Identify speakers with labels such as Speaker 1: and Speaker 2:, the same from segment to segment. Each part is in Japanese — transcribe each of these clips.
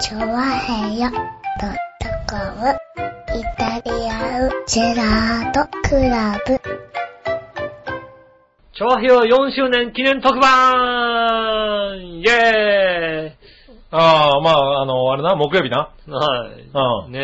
Speaker 1: チョワヘヨドットコムイタリアンジェラートクラブ
Speaker 2: 長平4周年記念特番イェー
Speaker 3: ああ、まあ、あの、あれな、木曜日な。
Speaker 2: イはい。
Speaker 3: うん
Speaker 2: ね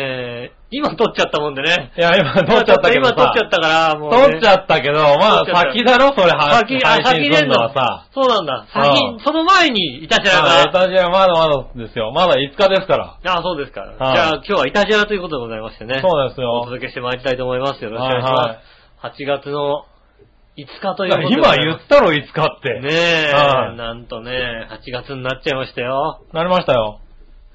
Speaker 2: え、今撮っちゃったもんでね。
Speaker 3: いや、今撮っちゃったけど
Speaker 2: 今
Speaker 3: さ。
Speaker 2: 撮っちゃったから、もう、ね。
Speaker 3: 撮っちゃったけど、まあ
Speaker 2: 撮っちゃった
Speaker 3: 先だろ、それ、は
Speaker 2: 先、
Speaker 3: 配
Speaker 2: あ、先
Speaker 3: 信す
Speaker 2: 出
Speaker 3: る
Speaker 2: ん
Speaker 3: の
Speaker 2: の
Speaker 3: はさ。。
Speaker 2: そうなんだ。
Speaker 3: うん
Speaker 2: 先、その前に、いたしら
Speaker 3: あイ
Speaker 2: が。
Speaker 3: タジアまだまだですよ。まだ5日ですから。
Speaker 2: あそうですか。じゃあ今日はいたしらということでございましてね。
Speaker 3: そうですよ
Speaker 2: お届けしてまいりたいと思います。よろしくお願いし
Speaker 3: はいは
Speaker 2: ます。8月の5日ということで。
Speaker 3: 今言ったろ、5日って。
Speaker 2: ねえ、
Speaker 3: はい
Speaker 2: なんとね、8月になっちゃいましたよ。
Speaker 3: なりましたよ。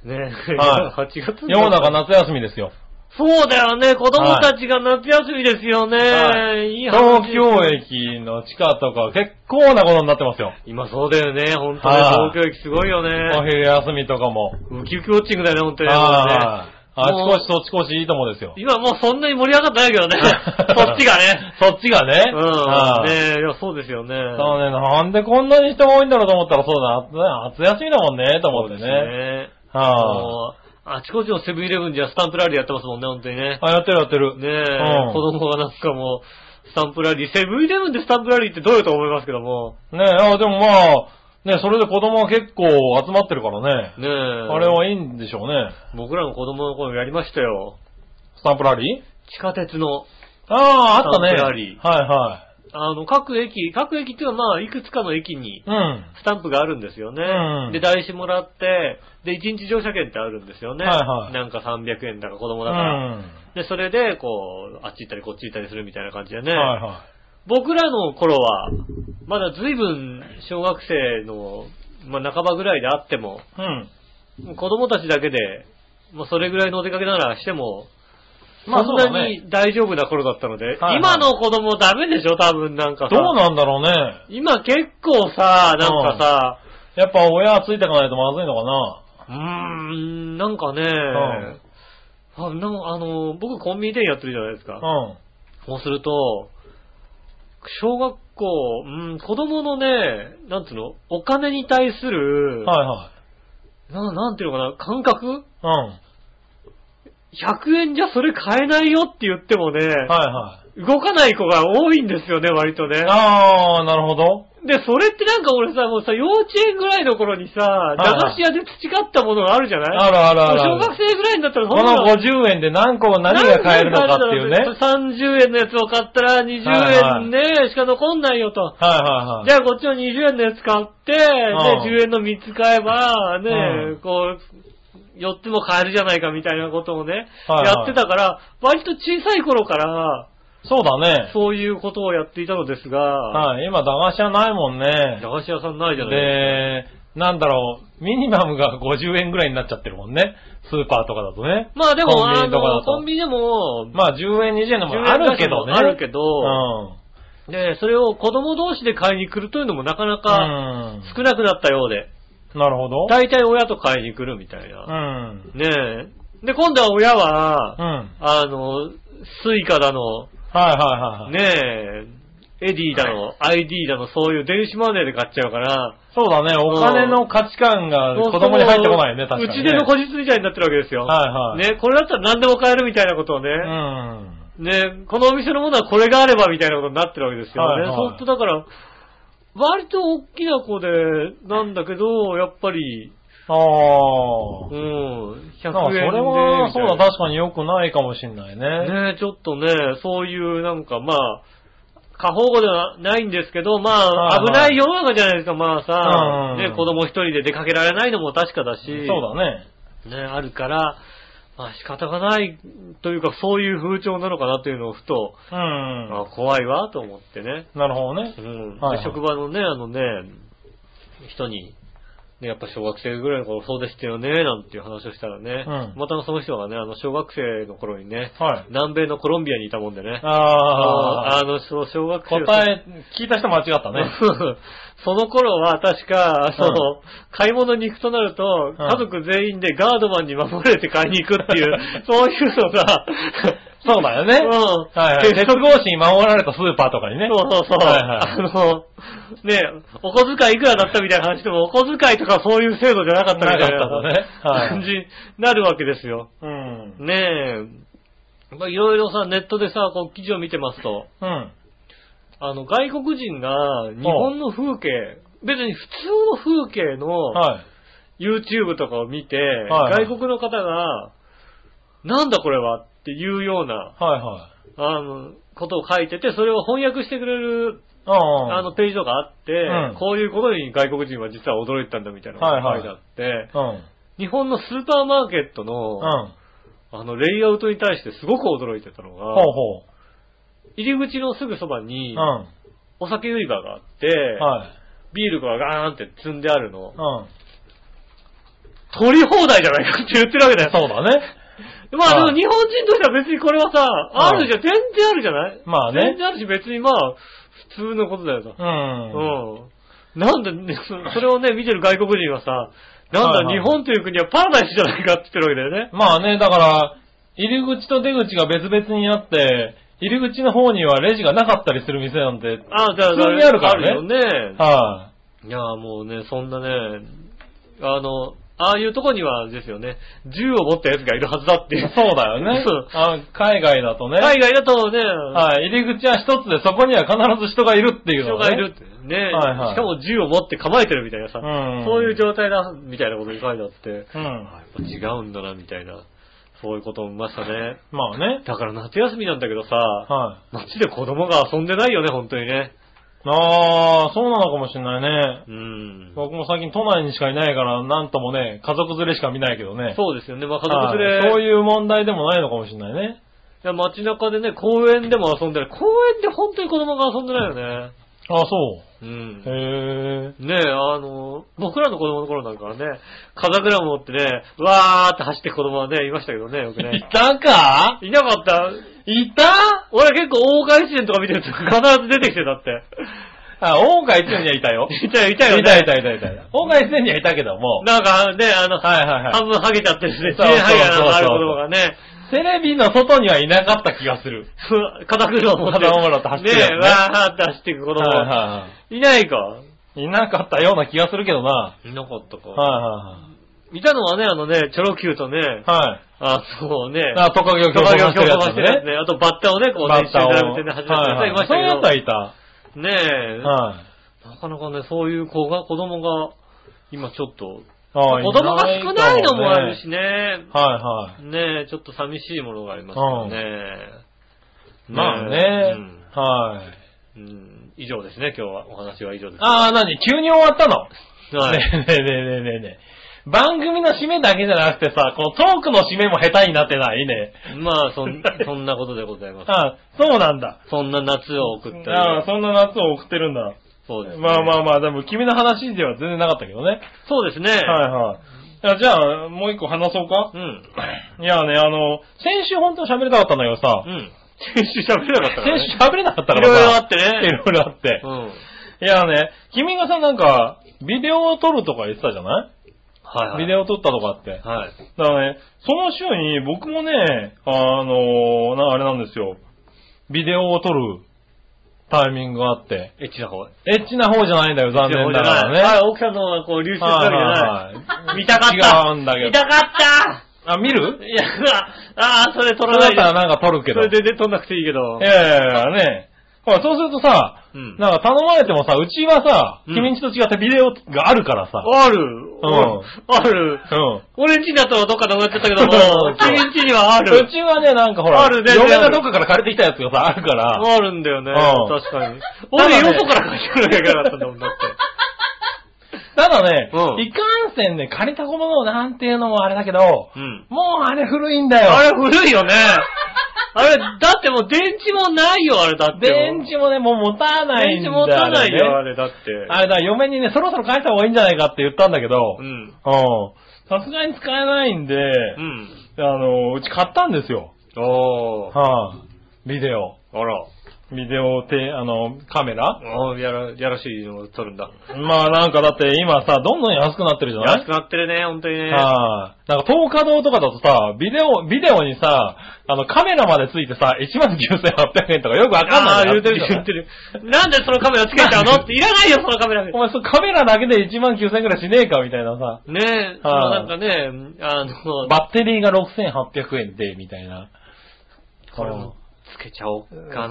Speaker 2: ねえ、
Speaker 3: は
Speaker 2: 8月に
Speaker 3: 世
Speaker 2: な
Speaker 3: の
Speaker 2: っちゃった
Speaker 3: 中夏休みですよ。
Speaker 2: そうだよね、子供たちが夏休みですよね。、
Speaker 3: はい
Speaker 2: い話
Speaker 3: 東京駅の地下とか結構なことになってますよ。
Speaker 2: 今そうだよね、本当に
Speaker 3: は
Speaker 2: 東
Speaker 3: い
Speaker 2: 京駅すごいよ
Speaker 3: お
Speaker 2: ね。
Speaker 3: 昼休みとかも。
Speaker 2: ウキウキウォッチングだよね、本当にね。
Speaker 3: ああ、あ
Speaker 2: もう
Speaker 3: ちこちそっちこちいいともですよ。、
Speaker 2: 今もうそんなに盛り上がってないけどね そっちがね。。
Speaker 3: そっちがね。
Speaker 2: うん。
Speaker 3: はい
Speaker 2: ねえ、いやそうですよね。
Speaker 3: そうね、なんでこんなに人が多いんだろうと思ったら、そうだ、夏夏休みだもんね、と思っ
Speaker 2: そ
Speaker 3: て
Speaker 2: うです
Speaker 3: ね。
Speaker 2: ね。
Speaker 3: はあ。
Speaker 2: もうあちこちのセブンイレブンじゃスタンプラリーやってますもんね、本当にね。
Speaker 3: あ、やってるやってる。
Speaker 2: ねえ、
Speaker 3: うん
Speaker 2: 子供がなんかもう、スタンプラリー、セブンイレブンでスタンプラリーってどうよと思いますけども。
Speaker 3: ねえ、あ、でもまあ、ねそれで子供は結構集まってるからね。
Speaker 2: ねえ。
Speaker 3: あれはいいんでしょうね。
Speaker 2: 僕らの子供の頃やりましたよ。
Speaker 3: スタンプラリー
Speaker 2: 地下鉄の、
Speaker 3: ああ、あったね。
Speaker 2: スタンプラリー
Speaker 3: はいは
Speaker 2: あの、各駅、各駅っていうのはまあ、いくつかの駅に
Speaker 3: い。うん。
Speaker 2: スタンプがあるんですよね。
Speaker 3: うん
Speaker 2: で、台紙もらって、で、1日乗車券ってあるんですよね。
Speaker 3: はいはい
Speaker 2: なんか300円だか子供
Speaker 3: う
Speaker 2: だから。
Speaker 3: ん。
Speaker 2: で、それで、こう、あっち行ったりこっち行ったりするみたいな感じでね。
Speaker 3: はいは
Speaker 2: 僕らの頃は、まだ随分小学生の、まあ、半ばぐらいであっても、
Speaker 3: い。うん。
Speaker 2: もう子供たちだけで、まあ、それぐらいのお出かけならしても、
Speaker 3: まあ
Speaker 2: そん
Speaker 3: そうだ
Speaker 2: な
Speaker 3: ね
Speaker 2: に大丈夫な頃だったので、
Speaker 3: はい
Speaker 2: 今の子供ダメでしょ多分なんかさ。
Speaker 3: どうなんだろうね。
Speaker 2: 今結構さ、なんかさ、
Speaker 3: やっぱ親はついてかないとまずいのかな。
Speaker 2: うーん、なんかね、
Speaker 3: ん
Speaker 2: あなんあの、僕コンビニ店やってるじゃないですか。
Speaker 3: うん。
Speaker 2: そうすると、小学校、うん、子供のね、なんつうの、お金に対する、
Speaker 3: はいはい。
Speaker 2: ななんていうのかな、感覚
Speaker 3: うん。は
Speaker 2: ?100 円じゃそれ買えないよって言ってもね、
Speaker 3: いは
Speaker 2: 動かない子が多いんですよね、割とね
Speaker 3: い。。ああ、なるほど。
Speaker 2: で、それってなんか俺さ、もうさ、幼稚園ぐらいの頃にさ、
Speaker 3: いはい
Speaker 2: 駄菓子屋で培ったものがあるじゃない
Speaker 3: あるあるあるあ
Speaker 2: も
Speaker 3: る
Speaker 2: う小学生ぐらいになったらそん
Speaker 3: こ
Speaker 2: な
Speaker 3: の50円で何個何が買えるのかっていうね。はい
Speaker 2: 何が買えるのかって30円のやつを買ったら20円ね、しか残んないよと。
Speaker 3: はいはい。
Speaker 2: じゃあこっちの20円のやつ買って、で、
Speaker 3: うん
Speaker 2: 10円の3つ買えば、
Speaker 3: う
Speaker 2: ね
Speaker 3: ん、
Speaker 2: こう、4つも買えるじゃないかみたいなことをね、
Speaker 3: はいはい
Speaker 2: やってたから、割と小さい頃から、
Speaker 3: そうだね。
Speaker 2: そういうことをやっていたのですが、
Speaker 3: はい、今駄菓子屋ないもんね。
Speaker 2: 駄菓子屋さんないじゃない
Speaker 3: で、なんだろう、ミニマムが50円ぐらいになっちゃってるもんね。スーパーとかだとね。
Speaker 2: まあでも、
Speaker 3: コンビ
Speaker 2: あ
Speaker 3: ニとかだ
Speaker 2: の、
Speaker 3: と
Speaker 2: コンビニでも、
Speaker 3: まあ10円、20円のも
Speaker 2: 10円
Speaker 3: あるけどね。
Speaker 2: あるけど、
Speaker 3: うん。
Speaker 2: で、それを子供同士で買いに来るというのもなかなか
Speaker 3: うん。
Speaker 2: 少なくなったようで、
Speaker 3: なるほど。
Speaker 2: 大体親と買いに来るみたいうな。
Speaker 3: ん。
Speaker 2: ねえ。で、今度は親
Speaker 3: う
Speaker 2: は、
Speaker 3: ん。
Speaker 2: あの、スイカだの、
Speaker 3: はいはいはい。
Speaker 2: ねえ、エディだの、ID だの、そういう電子マネーで買っちゃうから、
Speaker 3: そうだね、お金の価値観が子供に入ってこないよね、
Speaker 2: そう
Speaker 3: 確か
Speaker 2: う
Speaker 3: に、ね。
Speaker 2: ちでの孤児みたいになってるわけですよ。
Speaker 3: はいはい。。
Speaker 2: ね、これだったら何でも買えるみたいなことをね、
Speaker 3: うん。
Speaker 2: ね、このお店のものはこれがあればみたいなことになってるわけですよね。
Speaker 3: はいはい
Speaker 2: そうするとだから、割と大きな子で、なんだけど、やっぱり、
Speaker 3: ああ
Speaker 2: う。ん、100円でみたい
Speaker 3: まあ
Speaker 2: な。
Speaker 3: それは、そうだ、確かに良くないかもしんないね。
Speaker 2: ねちょっとね、そういうなんかまあ、過保護ではないんですけど、ま
Speaker 3: は
Speaker 2: あ、
Speaker 3: いはい
Speaker 2: 危ない世の中じゃないですか、まあ
Speaker 3: うん
Speaker 2: さ、ね、子供一人で出かけられないのも確かだし、
Speaker 3: そうだね。
Speaker 2: ね、あるから、まあ仕方がないというか、そういう風潮なのかなというのをふと、
Speaker 3: う
Speaker 2: あ
Speaker 3: ん。
Speaker 2: 怖いわ、と思ってね。
Speaker 3: なるほどね
Speaker 2: う。ん。
Speaker 3: はい
Speaker 2: で
Speaker 3: はい
Speaker 2: 職場のね、あのね、人に、ね、やっぱ小学生ぐらいの頃そうでしたよね、なんていう話をしたらね、
Speaker 3: うん
Speaker 2: またその人がね、あの、小学生の頃にね、
Speaker 3: はい。
Speaker 2: 南米のコロンビアにいたもんでね、
Speaker 3: ああ、
Speaker 2: あの、そう小学生
Speaker 3: 答え、聞いた人間違ったね。
Speaker 2: その頃は確か、その、
Speaker 3: う
Speaker 2: 買い物に行くとなると、
Speaker 3: ん
Speaker 2: 家族全員でガードマンに守られて買いに行くっていう、そういうのが、
Speaker 3: そうだよね。
Speaker 2: うん
Speaker 3: はい、 はい。
Speaker 2: 鉄
Speaker 3: 鉄格子に守られたスーパーとかにね。
Speaker 2: そうそうそう。
Speaker 3: はいはい
Speaker 2: あの、ね、お小遣いいくらだったみたいな話でも、お小遣いとかそういう制度じゃなかったみたい
Speaker 3: なかったね
Speaker 2: な
Speaker 3: はい
Speaker 2: 感じになるわけですよ。
Speaker 3: うん。
Speaker 2: ねえ。まあいろいろさ、ネットでさ、こう記事を見てますと、
Speaker 3: うん。
Speaker 2: あの、外国人が日本の風景、別に普通の風景の
Speaker 3: は
Speaker 2: YouTube とかを見て、
Speaker 3: はいはい
Speaker 2: 外国の方が、なんだこれはっていうような、
Speaker 3: い。はいはい。
Speaker 2: あの、ことを書いてて、それを翻訳してくれる
Speaker 3: ああ
Speaker 2: あの、ページとかあって、
Speaker 3: うん
Speaker 2: こういうことに外国人は実は驚いてたんだみたいなのが書いてあって、
Speaker 3: うん。
Speaker 2: 日本のスーパーマーケットの、
Speaker 3: うん。
Speaker 2: あの、レイアウトに対してすごく驚いてたのが、
Speaker 3: ほうほう。
Speaker 2: 入り口のすぐそば
Speaker 3: う
Speaker 2: に
Speaker 3: ん。、は
Speaker 2: お酒売り場があって、
Speaker 3: い。う
Speaker 2: ビールがガーンって積んであるの、
Speaker 3: ん。
Speaker 2: 取り放題じゃないかって言ってるわけだよ。
Speaker 3: そうだね。
Speaker 2: まあ、でも
Speaker 3: はい
Speaker 2: 日本人としては別にこれはさ、あるじゃん、全然あるじゃない
Speaker 3: まあね
Speaker 2: 全然あるし、別にまあ、普通のことだよさ。
Speaker 3: うん。
Speaker 2: うん。なんで ね、そそれをね、見てる外国人はさ、な
Speaker 3: は
Speaker 2: ん
Speaker 3: い
Speaker 2: だ、
Speaker 3: はい
Speaker 2: 日本という国はパラダイスじゃないかって言ってるわけだよね。
Speaker 3: まあね、だから、入り口と出口が別々にあって、入り口の方にはレジがなかったりする店なんて、
Speaker 2: ああ、じゃあ、
Speaker 3: 普通にあるからね
Speaker 2: よね。
Speaker 3: はい
Speaker 2: や、もうね、そんなね、あの、ああいうとこにはですよね、銃を持った奴がいるはずだっ
Speaker 3: い、
Speaker 2: ていう。
Speaker 3: そうだよね
Speaker 2: そう。
Speaker 3: あ海外だとね。
Speaker 2: 海外だとね、
Speaker 3: はい。入り口は一つで、そこには必ず人がいるっていう
Speaker 2: 人
Speaker 3: の
Speaker 2: が
Speaker 3: ね
Speaker 2: いるって。ね、
Speaker 3: はいはい
Speaker 2: しかも銃を持って構えてるみたいなさ、
Speaker 3: うん
Speaker 2: そういう状態だ、みたいなことに書いてあって、
Speaker 3: うん。
Speaker 2: あやっぱ違うんだな、みたいな、そういうことを見ましたね。
Speaker 3: まあね。
Speaker 2: だから夏休みなんだけどさ、
Speaker 3: はい。
Speaker 2: 街で子供が遊んでないよね、本当にね。
Speaker 3: ああ、そうなのかもしれないね。
Speaker 2: うん。
Speaker 3: 僕も最近都内にしかいないから、なんともね、家族連れしか見ないけどね。
Speaker 2: そうですよね。まあ、家族連れ、
Speaker 3: はいそう
Speaker 2: い
Speaker 3: いう問題でもないのかもしれないね。
Speaker 2: や街中でね、公園でも遊んでる。公園で本当に子供が遊んでないよね。
Speaker 3: あそうう。
Speaker 2: ん。
Speaker 3: へえ。
Speaker 2: ねえ、あの、僕らの子供の頃なんかはね、風倉持ってね、わーって走って子供はね、いましたけどね、よく ね。
Speaker 3: たか
Speaker 2: いなかった
Speaker 3: いた
Speaker 2: 俺結構大外線とか見てると必ず出てきてたって。
Speaker 3: あ、大川一年にはいたよ。
Speaker 2: いたよ、いたよ、ね。
Speaker 3: いたいたいたいた。大川一年にはいたけども、
Speaker 2: なんかね、あの、
Speaker 3: はいはいはい
Speaker 2: 半分ハゲちゃってるしね、
Speaker 3: そうそうそうそう
Speaker 2: ハゲなんかある子供がね。
Speaker 3: テレビの外にはいなかった気がす る。
Speaker 2: 肩車を持って。
Speaker 3: 肩車を持って走ってる
Speaker 2: ね
Speaker 3: やつ
Speaker 2: え、
Speaker 3: ね
Speaker 2: わーって走っていく子供。
Speaker 3: はいはい
Speaker 2: ないか
Speaker 3: いはい。いなかったような気がするけどな。
Speaker 2: いなかったか。
Speaker 3: はい
Speaker 2: たのはね、あのね、チョロ Q とね
Speaker 3: いはい、はい。はい。
Speaker 2: あ、そうね。
Speaker 3: あ、トカゲを
Speaker 2: ト
Speaker 3: 強
Speaker 2: カ
Speaker 3: 行
Speaker 2: ゲを
Speaker 3: さ
Speaker 2: 強
Speaker 3: せてるや
Speaker 2: 化
Speaker 3: つ
Speaker 2: してるや
Speaker 3: ね
Speaker 2: つ。ね。あとバッタをね、こうね、一緒に並べてね、
Speaker 3: はい
Speaker 2: 走らせていました
Speaker 3: そういうやつ
Speaker 2: け
Speaker 3: はいた。
Speaker 2: ど。ねえ、
Speaker 3: はい。
Speaker 2: なかなかね、そういう子が、子供が、今ちょっと、
Speaker 3: ああ
Speaker 2: 子供が少ないのもある。し
Speaker 3: い
Speaker 2: ね。
Speaker 3: ないかもねはいはい。
Speaker 2: ねえ、ちょっと寂しいものがありますよね。
Speaker 3: まあね
Speaker 2: うん。
Speaker 3: はい。
Speaker 2: うん以上ですね、今日は。お話は以上です。
Speaker 3: ああ、なに急に終わったの
Speaker 2: はい
Speaker 3: ねえねえねえねえねえ。番組の締めだけじゃなくてさ、このトークの締めも下手になってないね。
Speaker 2: まあ、そ ん、そんなことでございます。
Speaker 3: ああそうなんだ。
Speaker 2: そんな夏を送ったり。
Speaker 3: ああ、そんな夏を送ってるんだ。
Speaker 2: そうです、ね。
Speaker 3: まあま
Speaker 2: あ。
Speaker 3: あまあ、でも君の話では全然なかったけどね。
Speaker 2: そうですね。
Speaker 3: はいはいあ。じゃあ、もう一個話そうか
Speaker 2: う。ん。
Speaker 3: いやね、あの、先週本当に喋りたかったんだけどさ
Speaker 2: う、ん。先週喋れなかったから、ね。
Speaker 3: 先週喋れなかったから
Speaker 2: いろいろあ
Speaker 3: さ、
Speaker 2: ってね。
Speaker 3: いろいろあって
Speaker 2: う。ん。
Speaker 3: いやね、君がさ、なんか、ビデオを撮るとか言ってたじゃない、
Speaker 2: はい、はい。
Speaker 3: ビデオを撮ったとかって。
Speaker 2: はい。
Speaker 3: だからね、その週に僕もね、あのな、あれなんですよ。ビデオを撮るタイミングがあって。
Speaker 2: エッチな方。エ
Speaker 3: エッチな方じゃないんだよ、残念ながらね。
Speaker 2: はい、奥さんの方がこう流出したわけじゃない。
Speaker 3: はいはいはい
Speaker 2: 見たかった。
Speaker 3: 違うんだけど
Speaker 2: 見たかっ
Speaker 3: あ、見
Speaker 2: た
Speaker 3: る
Speaker 2: いや、ああ、それ撮
Speaker 3: そ
Speaker 2: ら
Speaker 3: れ
Speaker 2: な
Speaker 3: だ
Speaker 2: い
Speaker 3: っ
Speaker 2: で
Speaker 3: たらなんか撮るけど。
Speaker 2: それ全然撮んなくていいけど
Speaker 3: い。やいやいや、ね。ほら、そうするとさ、
Speaker 2: うん
Speaker 3: なんか頼まれてもさ、うちはさ、
Speaker 2: うん
Speaker 3: 君んちと違ってビデオがあるからさ。
Speaker 2: ある。
Speaker 3: うん
Speaker 2: ある。
Speaker 3: うん。
Speaker 2: 俺んちだとどっかなくなっちゃったけども
Speaker 3: そう、そう
Speaker 2: 君んちにはある
Speaker 3: う。ちはね、なんかほら、
Speaker 2: あるね
Speaker 3: 嫁がどっかから借りてきたやつがさ、あるから。
Speaker 2: あるんだよね。
Speaker 3: うん
Speaker 2: 確かに。
Speaker 3: だ
Speaker 2: 俺、
Speaker 3: ね
Speaker 2: よそから帰ってくるやからだったんだも ん、だって。
Speaker 3: ただね、
Speaker 2: うん
Speaker 3: いかんせんね、借りたものをなんていうのもあれだけど、
Speaker 2: うん。
Speaker 3: もうあれ古いんだよ。
Speaker 2: あれ古いよね。あれ、だってもう電池もないよ、あれだって。
Speaker 3: 電池もね、もう持たな
Speaker 2: 電
Speaker 3: いんだ
Speaker 2: 池持たないよ、あ
Speaker 3: あれね
Speaker 2: れだって。
Speaker 3: あれだ、嫁にね、そろそろ返した方がいいんじゃないかって言ったんだけど、
Speaker 2: う
Speaker 3: うん。
Speaker 2: ん。
Speaker 3: さすがに使えないんで、
Speaker 2: うん。
Speaker 3: あの、うち買ったんですよ。
Speaker 2: おー。
Speaker 3: はあ、ビデオ。
Speaker 2: あら。
Speaker 3: ビデオて、あの、カメラ
Speaker 2: ああ、やら、やらしいのを撮るんだ。
Speaker 3: まあなんかだって今さ、どんどん安くなってるじゃない
Speaker 2: 安くなってるね、本当にね。
Speaker 3: はい。なんか、東華堂とかだとさ、ビデオ、ビデオにさ、あの、カメラまでついてさ、19,800円とかよくわかんない
Speaker 2: あー言
Speaker 3: のよ
Speaker 2: うてる、言うてる。なんでそのカメラつけちゃうのって、いらないよ、そのカメラ。ね
Speaker 3: お前、そうカメラだけで19,000円くらいしねえかみたいなさ。
Speaker 2: え、そのなんかね、あの、
Speaker 3: バッテリーが6,800円で、みたいな。
Speaker 2: これもつけちゃおうか
Speaker 3: そうつけちゃ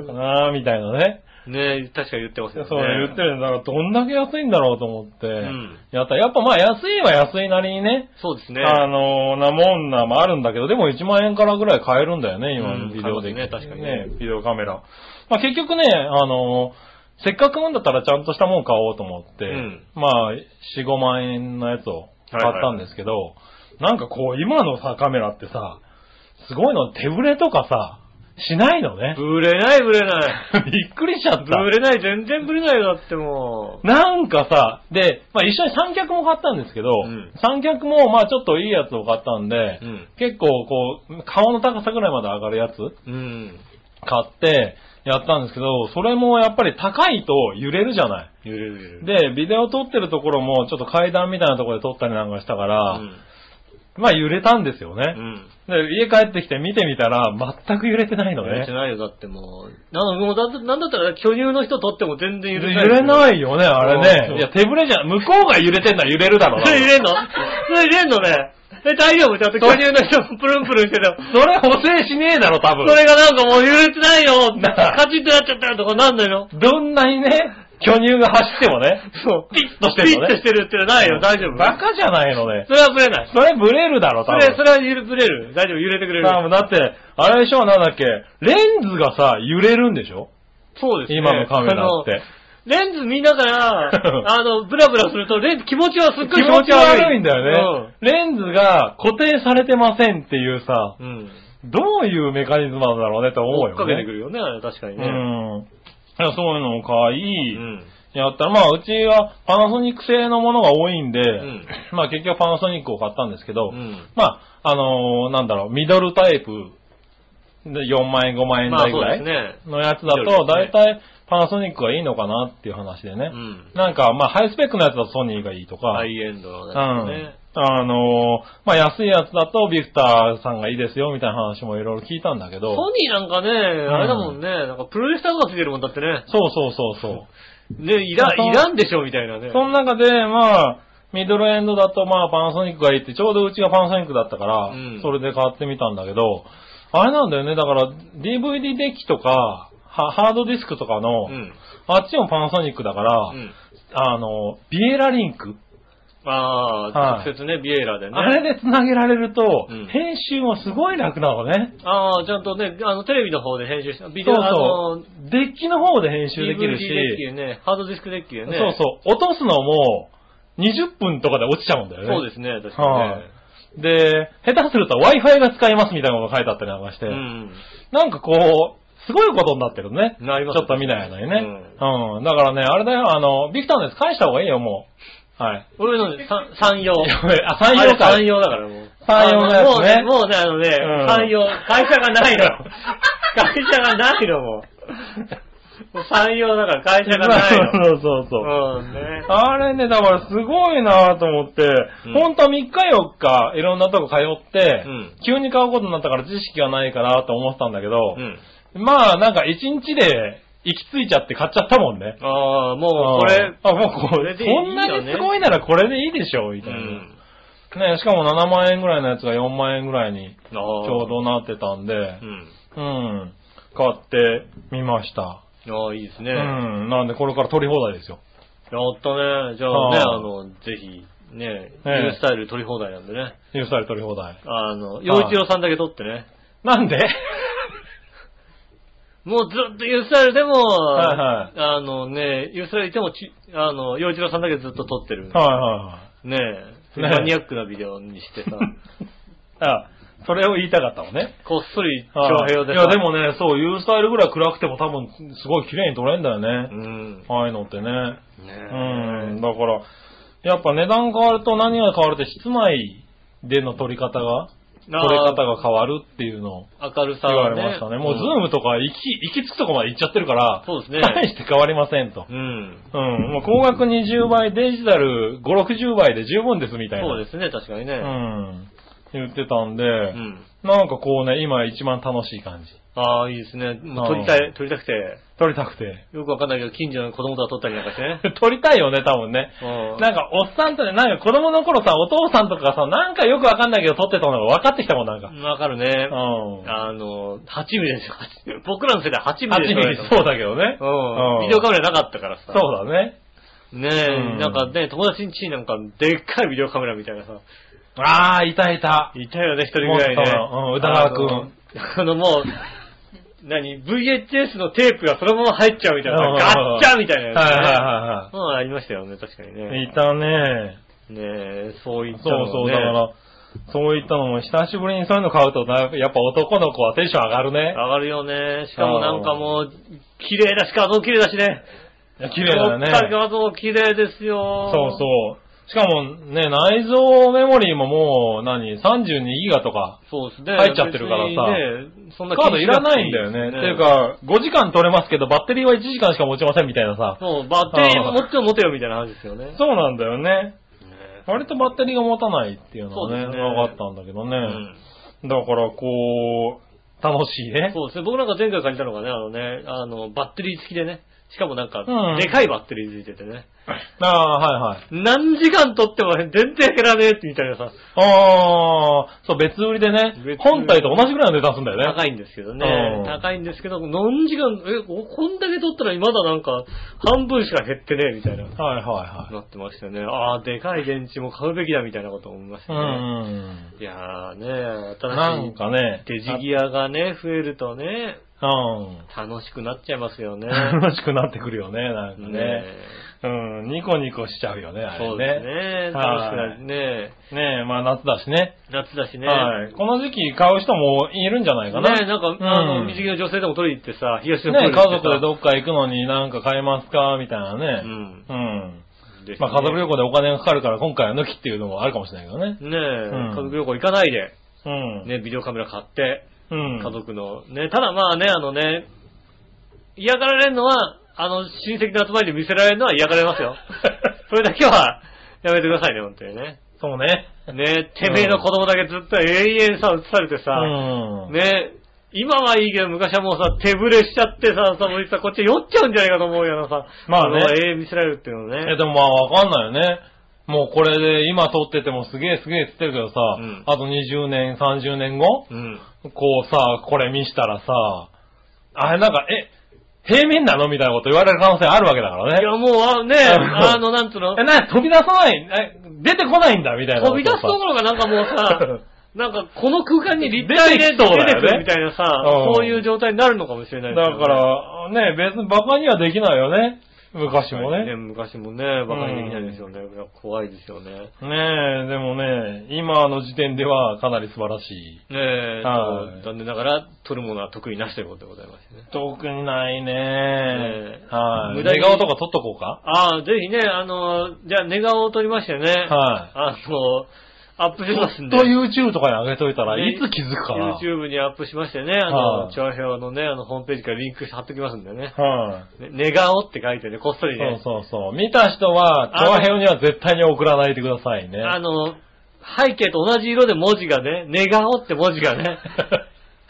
Speaker 3: おうか
Speaker 2: な
Speaker 3: なみたいなね。
Speaker 2: ねえ、確か言ってますよね。
Speaker 3: そう、言ってるんだから、どんだけ安いんだろうと思って。
Speaker 2: ん
Speaker 3: やった。やっぱまあ、安いは安いなりにね。
Speaker 2: そうですね。
Speaker 3: あのーなもんなもあるんだけど、でも1万円からぐらい買えるんだよね、今、
Speaker 2: うん
Speaker 3: ビデオで、
Speaker 2: 買えますね確かにね
Speaker 3: ビデオカメラ。まあ結局ね、あのーせっかく買うんだったらちゃんとしたもん買おうと思って、
Speaker 2: うん
Speaker 3: まあ、4、5万円のやつを買ったんですけど、なんかこう、今のさ、カメラってさ、すごいの、手ぶれとかさ、しないのね。
Speaker 2: ぶれない、ぶれない。
Speaker 3: びっくりしちゃっ
Speaker 2: ぶ
Speaker 3: た。
Speaker 2: れない、全然ぶれないよ、だってもう。
Speaker 3: なんかさ、で、まあ一緒に三脚も買ったんですけど、
Speaker 2: ん
Speaker 3: 三脚もまあちょっといいやつを買ったんで、
Speaker 2: うん。
Speaker 3: 結構こう、顔の高さぐらいまで上がるやつ
Speaker 2: うん。
Speaker 3: 買ってやったんですけど、それもやっぱり高いと揺れるじゃない。
Speaker 2: 揺れる揺れる。
Speaker 3: で、ビデオ撮ってるところもちょっと階段みたいなところで撮ったりなんかしたから、まあ揺れたんですよ
Speaker 2: う
Speaker 3: ね。
Speaker 2: ん。
Speaker 3: で、家帰ってきて見てみたら全く揺れてないの
Speaker 2: 揺れて
Speaker 3: ね。
Speaker 2: ないよ、だってもう。なの、もうだって、なんだったら巨乳の人撮っても全然
Speaker 3: 揺
Speaker 2: 揺
Speaker 3: れ
Speaker 2: れない。
Speaker 3: ないよね、あれ
Speaker 2: そう
Speaker 3: ね。いや、手ぶれじゃん。向こうが揺れてんなら揺れるだろうな。
Speaker 2: それ揺
Speaker 3: そ
Speaker 2: れんのそれ揺れんのね。 え、大丈夫ちゃんと巨乳の人もプルンプルンしてたよ。
Speaker 3: れ補正しねえだろ、多分。
Speaker 2: それがなんかもう揺れてないよ
Speaker 3: なあ
Speaker 2: カチッとなっちゃったよとかなんないの
Speaker 3: どんなにね、巨乳が走ってもね、
Speaker 2: そう。ピッ
Speaker 3: としてんのね
Speaker 2: ピッとしてるってのはないよ、大丈夫。
Speaker 3: バカじゃないのね。
Speaker 2: それはブレない。
Speaker 3: それブレるだろ、
Speaker 2: そ
Speaker 3: 多分。
Speaker 2: れ、それは揺れ、ブレる。大丈夫、揺れてくれる。
Speaker 3: 多分だって、あれでしょ、なんだっけ、レンズがさ、揺れるんでしょ
Speaker 2: そうですね。
Speaker 3: 今のカメラって。
Speaker 2: あの。レンズ見なが ら、あの、ブラブラすると、レンズ気持ちはすっごい
Speaker 3: 気
Speaker 2: 気
Speaker 3: 持
Speaker 2: 持
Speaker 3: ち
Speaker 2: ち
Speaker 3: 悪
Speaker 2: 悪い。
Speaker 3: いんだよね。レンズが固定されてませんっていうさ、
Speaker 2: うん。うん。
Speaker 3: どういうメカニズムなんだろうねと思う
Speaker 2: 追っ
Speaker 3: よ
Speaker 2: か
Speaker 3: ね。
Speaker 2: けてくるよね、あれ確かに
Speaker 3: う
Speaker 2: ね。
Speaker 3: ん。いやそういうのも可愛
Speaker 2: う
Speaker 3: い。
Speaker 2: ん。
Speaker 3: やったら、まあ、うちはパナソニック製のものが多いんで、
Speaker 2: ん
Speaker 3: まあ結局パナソニックを買ったんですけど、
Speaker 2: うん
Speaker 3: まあ、あのーなんだろう、ミドルタイプで4万円、5万円
Speaker 2: まあ
Speaker 3: 台
Speaker 2: そ
Speaker 3: ぐ
Speaker 2: う
Speaker 3: ら
Speaker 2: です
Speaker 3: い
Speaker 2: ね。
Speaker 3: のやつだ
Speaker 2: ミドル
Speaker 3: と、
Speaker 2: で
Speaker 3: だい
Speaker 2: すね
Speaker 3: たいパナソニックがいいのかなっていう話で
Speaker 2: う
Speaker 3: ね。
Speaker 2: ん。
Speaker 3: なんか、まあ、ハイスペックのやつだとソニーがいいとか、
Speaker 2: ハイエンドのやつね。
Speaker 3: うん。あのーまあ、安いやつだとビクターさんがいいですよみたいな話もいろいろ聞いたんだけど、
Speaker 2: ソニーなんかね、あれだもんね、なんかプロレスターとかついてるもんだってね。
Speaker 3: そうそうそうそう。
Speaker 2: ね、いら
Speaker 3: そう、
Speaker 2: いらんでしょ、みたいなね。
Speaker 3: その中で、まあ、ミドルエンドだと、まあ、パナソニックがいいって、ちょうどうちがパナソニックだったから、
Speaker 2: うん
Speaker 3: それで買ってみたんだけど、あれなんだよね、だから、DVD デッキとか、はハードディスクとかの、
Speaker 2: うん。
Speaker 3: あっちもパナソニックだから、
Speaker 2: うん。
Speaker 3: あの、ビエラリンク、
Speaker 2: ああ、
Speaker 3: はい
Speaker 2: 直接ね、ビエイラでね。
Speaker 3: あれで繋げられると、
Speaker 2: うん
Speaker 3: 編集もすごい楽なのね。
Speaker 2: ああ、ちゃんとね、あの、テレビの方で編集した。ビデ
Speaker 3: そ
Speaker 2: オ、
Speaker 3: う
Speaker 2: あ
Speaker 3: そ
Speaker 2: の、
Speaker 3: う。デッキの方で編集できる
Speaker 2: DVD デッキ
Speaker 3: し、
Speaker 2: でね、ハードディスクデッキでね。
Speaker 3: そうそう、落とすのも、20分とかで落ちちゃうんだよね。
Speaker 2: そうですね、確か
Speaker 3: はいで、下手すると Wi-Fi が使えますみたいなのが書いてあったりなんかして、
Speaker 2: にね。
Speaker 3: なんかこう、すごいことになってるね。
Speaker 2: うん。なり
Speaker 3: ち
Speaker 2: ます
Speaker 3: ょっと見ない間にね。うん、だからね、あれだよ、あの、ビクターのやつ返した方がいいよ、もう。はい。
Speaker 2: 俺のね、さ三用。
Speaker 3: あ、 三洋か。
Speaker 2: あれ三用だからもう。
Speaker 3: 三洋の
Speaker 2: あ
Speaker 3: やつね
Speaker 2: のもうね、もうね、あのね
Speaker 3: うん、
Speaker 2: 三用。会社がない の。会社がないのもう。もう三用だから会社がない の。
Speaker 3: そうそうそう。
Speaker 2: うんね。
Speaker 3: あれね、だからすごいなと思って、
Speaker 2: ん
Speaker 3: 本当は3日4日いろんなとこ通って、
Speaker 2: うん
Speaker 3: 急に買うことになったから知識がないかなと思ってたんだけど
Speaker 2: う、ん。
Speaker 3: まあなんか1日で行き着いちゃって買っちゃったもんね。
Speaker 2: ああ、もうこれ、
Speaker 3: あ、もうこれ
Speaker 2: これでいい
Speaker 3: そ
Speaker 2: よね
Speaker 3: んなにすごいならこれでいいでしょ、み
Speaker 2: う
Speaker 3: たいな。
Speaker 2: ん。
Speaker 3: ね、しかも7万円ぐらいのやつが4万円ぐらいに
Speaker 2: ち
Speaker 3: ちょうどなってたんで、
Speaker 2: うん。
Speaker 3: うん、買ってみました。
Speaker 2: ああ、いいですね。
Speaker 3: う
Speaker 2: や
Speaker 3: ん、なんでこれから取り放題ですよ。
Speaker 2: ったね。じゃあね、
Speaker 3: ああ
Speaker 2: あの、ぜひ、ね、ニ
Speaker 3: ええ
Speaker 2: ュースタイル取り放題なんでね。
Speaker 3: ニュースタイル取り放題。
Speaker 2: あの、洋一郎さんだけ取ってね。
Speaker 3: なんで
Speaker 2: もうずっとユースタイルでも、
Speaker 3: はいはい
Speaker 2: あのね、ユースタイルいてもち、あの、洋一郎さんだけずっと撮ってる。
Speaker 3: はいは
Speaker 2: ねえ、
Speaker 3: ねえ
Speaker 2: マニアックなビデオにして さ、
Speaker 3: いはい。あ、それを言いたかったのね。
Speaker 2: こっそり
Speaker 3: は
Speaker 2: 長
Speaker 3: い
Speaker 2: 平をで
Speaker 3: い
Speaker 2: さ
Speaker 3: やで、もね、そう、ユースタイルぐらい暗くても多分すごい綺麗に撮れんだよ
Speaker 2: う
Speaker 3: ね。
Speaker 2: ん。ね
Speaker 3: ああいうのってね。
Speaker 2: え
Speaker 3: うん、だから、やっぱ値段変わると何が変わるって室内での撮り方
Speaker 2: あ
Speaker 3: が
Speaker 2: ー
Speaker 3: 撮れ方が変わるっていうのを
Speaker 2: 明るさ
Speaker 3: 言わ
Speaker 2: はね
Speaker 3: れましたね。もうズー
Speaker 2: ん
Speaker 3: ムとか行き、行き着くとこまで行っちゃってるから、
Speaker 2: そうですね
Speaker 3: 大して変わりませんと。
Speaker 2: うん。
Speaker 3: うん。もう高額20倍、デジタル5、60倍で十分ですみたいな。
Speaker 2: そうですね、確かにね。
Speaker 3: うん。言ってたんで、
Speaker 2: うん
Speaker 3: なんかこうね、今一番楽しい感じ。
Speaker 2: ああ、いいですね。もう撮りたい、撮りたくて。
Speaker 3: 撮りたくて。
Speaker 2: よくわかんないけど、近所の子供とは撮ったりなんかしてね。
Speaker 3: 撮りたいよね、多分ね。
Speaker 2: うん
Speaker 3: なんか、おっさんとね、なんか子供の頃さ、お父さんとかがさ、なんかよくわかんないけど撮ってたのが分かってきたもん、なんか。
Speaker 2: わかるね。
Speaker 3: うん。
Speaker 2: あの、8ミリですよ。8僕 らの世代8ミリ
Speaker 3: 8
Speaker 2: ですよ。
Speaker 3: ミリ、そうだけどね。
Speaker 2: うん。
Speaker 3: うん
Speaker 2: ビデオカメラなかったからさ。
Speaker 3: そうだね。
Speaker 2: ね
Speaker 3: う
Speaker 2: え、
Speaker 3: ん
Speaker 2: なんかね、友達ん家になんか、でっかいビデオカメラみたいなさ、
Speaker 3: あー、いたいた。
Speaker 2: いたよね、一人ぐらいね
Speaker 3: 持ってた。のうん宇田川くん
Speaker 2: あの。あのもう、 何、VHS のテープがそのまま入っちゃうみたいな
Speaker 3: うん
Speaker 2: さ、ガッチャみたいな
Speaker 3: は
Speaker 2: や
Speaker 3: い
Speaker 2: つ
Speaker 3: はい
Speaker 2: ね。
Speaker 3: は
Speaker 2: うん、ありましたよね、確かに
Speaker 3: いはい。
Speaker 2: ね。
Speaker 3: いたね。
Speaker 2: ねえ、そういっ
Speaker 3: そう
Speaker 2: たのね
Speaker 3: そう、だから、そういったのも久しぶりにそういうの買うとな、やっぱ男の子はテンション上がるね。
Speaker 2: 上がるよね。しかもなんかもう、綺麗だし、画像綺麗だしね。
Speaker 3: いや綺麗だ
Speaker 2: 撮った
Speaker 3: ね。
Speaker 2: 画像綺麗ですよ。
Speaker 3: そうそう。しかもね、内蔵メモリーももう何、32ギガとか。
Speaker 2: そうですね。
Speaker 3: 入っちゃってるからさ
Speaker 2: 別にね、そんな
Speaker 3: カードいらないんだよね。っていう、か、5時間取れますけど、バッテリーは1時間しか持ちませんみたいなさ。
Speaker 2: そう、バッテリー持ってよ持てよみたいな話ですよね。
Speaker 3: そうなんだよね。
Speaker 2: ね
Speaker 3: 割とバッテリーが持たないっていうのはね、
Speaker 2: そうですね
Speaker 3: 分かったんだけどね。
Speaker 2: うん
Speaker 3: だから、こう、楽しいね。
Speaker 2: そうですね。僕なんか前回借りたのがね、あのね、あの、バッテリー付きでね。しかもなんか
Speaker 3: うん、
Speaker 2: でかいバッテリー付いててね。
Speaker 3: ああ、はいはい。
Speaker 2: 何時間撮っても全然減らねえってみたいなさ、
Speaker 3: ああ、そう、別売りで
Speaker 2: 別売り
Speaker 3: ね、本体と同じぐらいの値段するんだよね。
Speaker 2: 高いんですけど
Speaker 3: う
Speaker 2: ね
Speaker 3: ん。
Speaker 2: 高いんですけど、何時間、え、ここんだけ撮ったらまだなんか、半分しか減ってねえみたいな。
Speaker 3: はいはいは い。
Speaker 2: なってましたね。ああ、でかい電池も買うべきだみたいなこと思いました
Speaker 3: う
Speaker 2: ね。
Speaker 3: ん。
Speaker 2: いやーね、
Speaker 3: な
Speaker 2: 新し
Speaker 3: んかね
Speaker 2: い、デジギアがね、増えるとね、
Speaker 3: うん。
Speaker 2: 楽しくなっちゃいますよね。
Speaker 3: 楽しくなってくるよね、なんか
Speaker 2: ね
Speaker 3: ね。うん、ニコニコしちゃうよね、あれね。
Speaker 2: そうですね。楽しくな
Speaker 3: はい
Speaker 2: るね。
Speaker 3: ねえ、まあ夏だしね。
Speaker 2: 夏だしね。
Speaker 3: はい。この時期買う人もいるんじゃないかな。
Speaker 2: ねなんか、
Speaker 3: うん
Speaker 2: あの、水着の女性でも取りに行ってさ、冷やしの
Speaker 3: ね家族
Speaker 2: ど
Speaker 3: でどっか行くのになんか買えますかみたいな
Speaker 2: う
Speaker 3: ね。
Speaker 2: ん。
Speaker 3: うん。
Speaker 2: です
Speaker 3: ま
Speaker 2: ね
Speaker 3: あ家族旅行でお金がかかるから今回は抜きっていうのもあるかもしれないけどね。
Speaker 2: ね
Speaker 3: ん
Speaker 2: 家族旅行行かないで、
Speaker 3: うん。
Speaker 2: ね、ビデオカメラ買って、
Speaker 3: うん。
Speaker 2: 家族の、ね、ただまあね、あのね、嫌がられるのは、あの、親戚の集まりで見せられるのは嫌がられます よ。それだけは、やめてくださいね、本当にね。
Speaker 3: そうね。
Speaker 2: ねてめえの子供だけずっと永遠さ、映されて
Speaker 3: う
Speaker 2: さ、
Speaker 3: ん。
Speaker 2: ね今はいいけど、昔はもうさ、手ぶれしちゃってさ、さ、もうさ、こっち酔っちゃうんじゃないかと思うよなさ。
Speaker 3: まあね
Speaker 2: 子供が永遠見せられるっていうの
Speaker 3: え、
Speaker 2: ね。
Speaker 3: でもまあわかんないよね。もうこれで今撮っててもすげえすげえって言ってるけどさ
Speaker 2: うん、
Speaker 3: あと20年、30年後
Speaker 2: うん。
Speaker 3: こうさ、これ見したらさ、あれなんか、え、平面なのみたいなこと言われる可能性あるわけだからね。
Speaker 2: いや、もう、あ ねあの、なんつうの
Speaker 3: え、、な、飛び出さない、え出てこないんだ、みたいな。
Speaker 2: 飛び出すところがなんかもう さ、なんかこの空間に立体で出
Speaker 3: 出てきそうだ
Speaker 2: て
Speaker 3: よね
Speaker 2: くるみたいなさ、
Speaker 3: うん
Speaker 2: そういう状態になるのかもしれな
Speaker 3: だ
Speaker 2: い
Speaker 3: か
Speaker 2: ですよね、
Speaker 3: ら、ね、別にバカにはできないよね。昔もね。ね
Speaker 2: 昔もね、バカにできないですよね。いや怖いですよね。
Speaker 3: え、でもね、今の時点ではかなり素晴らしい。
Speaker 2: ねえ、
Speaker 3: はい
Speaker 2: 残念ながら、取るものは得意なしということでございましてね。
Speaker 3: 特にないね
Speaker 2: ねえ
Speaker 3: はい。
Speaker 2: 無駄に
Speaker 3: 寝顔とか撮っとこうか
Speaker 2: ああ、ぜひね、あの、じゃあ、寝顔を撮りましてね。
Speaker 3: は
Speaker 2: あの、アップしますん
Speaker 3: い。
Speaker 2: で。
Speaker 3: と YouTube とかに上げといたら、
Speaker 2: ね
Speaker 3: いつ気づくかな。
Speaker 2: YouTube にアップしましてね、あ
Speaker 3: は
Speaker 2: の、
Speaker 3: い
Speaker 2: 長編のね、あの、ホームページからリンクして貼っときますんでね。
Speaker 3: はい。
Speaker 2: ね寝顔って書いてね、こっそりね。
Speaker 3: そうそうそう。見た人は、
Speaker 2: あの
Speaker 3: 長編には絶対に送らないでくださいね。
Speaker 2: あの、背景と同じ色で文字がね、寝顔って文字が ね、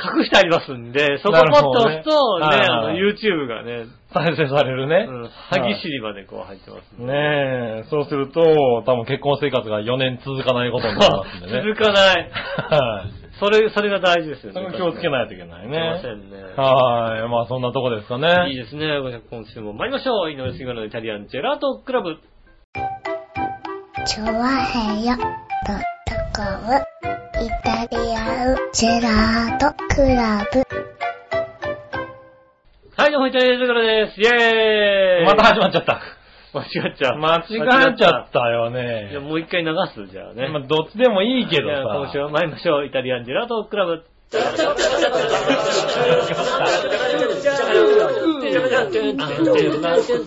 Speaker 2: 隠してありますんで、そこ
Speaker 3: なる
Speaker 2: ポッと
Speaker 3: ほど
Speaker 2: 押
Speaker 3: ね
Speaker 2: すとね、
Speaker 3: はい
Speaker 2: あの、YouTube がね、
Speaker 3: 再生されるね。
Speaker 2: うん、歯ぎしりまでこう入ってますんで
Speaker 3: ねえ、そうすると、多分結婚生活が4年続かないことになりますんでね。
Speaker 2: 続かない。
Speaker 3: はい。
Speaker 2: それ、それが大事ですよ
Speaker 3: そ
Speaker 2: ね。
Speaker 3: れ気をつけないといけない
Speaker 2: い
Speaker 3: ね。
Speaker 2: ませんね。
Speaker 3: はい。まあそんなとこですか
Speaker 2: いい
Speaker 3: ね。
Speaker 2: ですね。今週も参りましょう。井上杉村のイタリアンジェラートクラブ。
Speaker 1: チョワヘヨドットコムイタリアンジェラートクラブ。
Speaker 2: はい、どうもイタリアンジェラートクラブです。イェーイ
Speaker 3: また始まっちゃった。
Speaker 2: 間違っちゃう。
Speaker 3: 間違えちゃったよ
Speaker 2: たいや、
Speaker 3: ね。
Speaker 2: もう一回流すじゃあね。
Speaker 3: まあどっちでもいいけど
Speaker 2: じゃあ今週
Speaker 3: さ。
Speaker 2: は参りましょう。イタリアンジェラートクラブ。
Speaker 4: Gerardo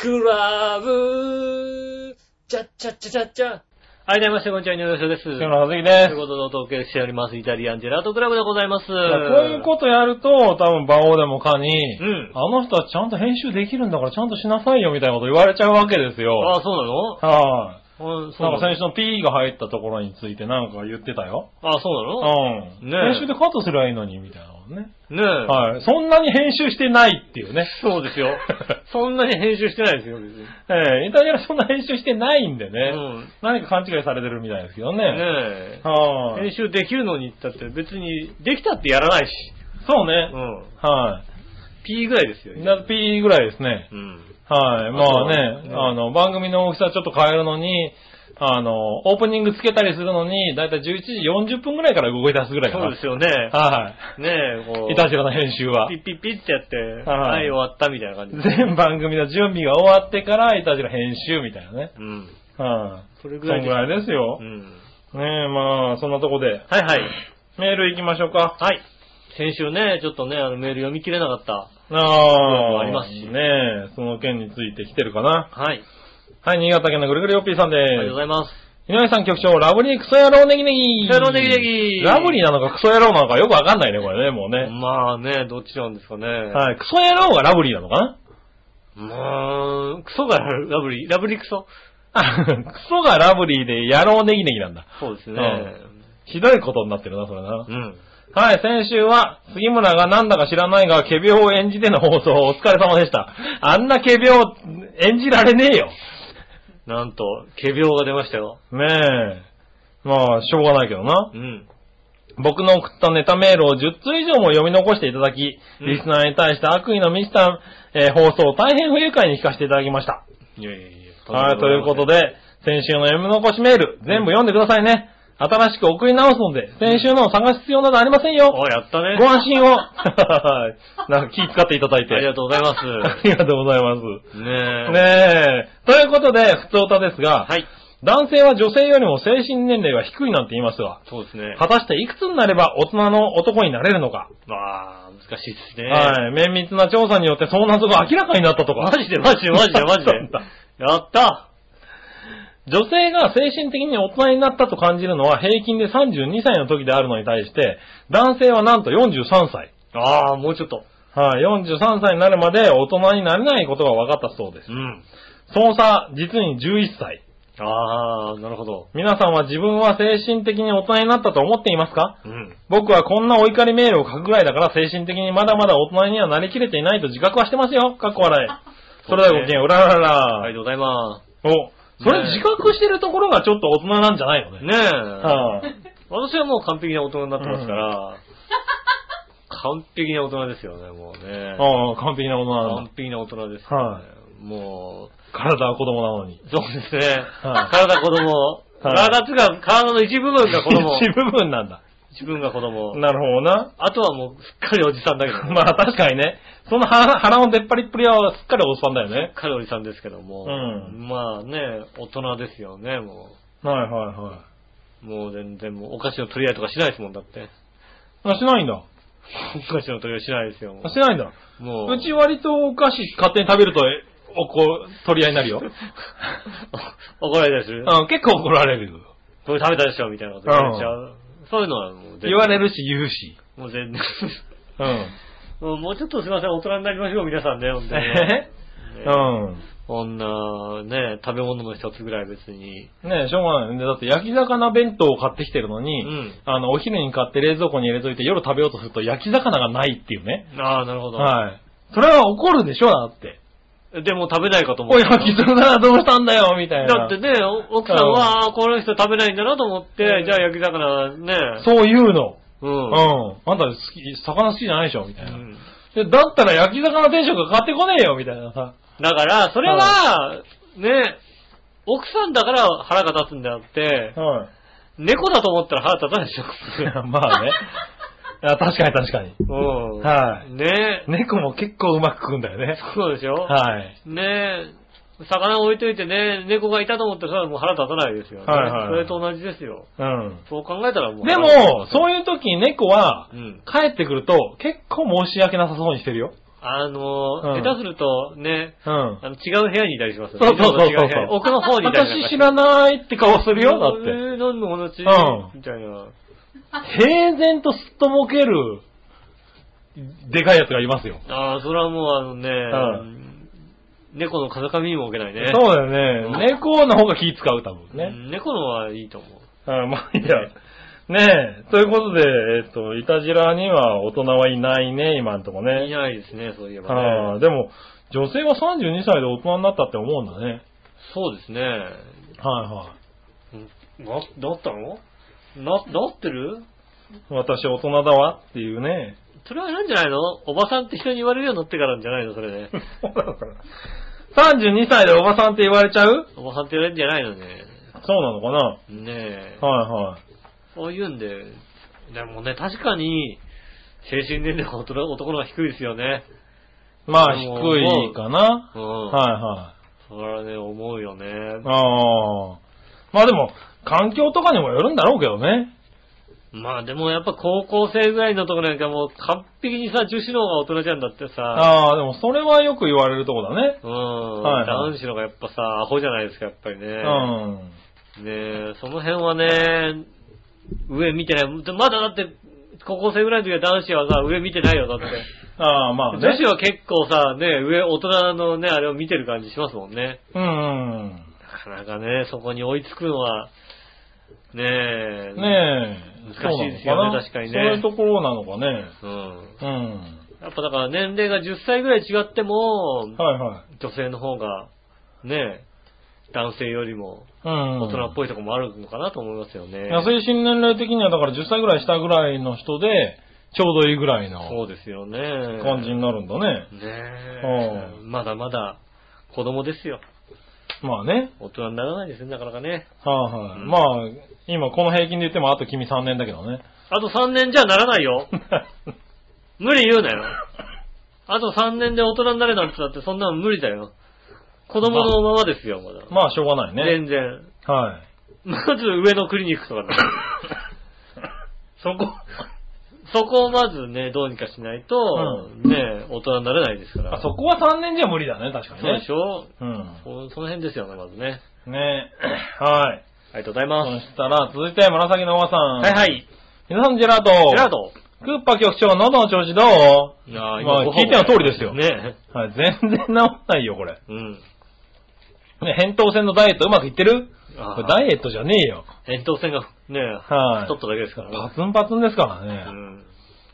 Speaker 4: Club.
Speaker 2: ちゃっちゃっちゃちゃっちゃ。はい、どうもして、こんにちは、井上翔です。とい
Speaker 3: 今日
Speaker 2: う
Speaker 3: のはずきです。
Speaker 2: ことで、お届けしております、イタリアンジェラートクラブでございます。こう
Speaker 3: だからこういうことやると、多分、馬王でもかに、
Speaker 2: うん
Speaker 3: あの人はちゃんと編集できるんだからちゃんとしなさいよみたいなこと言われちゃうわけですよ。
Speaker 2: あ
Speaker 3: はい、
Speaker 2: あ、そうなのうん、そう
Speaker 3: なんか
Speaker 2: なの
Speaker 3: 先週の P が入ったところについてなんか言ってたよ。
Speaker 2: ああ、そうなの
Speaker 3: うん。
Speaker 2: ねえ
Speaker 3: 編集でカットすればいいのに、みたいなのね。
Speaker 2: ねえ。
Speaker 3: はい。そんなに編集してないっていうね。
Speaker 2: そうです よ。そんなに編集してないですよ、別に。ね
Speaker 3: ええイタリアはそんな編集してないんでね。
Speaker 2: うん
Speaker 3: 何か勘違いされてるみたいですけどね。
Speaker 2: え。
Speaker 3: はい、
Speaker 2: 編集できるのに言ったって、別に、できたってやらないし。
Speaker 3: そうね。
Speaker 2: うん。
Speaker 3: は
Speaker 2: P ぐらいですよ
Speaker 3: い。。だ P ぐらいですね。
Speaker 2: うん。
Speaker 3: はい。まあ
Speaker 2: あそう
Speaker 3: ね、
Speaker 2: ね
Speaker 3: あの、番組の大きさちょっと変えるのに、あの、オープニングつけたりするのに、だいたい11時40分ぐらいから動き出すぐらいかな。
Speaker 2: そうですよね。
Speaker 3: は
Speaker 2: ねえ、こう。
Speaker 3: い。いたしらの編集は
Speaker 2: ピ。ッピッピッってやって、
Speaker 3: はい
Speaker 2: はい、終わったみたいな感じで。
Speaker 3: 全番組の準備が終わってから、いたしら編集みたいなね。
Speaker 2: うん。
Speaker 3: はい。
Speaker 2: それぐらい
Speaker 3: そ
Speaker 2: です
Speaker 3: んぐらいですよ
Speaker 2: う。ん。
Speaker 3: ねえ、まあ、そんなとこで。
Speaker 2: はいはい。
Speaker 3: メール行きましょうか。
Speaker 2: はい。先週ね、ちょっとね、あのメール読み切れなかった。
Speaker 3: ああ、
Speaker 2: ありますし
Speaker 3: ねえ、その件について来てるかな。
Speaker 2: はい。
Speaker 3: はい、新潟県のぐるぐるよっぴーさん
Speaker 2: あ
Speaker 3: で
Speaker 2: りがとうございます。
Speaker 3: す。井上さん局長、ラブリークソ野郎ネギネギ。
Speaker 2: クソ野郎ネギネギ
Speaker 3: ラブリーなのかクソ野郎なのかよくわかんないね、これね、もうね。
Speaker 2: まあね、どっちなんですかね。
Speaker 3: はい、クソ野郎がラブリーなのかな
Speaker 2: まあ、クソがラブリー、ラブリークソ
Speaker 3: あクソがラブリーで野郎ネギネギなんだ。
Speaker 2: そうですね。
Speaker 3: ひどいことになってるな、それな。
Speaker 2: うん。
Speaker 3: はい、先週は、杉村がなんだか知らないが、ケビを演じての放送、お疲れ様でした。あんなケビを演じられねえよ。
Speaker 2: なんと、仮病が出ましたよ。
Speaker 3: ねえ。まあ、しょうがないけどな
Speaker 2: う。ん。
Speaker 3: 僕の送ったネタメールを10通以上も読み残していただき、
Speaker 2: うん
Speaker 3: リスナーに対して悪意の満ちた、えー放送を大変不愉快に聞かせていただきました。
Speaker 2: いやいやいや。
Speaker 3: はい、ということ
Speaker 2: で。
Speaker 3: で、先週の読み残しメール、全部読んでくださいね。新しく送り直すので、先週のを探す必要などありませんよ。
Speaker 2: あ、やったね。
Speaker 3: ご安心を。はいなんか気使っていただいて。
Speaker 2: ありがとうございます。
Speaker 3: あ りがとうございます。
Speaker 2: ねえ。
Speaker 3: ねえ。ということで、普通歌ですが、
Speaker 2: はい。
Speaker 3: 男性は女性よりも精神年齢が低いなんて言いますが、
Speaker 2: そうですね。
Speaker 3: 果たしていくつになれば大人の男になれるのか。
Speaker 2: まあ、難しいですね。
Speaker 3: はい。綿密な調査によってそんなとこ明らかになったとか。
Speaker 2: マジでマジでマジでマ ジでやった
Speaker 3: 女性が精神的に大人になったと感じるのは平均で32歳の時であるのに対して、男性はなんと43歳。
Speaker 2: ああ、もうちょっと。
Speaker 3: はい、43歳になるまで大人になれないことが分かったそうです
Speaker 2: う。ん。
Speaker 3: その差、実に11歳。
Speaker 2: ああ、なるほど。
Speaker 3: 皆さんは自分は精神的に大人になったと思っていますか
Speaker 2: うん。
Speaker 3: 僕はこんなお怒りメールを書くぐらいだから精神的にまだまだ大人にはなりきれていないと自覚はしてますよ。かっこ笑い。それではごきげんよう、うらららら。
Speaker 2: ありがとうございま
Speaker 3: お、それ自覚してるところがちょっと大人なんじゃないの
Speaker 2: す。
Speaker 3: ね。
Speaker 2: ねえ。
Speaker 3: はい
Speaker 2: 私はもう完璧な大人になってますから、 完璧な大人ですよね、もうね。
Speaker 3: ああ、完璧なものなの
Speaker 2: 完。璧な大人です、ね。
Speaker 3: は
Speaker 2: も
Speaker 3: 体は子供なのに。
Speaker 2: う、そうですね。
Speaker 3: はい
Speaker 2: 体子供。体つうか、体の一部分が子供。
Speaker 3: 一部分なんだ。
Speaker 2: 一部分が子供。
Speaker 3: なるほどな。
Speaker 2: あとはもう、すっかりおじさんだけど、
Speaker 3: まあ確かにね。その腹腹の出っ張りっぷりはすっかりおっさんだよね。
Speaker 2: カロリーさんですけども、
Speaker 3: うん
Speaker 2: まあね、大人ですよね、も
Speaker 3: はいはいは
Speaker 2: う。もう全然もうお菓子の取り合いとかしないですもんだって。
Speaker 3: い。あ、しないんだ。
Speaker 2: お菓子の取り合いしないですよ、も
Speaker 3: あ、しないんだ。
Speaker 2: う。もう
Speaker 3: うち割とお菓子勝手に食べると、えおこう、取り合いにな るよ。
Speaker 2: お 怒られたりする。
Speaker 3: うん、結構怒られるよ。
Speaker 2: これ食べたでしょみたいなこと言われちゃう。そういうのはもう全然
Speaker 3: 言われるし言うし。
Speaker 2: もう全然。
Speaker 3: うん。
Speaker 2: もうもうちょっとすいません、大人になりましょう、皆さんね、ほんとに
Speaker 3: え
Speaker 2: ね
Speaker 3: へ うん。
Speaker 2: こんな、ね、食べ物の一つぐらい別に。
Speaker 3: ねえ、しょうがないよね。だって焼き魚弁当を買ってきてるのに、
Speaker 2: うん
Speaker 3: あの、お昼に買って冷蔵庫に入れといて夜食べようとすると焼き魚がないっていうね。
Speaker 2: ああ、なるほど。
Speaker 3: はい。それは怒るでしょ、だって。
Speaker 2: でも食べないかと思っ
Speaker 3: おい、
Speaker 2: て。
Speaker 3: 焼き魚どうしたんだよ、みたいな。
Speaker 2: だってね、お奥さんは、あーこの人食べないんだなと思って、じゃあ焼き魚ね。
Speaker 3: そういうの。
Speaker 2: う。。
Speaker 3: うんん。あんた好き、魚好きじゃないでしょ、みたいな。
Speaker 2: うん
Speaker 3: でだったら焼き魚定食が買ってこねえよ、みたいなさ。
Speaker 2: だから、それは、ね、奥さんだから腹が立つんであって、
Speaker 3: は
Speaker 2: 猫だと思ったら腹立たないでしょ
Speaker 3: い。 ま あね。あ確かに確かに。
Speaker 2: 普通。うん。
Speaker 3: はい
Speaker 2: ね
Speaker 3: 猫も結構うまく食うんだよね。
Speaker 2: そうでしょ
Speaker 3: はい。
Speaker 2: ね魚置いといてね、猫がいたと思ったらそれはもう腹立たないですよね。
Speaker 3: はいはいはい
Speaker 2: それと同じですよ。
Speaker 3: うん。
Speaker 2: そう考えたらもう。
Speaker 3: でも、そういう時に猫は
Speaker 2: う、ん。
Speaker 3: 帰ってくると結構申し訳なさそうにしてるよ。
Speaker 2: あのー
Speaker 3: うん
Speaker 2: 下手するとね、
Speaker 3: うん。
Speaker 2: あの違う部屋にいたりしますよね。
Speaker 3: そうそうそうそう
Speaker 2: いつもと違部屋に奥の方にいたり
Speaker 3: 私知らないって顔す
Speaker 2: す
Speaker 3: るよ、だって。
Speaker 2: えー、何の話、
Speaker 3: うん
Speaker 2: みたいな。
Speaker 3: 平然とすっとぼける、でかいやつがいますよ。
Speaker 2: ああ、それはもうあのね、
Speaker 3: ん
Speaker 2: 猫の風上にも置けないね。
Speaker 3: そうだよね。猫の方が気使う、多分
Speaker 2: う
Speaker 3: ね。
Speaker 2: ん猫のはいいと思う。
Speaker 3: うん、まあいいや。ねえ、ということで、えっと、いたじらには大人はいないね、今んとこ
Speaker 2: い
Speaker 3: ね。
Speaker 2: ないですね、そういえば
Speaker 3: は
Speaker 2: ね。
Speaker 3: あ、でも、女性は32歳で大人になったって思うんだね。
Speaker 2: そうですね。
Speaker 3: はいは
Speaker 2: うんな、なったのな、なってる
Speaker 3: い。私大人だわっていうね。
Speaker 2: それはなんじゃないのおばさんって人に言われるようになってからんじゃないのそれね。
Speaker 3: そうなのかな。32歳でおばさんって言われちゃう
Speaker 2: おばさんって言われるんじゃないのね。
Speaker 3: そうなのかな
Speaker 2: ねえ。
Speaker 3: はいはい。
Speaker 2: そういうんで、でもね、確かに、精神年齢は男の男の方が低いですよね。
Speaker 3: まあ低いかな。
Speaker 2: うん。
Speaker 3: はいはい。
Speaker 2: それはね、思うよね。
Speaker 3: ああ。まあでも、環境とかにもよるんだろうけどね。
Speaker 2: まあでもやっぱ高校生ぐらいのとこなんかもう完璧にさ、女子の方が大人じゃんだってさ、
Speaker 3: ああ、でもそれはよく言われるとこだね。
Speaker 2: うん、
Speaker 3: はい
Speaker 2: 男子の方がやっぱさ、アホじゃないですか、やっぱりね。
Speaker 3: うん。
Speaker 2: ねえ、その辺はね、上見てない。でまだだって、高校生ぐらいの時は男子はさ、上見てないよ、だって。
Speaker 3: ああ、まあね。
Speaker 2: 女子は結構さ、ね、上、大人のね、あれを見てる感じしますもんね。
Speaker 3: うんうん。
Speaker 2: なかなかね、そこに追いつくのは、ねえ。
Speaker 3: ねえ。
Speaker 2: 難しいですよね
Speaker 3: そうなのな
Speaker 2: 確かにね
Speaker 3: そういうところなのかね。
Speaker 2: うん。
Speaker 3: うん。
Speaker 2: やっぱだから年齢が10歳ぐらい違っても、
Speaker 3: はいはい。
Speaker 2: 女性の方が、ねえ、男性よりも
Speaker 3: うん。
Speaker 2: 大人っぽいとこもあるのかなと思いますよね。
Speaker 3: 安い新年齢的には、だから10歳ぐらい下ぐらいの人で、ちょうどいいぐらいの
Speaker 2: そうですよね。
Speaker 3: 感じになるんだね。
Speaker 2: ねえ、まだまだ子供ですよ。
Speaker 3: まあね。
Speaker 2: 大人にならないですね、なかなかね。
Speaker 3: はいはい。
Speaker 2: うん
Speaker 3: まあ、今この平均で言ってもあと君3年だけどね。
Speaker 2: あと3年じゃならないよ。無理言うな よ。あと3年で大人になれなんてだってそんなの無理だよ。子供のままですよ、まだ。
Speaker 3: まあしょうがないね。
Speaker 2: 全然。
Speaker 3: はい。
Speaker 2: まず上のクリニックとかだ。そこ、そこをまずね、どうにかしないと、ね、大人になれないですから。
Speaker 3: あそこは3年じゃ無理だね、確かに
Speaker 2: そう
Speaker 3: ね
Speaker 2: で。しょ
Speaker 3: うん。
Speaker 2: そその辺ですよね、まずね。
Speaker 3: ねはい。
Speaker 2: ありがとうござい
Speaker 3: そ
Speaker 2: ます。
Speaker 3: したら、続いて紫のおばさん。
Speaker 2: はいはい。
Speaker 3: 皆さん、ジェラート。
Speaker 2: ジェラート。
Speaker 3: クッパ局長、喉の調子どう
Speaker 2: まあ
Speaker 3: まあ、聞いての通りですよ。
Speaker 2: ね。
Speaker 3: はい、全然治んないよ、これ。
Speaker 2: うん。
Speaker 3: ね、扁桃腺のダイエットうまくいってる
Speaker 2: あー
Speaker 3: これダイエットじゃねえよ。
Speaker 2: 扁桃腺がね、
Speaker 3: はい
Speaker 2: 太っただけですから
Speaker 3: パ
Speaker 2: ね。
Speaker 3: ツンパツンですから
Speaker 2: う
Speaker 3: ね。
Speaker 2: ん。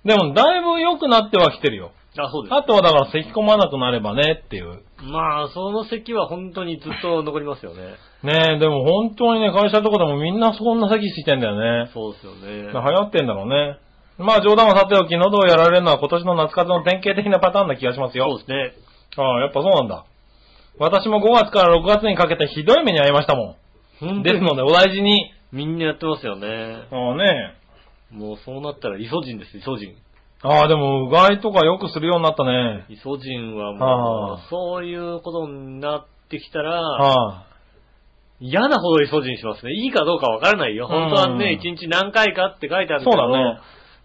Speaker 3: でも、だいぶ良くなってはきてるよ。
Speaker 2: あ、そうです。
Speaker 3: あとはだから、咳込まなくなればねっていう。
Speaker 2: まあ、その席は本当にずっと残りますよね。
Speaker 3: ねえ、でも本当にね、会社とかでもみんなそんな咳してんだよね。
Speaker 2: そうですよね。
Speaker 3: 流行ってんだろうね。まあ冗談はさておき、喉をやられるのは今年の夏風邪の典型的なパターンな気がします
Speaker 2: そう
Speaker 3: よ。
Speaker 2: ですね。
Speaker 3: ああ、やっぱそうなんだ。私も5月から6月にかけてひどい目に遭いましたもん。ですのでお大事に。
Speaker 2: みんなやってますよね。
Speaker 3: ああね
Speaker 2: もうそうなったらイソジンです、イソジン。
Speaker 3: ああ、でもうがいとかよくするようになったね。
Speaker 2: イソジンはも
Speaker 3: あ
Speaker 2: う、そういうことになってきたら、
Speaker 3: あ
Speaker 2: 嫌なほどイソジンしますね。いいかどうかわからないよ。本当はね、
Speaker 3: うん
Speaker 2: 1日何回かって書いてあ
Speaker 3: あ。
Speaker 2: るけ
Speaker 3: そ
Speaker 2: ど。
Speaker 3: うだね。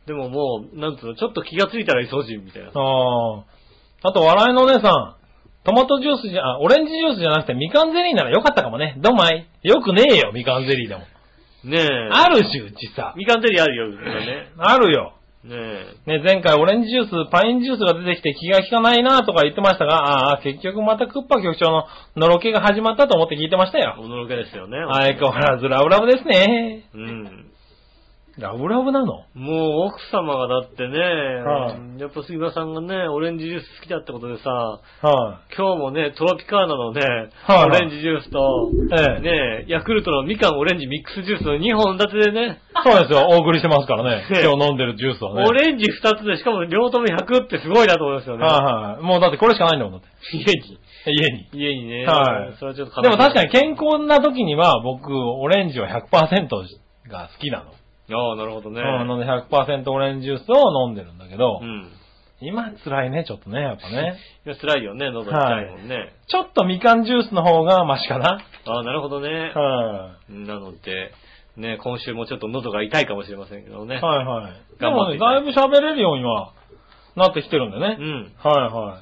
Speaker 2: でももう、なんつうの、ちょっと気がついたらイソジンみたいな。
Speaker 3: ああ。あと、笑いのお姉さん。トマトジュースじゃ、あ、オレンジジュースじゃなくて、みかんゼリーならよかったかもね。どんまい。よくねえよ、みかんゼリーでも。
Speaker 2: ねえ。
Speaker 3: あるし、うちさ。
Speaker 2: みかんゼリーあるよ、みたいなね。
Speaker 3: あるよ。
Speaker 2: ねえ。
Speaker 3: ね、前回オレンジジュース、パインジュースが出てきて気が利かないなとか言ってましたが、ああ、結局またクッパ局長ののろけが始まったと思って聞いてましたよ。
Speaker 2: 驚けですよね。
Speaker 3: 相変わらずラブラブですね。
Speaker 2: うん。
Speaker 3: ラブラブなの
Speaker 2: もう奥様がだってね、
Speaker 3: はい
Speaker 2: やっぱ杉村さんがね、オレンジジュース好きだってことでさ、
Speaker 3: は
Speaker 2: 今日もね、トロピカーナのね、
Speaker 3: はい
Speaker 2: オレンジジュースと、
Speaker 3: ええ
Speaker 2: ねヤクルトのみかんオレンジミックスジュースの2本立てでね、
Speaker 3: い。そうですよ、お送りしてますから ね。
Speaker 2: ね
Speaker 3: 今日飲んでるジュースはね。
Speaker 2: オレンジ2つでしかも両とも100ってすごいなと思いますよね。
Speaker 3: はいはい。もうだってこれしかないんだもん、だって
Speaker 2: 家に。
Speaker 3: 家に。
Speaker 2: 家にね。
Speaker 3: はい
Speaker 2: それはちょっと
Speaker 3: でも確かに健康な時には僕、オレンジは100%が好きなの。
Speaker 2: に。ああ、なるほどね。
Speaker 3: うん、なので100%オレンジジュースを飲んでるんだけど、
Speaker 2: うん。
Speaker 3: 今辛いね、ちょっとね、やっぱね。
Speaker 2: いや、辛いよね、喉痛いもんね。
Speaker 3: ちょっとみかんジュースの方がマシかな。
Speaker 2: ああ、なるほどね。
Speaker 3: は
Speaker 2: なので、ね、今週もちょっと喉が痛いかもしれませんけど
Speaker 3: い。
Speaker 2: ね。
Speaker 3: はいはい。で
Speaker 2: 頑張
Speaker 3: も
Speaker 2: って
Speaker 3: ね、
Speaker 2: いただ
Speaker 3: だ
Speaker 2: い
Speaker 3: いぶ喋れるよ、今。なってきてるんでね。
Speaker 2: うん。
Speaker 3: はいは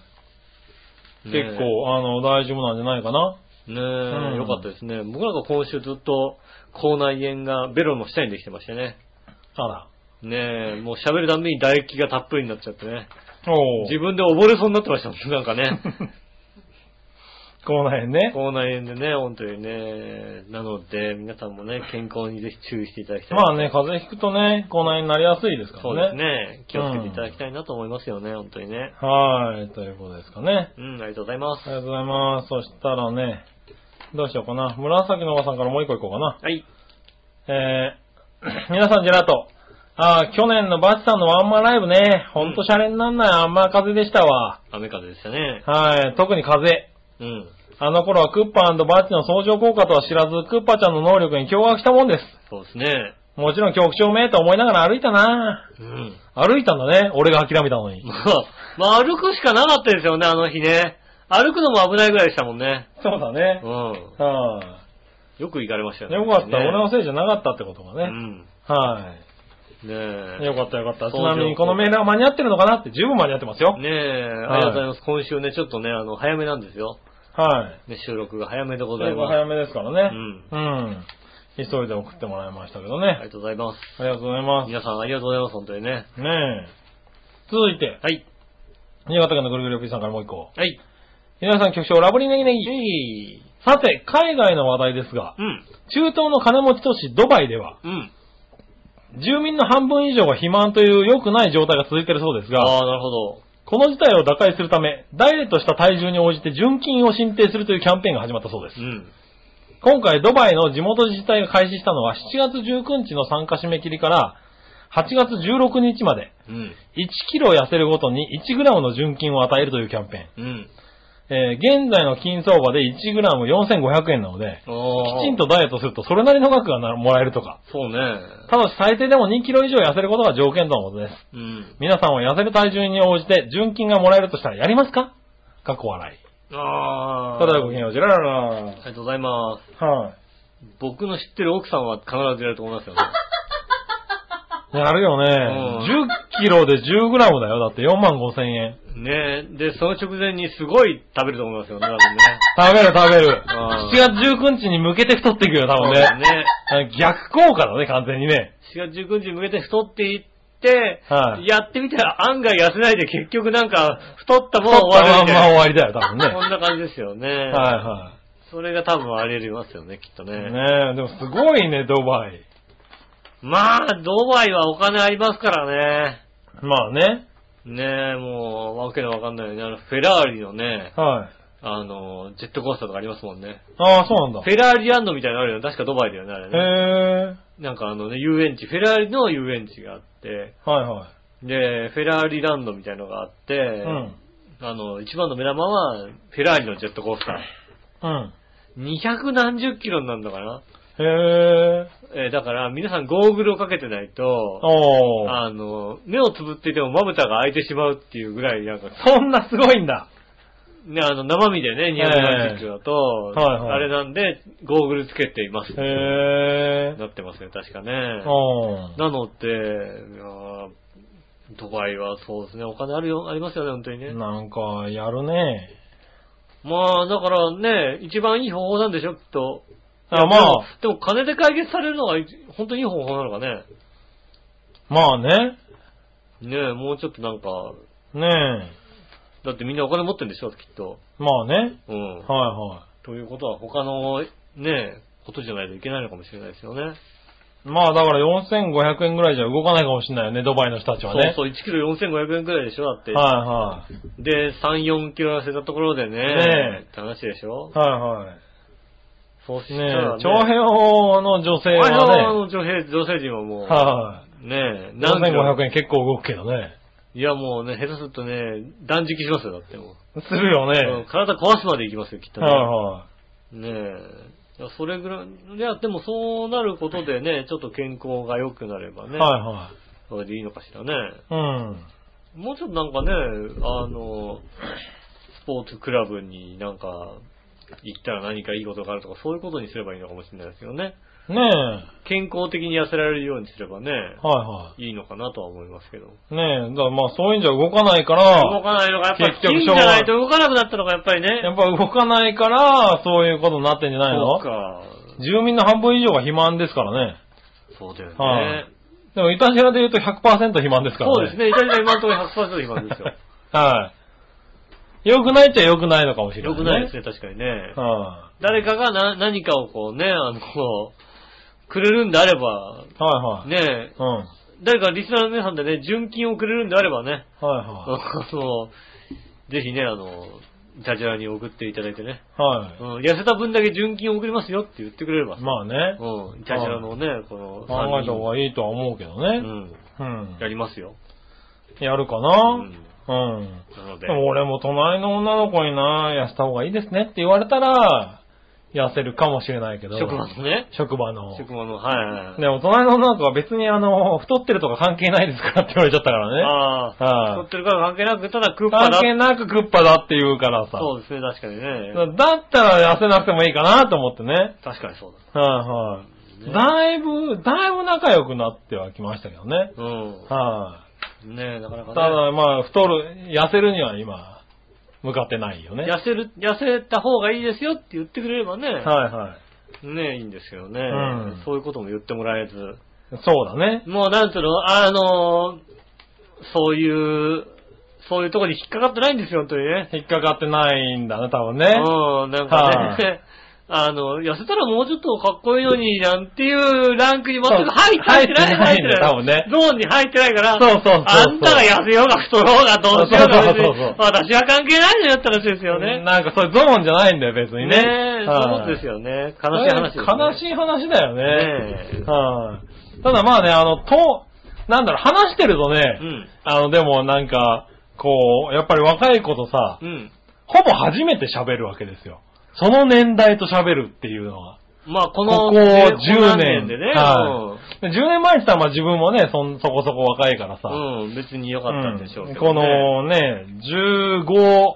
Speaker 3: い。
Speaker 2: ねえ
Speaker 3: 結構、あの、大丈夫なんじゃないかな。
Speaker 2: ねえ、
Speaker 3: うん
Speaker 2: よかったですね。僕なんか今週ずっと、口内炎がベロの下にできてましてね。
Speaker 3: あ
Speaker 2: ねえ、もう喋るために唾液がたっぷりになっちゃってね。
Speaker 3: ら。お
Speaker 2: 自分で溺れそうになってましたもん、なんかね。
Speaker 3: この辺ね。
Speaker 2: 口内炎でね、本当にね。なので、皆さんもね、健康にぜひ注意していただきたい。
Speaker 3: まあね、風邪ひくとね、この辺になりやすいですか
Speaker 2: そうで
Speaker 3: ら
Speaker 2: す
Speaker 3: ね。
Speaker 2: ね。気をつけていただきたいなと思いますよね、本当にね。
Speaker 3: はい、ということですかね。
Speaker 2: うん、ありがとうございま
Speaker 3: あ
Speaker 2: す。
Speaker 3: りがとうございます。そしたらね、どうしようかな。紫のおばさんからもう一個いこうかな。
Speaker 2: はい。
Speaker 3: えー、 皆さんジェラート。あー去年のバチさんのワンマンライブね、ほんとシャレになんないあんま風でしたわ。
Speaker 2: 雨風でしたね。
Speaker 3: はい、特に風。
Speaker 2: うん。
Speaker 3: あの頃はクッパバッチの相乗効果とは知らず、クッパちゃんの能力に驚愕したもんです。
Speaker 2: そうですね。
Speaker 3: もちろん局長めと思いながら歩いたな
Speaker 2: うん。
Speaker 3: 歩いたんだね、俺が諦めたのに。
Speaker 2: まあ、まあ歩くしかなかったですよね、あの日ね。歩くのも危ないぐらいでしたもんね。
Speaker 3: そうだね。
Speaker 2: うん。
Speaker 3: は
Speaker 2: よく行かれましたよ
Speaker 3: い。
Speaker 2: ね。
Speaker 3: よかった、
Speaker 2: ね
Speaker 3: 俺のせいじゃなかったってことが
Speaker 2: う
Speaker 3: ね。
Speaker 2: ん。
Speaker 3: は
Speaker 2: ね
Speaker 3: い。
Speaker 2: え。
Speaker 3: よかったよかった。ち
Speaker 2: 相乗効果
Speaker 3: なみにこのメールは間に合ってるのかなって十分間に合ってますよ。
Speaker 2: ねえ、ありがとうございます。今週ね、ちょっとね、あの、早めなんですよ。
Speaker 3: はい。
Speaker 2: ね、収録が早めでご
Speaker 3: そ
Speaker 2: ざい
Speaker 3: れが
Speaker 2: ます。
Speaker 3: 早めですからね。
Speaker 2: う
Speaker 3: うん。急いで送ってもらいましたけど
Speaker 2: あり
Speaker 3: ね。
Speaker 2: がとうございます。
Speaker 3: ありがとうございます。
Speaker 2: 皆さんありがとうございます、本当にね。
Speaker 3: ねえ。続いて、
Speaker 2: はい。
Speaker 3: 新潟県のぐるぐるおぴーさんからもう一個。
Speaker 2: はい。
Speaker 3: 皆さん局長、ラブリーネギネギ。
Speaker 2: いい。
Speaker 3: さて、海外の話題ですが、
Speaker 2: うん。
Speaker 3: 中東の金持ち都市ドバイでは、
Speaker 2: うん。
Speaker 3: 住民の半分以上が肥満という良くない状態が続いているそうです
Speaker 2: あ
Speaker 3: が、
Speaker 2: あ、なるほど。
Speaker 3: この事態を打開するため、ダイエットした体重に応じて純金を申請するというキャンペーンが始まったそうです
Speaker 2: う。ん。
Speaker 3: 今回ドバイの地元自治体が開始したのは7月19日の参加締め切りから8月16日まで
Speaker 2: うん。
Speaker 3: 1キロ痩せるごとに1グラムの純金を与えるというキャンペーン。
Speaker 2: うん。
Speaker 3: えー現在の金相場で1グラム4500円なので、
Speaker 2: ああ。
Speaker 3: きちん。とダイエットするとそれなりの額がなもらえるとか。
Speaker 2: そうね。
Speaker 3: ただし最低でも2キロ以上痩せることが条件とのことです。
Speaker 2: うん。
Speaker 3: 皆さんは痩せる体重に応じて純金がもらえるとしたらやりますか過去笑い。
Speaker 2: ああ。
Speaker 3: ただごきげんよう、ジェラララ
Speaker 2: ありがとうございます。
Speaker 3: は
Speaker 2: 僕の知ってる奥さんは必ずやると思い ますよね。
Speaker 3: い。やるよね。
Speaker 2: う
Speaker 3: 10キロで10グラムだよ。だって4万5千円。
Speaker 2: ねえ、で、その直前にすごい食べると思いますよね、多分ね。
Speaker 3: 食べる食べる。
Speaker 2: あー
Speaker 3: 7月19日に向けて太っていくよ、多分ね。
Speaker 2: ね。
Speaker 3: 逆効果だね、完全にね。
Speaker 2: 4月19日に向けて太っていって、
Speaker 3: はい
Speaker 2: やってみたら案外痩せないで結局なんか太ったもん
Speaker 3: 太っ
Speaker 2: 終
Speaker 3: た
Speaker 2: わ
Speaker 3: ま
Speaker 2: るみたい
Speaker 3: んま終
Speaker 2: な。
Speaker 3: わりだよ、多分ね。
Speaker 2: こんな感じですよ ね。
Speaker 3: はいはい。
Speaker 2: それが多分あり得ますよね、きっとね。
Speaker 3: ねえ、でもすごいね、ドバイ。
Speaker 2: まあ、ドバイはお金ありますからね。
Speaker 3: まあね。
Speaker 2: ねえ、もう、わけのわかんないよね。あの、フェラーリのね、
Speaker 3: はい。
Speaker 2: あの、ジェットコースターとかありますもんね。
Speaker 3: ああ、そうなんだ。
Speaker 2: フェラーリランドみたいなのあるよね。確かドバイだよね、あれね。
Speaker 3: へえ。
Speaker 2: なんかあのね、遊園地、フェラーリの遊園地があって、
Speaker 3: はいはい。
Speaker 2: で、フェラーリランドみたいのがあって、
Speaker 3: うん。
Speaker 2: あの、一番の目玉は、フェラーリのジェットコースター。
Speaker 3: うん。
Speaker 2: 二百何十キロになるのかな
Speaker 3: へえ。
Speaker 2: えーだから、皆さんゴーグルをかけてないと、
Speaker 3: おー。
Speaker 2: あの、目をつぶっていてもまぶたが開いてしまうっていうぐらい、なんか、
Speaker 3: そんなすごいんだ。
Speaker 2: ね、あの、生身でね、2 0 0キロだと、
Speaker 3: えはいはい
Speaker 2: あれなんで、ゴーグルつけています。
Speaker 3: へえ。
Speaker 2: なってますね、確かね。
Speaker 3: おー。
Speaker 2: なので、いやードバイはそうですね、お金あるよ、ありますよね、本当にね。
Speaker 3: なんか、やるね。
Speaker 2: まあ、だからね、一番いい方法なんでしょ、きっと。
Speaker 3: あまあ、
Speaker 2: でも、でも金で解決されるのが、本当にいい方法なのかね。
Speaker 3: まあね。
Speaker 2: ねえ、もうちょっとなんか、
Speaker 3: ね
Speaker 2: だってみんなお金持ってるんでしょ、きっと。
Speaker 3: え。まあね。
Speaker 2: うん。
Speaker 3: は
Speaker 2: ということは、他の、ねえ、ことじゃないといけないのかもしれないですよね。
Speaker 3: いはい。まあだから4500円ぐらいじゃ動かないかもしれないよね、ドバイの人たちはね。
Speaker 2: そうそう、1キロ4500円くらいでしょ、だって。
Speaker 3: はいはい。
Speaker 2: で、3、4キロ痩せたところでね、
Speaker 3: ねえ
Speaker 2: って話でしょ。
Speaker 3: はいはい。
Speaker 2: そうした
Speaker 3: ね
Speaker 2: ら、
Speaker 3: え、長編をの女性
Speaker 2: あれはあ
Speaker 3: はね、
Speaker 2: の女性、女性陣はもう、
Speaker 3: はい。
Speaker 2: ねえ、何キロ
Speaker 3: 7500円結構動くけどね。
Speaker 2: いやもうね、下手するとね、断食しますよ、だってもう。
Speaker 3: するよ
Speaker 2: うん
Speaker 3: ね。
Speaker 2: 体壊すまでいきますよ、きっとね。
Speaker 3: はいは
Speaker 2: ねえ。いやそれぐらい、いや、でもそうなることで ね、ちょっと健康が良くなれば
Speaker 3: い。
Speaker 2: ね、
Speaker 3: は
Speaker 2: それでいいのかしらね。
Speaker 3: いはい。うん。
Speaker 2: もうちょっとなんかね、あの、スポーツクラブになんか、行ったら何かいいことがあるとか、そういうことにすればいいのかもしれないですよね。
Speaker 3: ねえ。は
Speaker 2: 健康的に痩せられるようにすればね、
Speaker 3: いはい
Speaker 2: いのかなとは思いますけど。
Speaker 3: い。ねえ、だからまあそういうんじゃ動かないから、
Speaker 2: 動かないのが、やっぱり
Speaker 3: 結局
Speaker 2: 金じゃないと動かなくなったのがやっぱりね。
Speaker 3: やっぱ動かないから、そういうことになってんじゃない
Speaker 2: そう
Speaker 3: の
Speaker 2: か。
Speaker 3: 住民の半分以上が肥満ですからね。
Speaker 2: そうだよね。
Speaker 3: はいでも、イタジラで言うと100%肥満ですからね。
Speaker 2: そうですね。イタリア今のところ100%肥満ですよ。
Speaker 3: はい。良くないっちゃ良くないのかも しれない、
Speaker 2: 良くないですね、確かにね。
Speaker 3: は
Speaker 2: 誰かがな何かをこうね、あの、こう、くれるんであれば、
Speaker 3: い。はいはい。
Speaker 2: ね
Speaker 3: うん。はい
Speaker 2: 誰かリスナーの皆さんでね、純金をくれるんであればね、
Speaker 3: は
Speaker 2: あの、ぜひね、あの、イタジラに送っていただいてね、
Speaker 3: い。は
Speaker 2: うん、痩せた分だけ純金を送りますよって言ってくれれば
Speaker 3: い。、まあね、
Speaker 2: うん、イタジラのね、この、
Speaker 3: 考えた方がいいとは思うけどね。
Speaker 2: うん、
Speaker 3: うん。
Speaker 2: やりますよ。
Speaker 3: やるか
Speaker 2: う
Speaker 3: な、
Speaker 2: ん、な
Speaker 3: うん、
Speaker 2: ので
Speaker 3: で、も俺も隣の女の子にな、痩せた方がいいですねって言われたら、痩せるかもしれないけど。
Speaker 2: 職場のね、
Speaker 3: 職場の。
Speaker 2: 職場の、はいはいはい。
Speaker 3: でも隣の女の子は別にあの、太ってるとか関係ないですからって言われちゃったからね。
Speaker 2: ああ、
Speaker 3: はい
Speaker 2: 太ってるから関係なく、ただクッパだ
Speaker 3: 関係なくクッパだって言うからさ。
Speaker 2: そうですね、確かにね。
Speaker 3: だったら痩せなくてもいいかなと思ってね。
Speaker 2: 確かにそう
Speaker 3: はいはい。
Speaker 2: だ。ね、
Speaker 3: だいぶ、だいぶ仲良くなってはきましたけどね。は。
Speaker 2: うん。ねえ、なかないか
Speaker 3: た
Speaker 2: ね。
Speaker 3: だまあ、太る、痩せるには今、向かってないよね。
Speaker 2: 痩せる、痩せた方がいいですよって言ってくれればね、
Speaker 3: はいはい。
Speaker 2: ねえ、いいんですけどね、
Speaker 3: うん
Speaker 2: そういうことも言ってもらえず。
Speaker 3: そうだね。
Speaker 2: もうなんつうの、あのそういう、そういうとこに引っかかってないんですよ、本当にね。
Speaker 3: 引っかかってないんだね、多分ね。
Speaker 2: うん、なんか
Speaker 3: は
Speaker 2: ね、 あの、痩せたらもうちょっとかっこいいのに、なんていうランクに全く入って入ってない、
Speaker 3: 入ってないんだよ多分ね
Speaker 2: ゾーンに入ってないから、
Speaker 3: そうそうそうそう
Speaker 2: あんたが痩せようが太ろうがどうしようが別
Speaker 3: そうそうそうそう
Speaker 2: に、私は関係ないのよって話ですよね。
Speaker 3: なんかそういうゾーンじゃないんだよ、別にね。
Speaker 2: ねえ、そういう
Speaker 3: は
Speaker 2: ことですよね。悲しい話です、ね。
Speaker 3: 悲
Speaker 2: い。
Speaker 3: しい話だよ
Speaker 2: ねえ
Speaker 3: ね。はい。ただまあね、あの、と、なんだろう、話してるとね、
Speaker 2: うん。
Speaker 3: あの、でもなんか、こう、やっぱり若い子とさ
Speaker 2: う、ん。
Speaker 3: ほぼ初めて喋るわけですよ。その年代と喋るっていうのは。
Speaker 2: まあ、こ
Speaker 3: こ
Speaker 2: の、
Speaker 3: こ
Speaker 2: ねこの
Speaker 3: 10
Speaker 2: 何
Speaker 3: 年。
Speaker 2: でね、
Speaker 3: はい。で10年前にしたらまあ自分もね、そんそこそこ若いからさ。
Speaker 2: うん、うん、別に良かったんでしょうけど、ね
Speaker 3: こ、のね、15、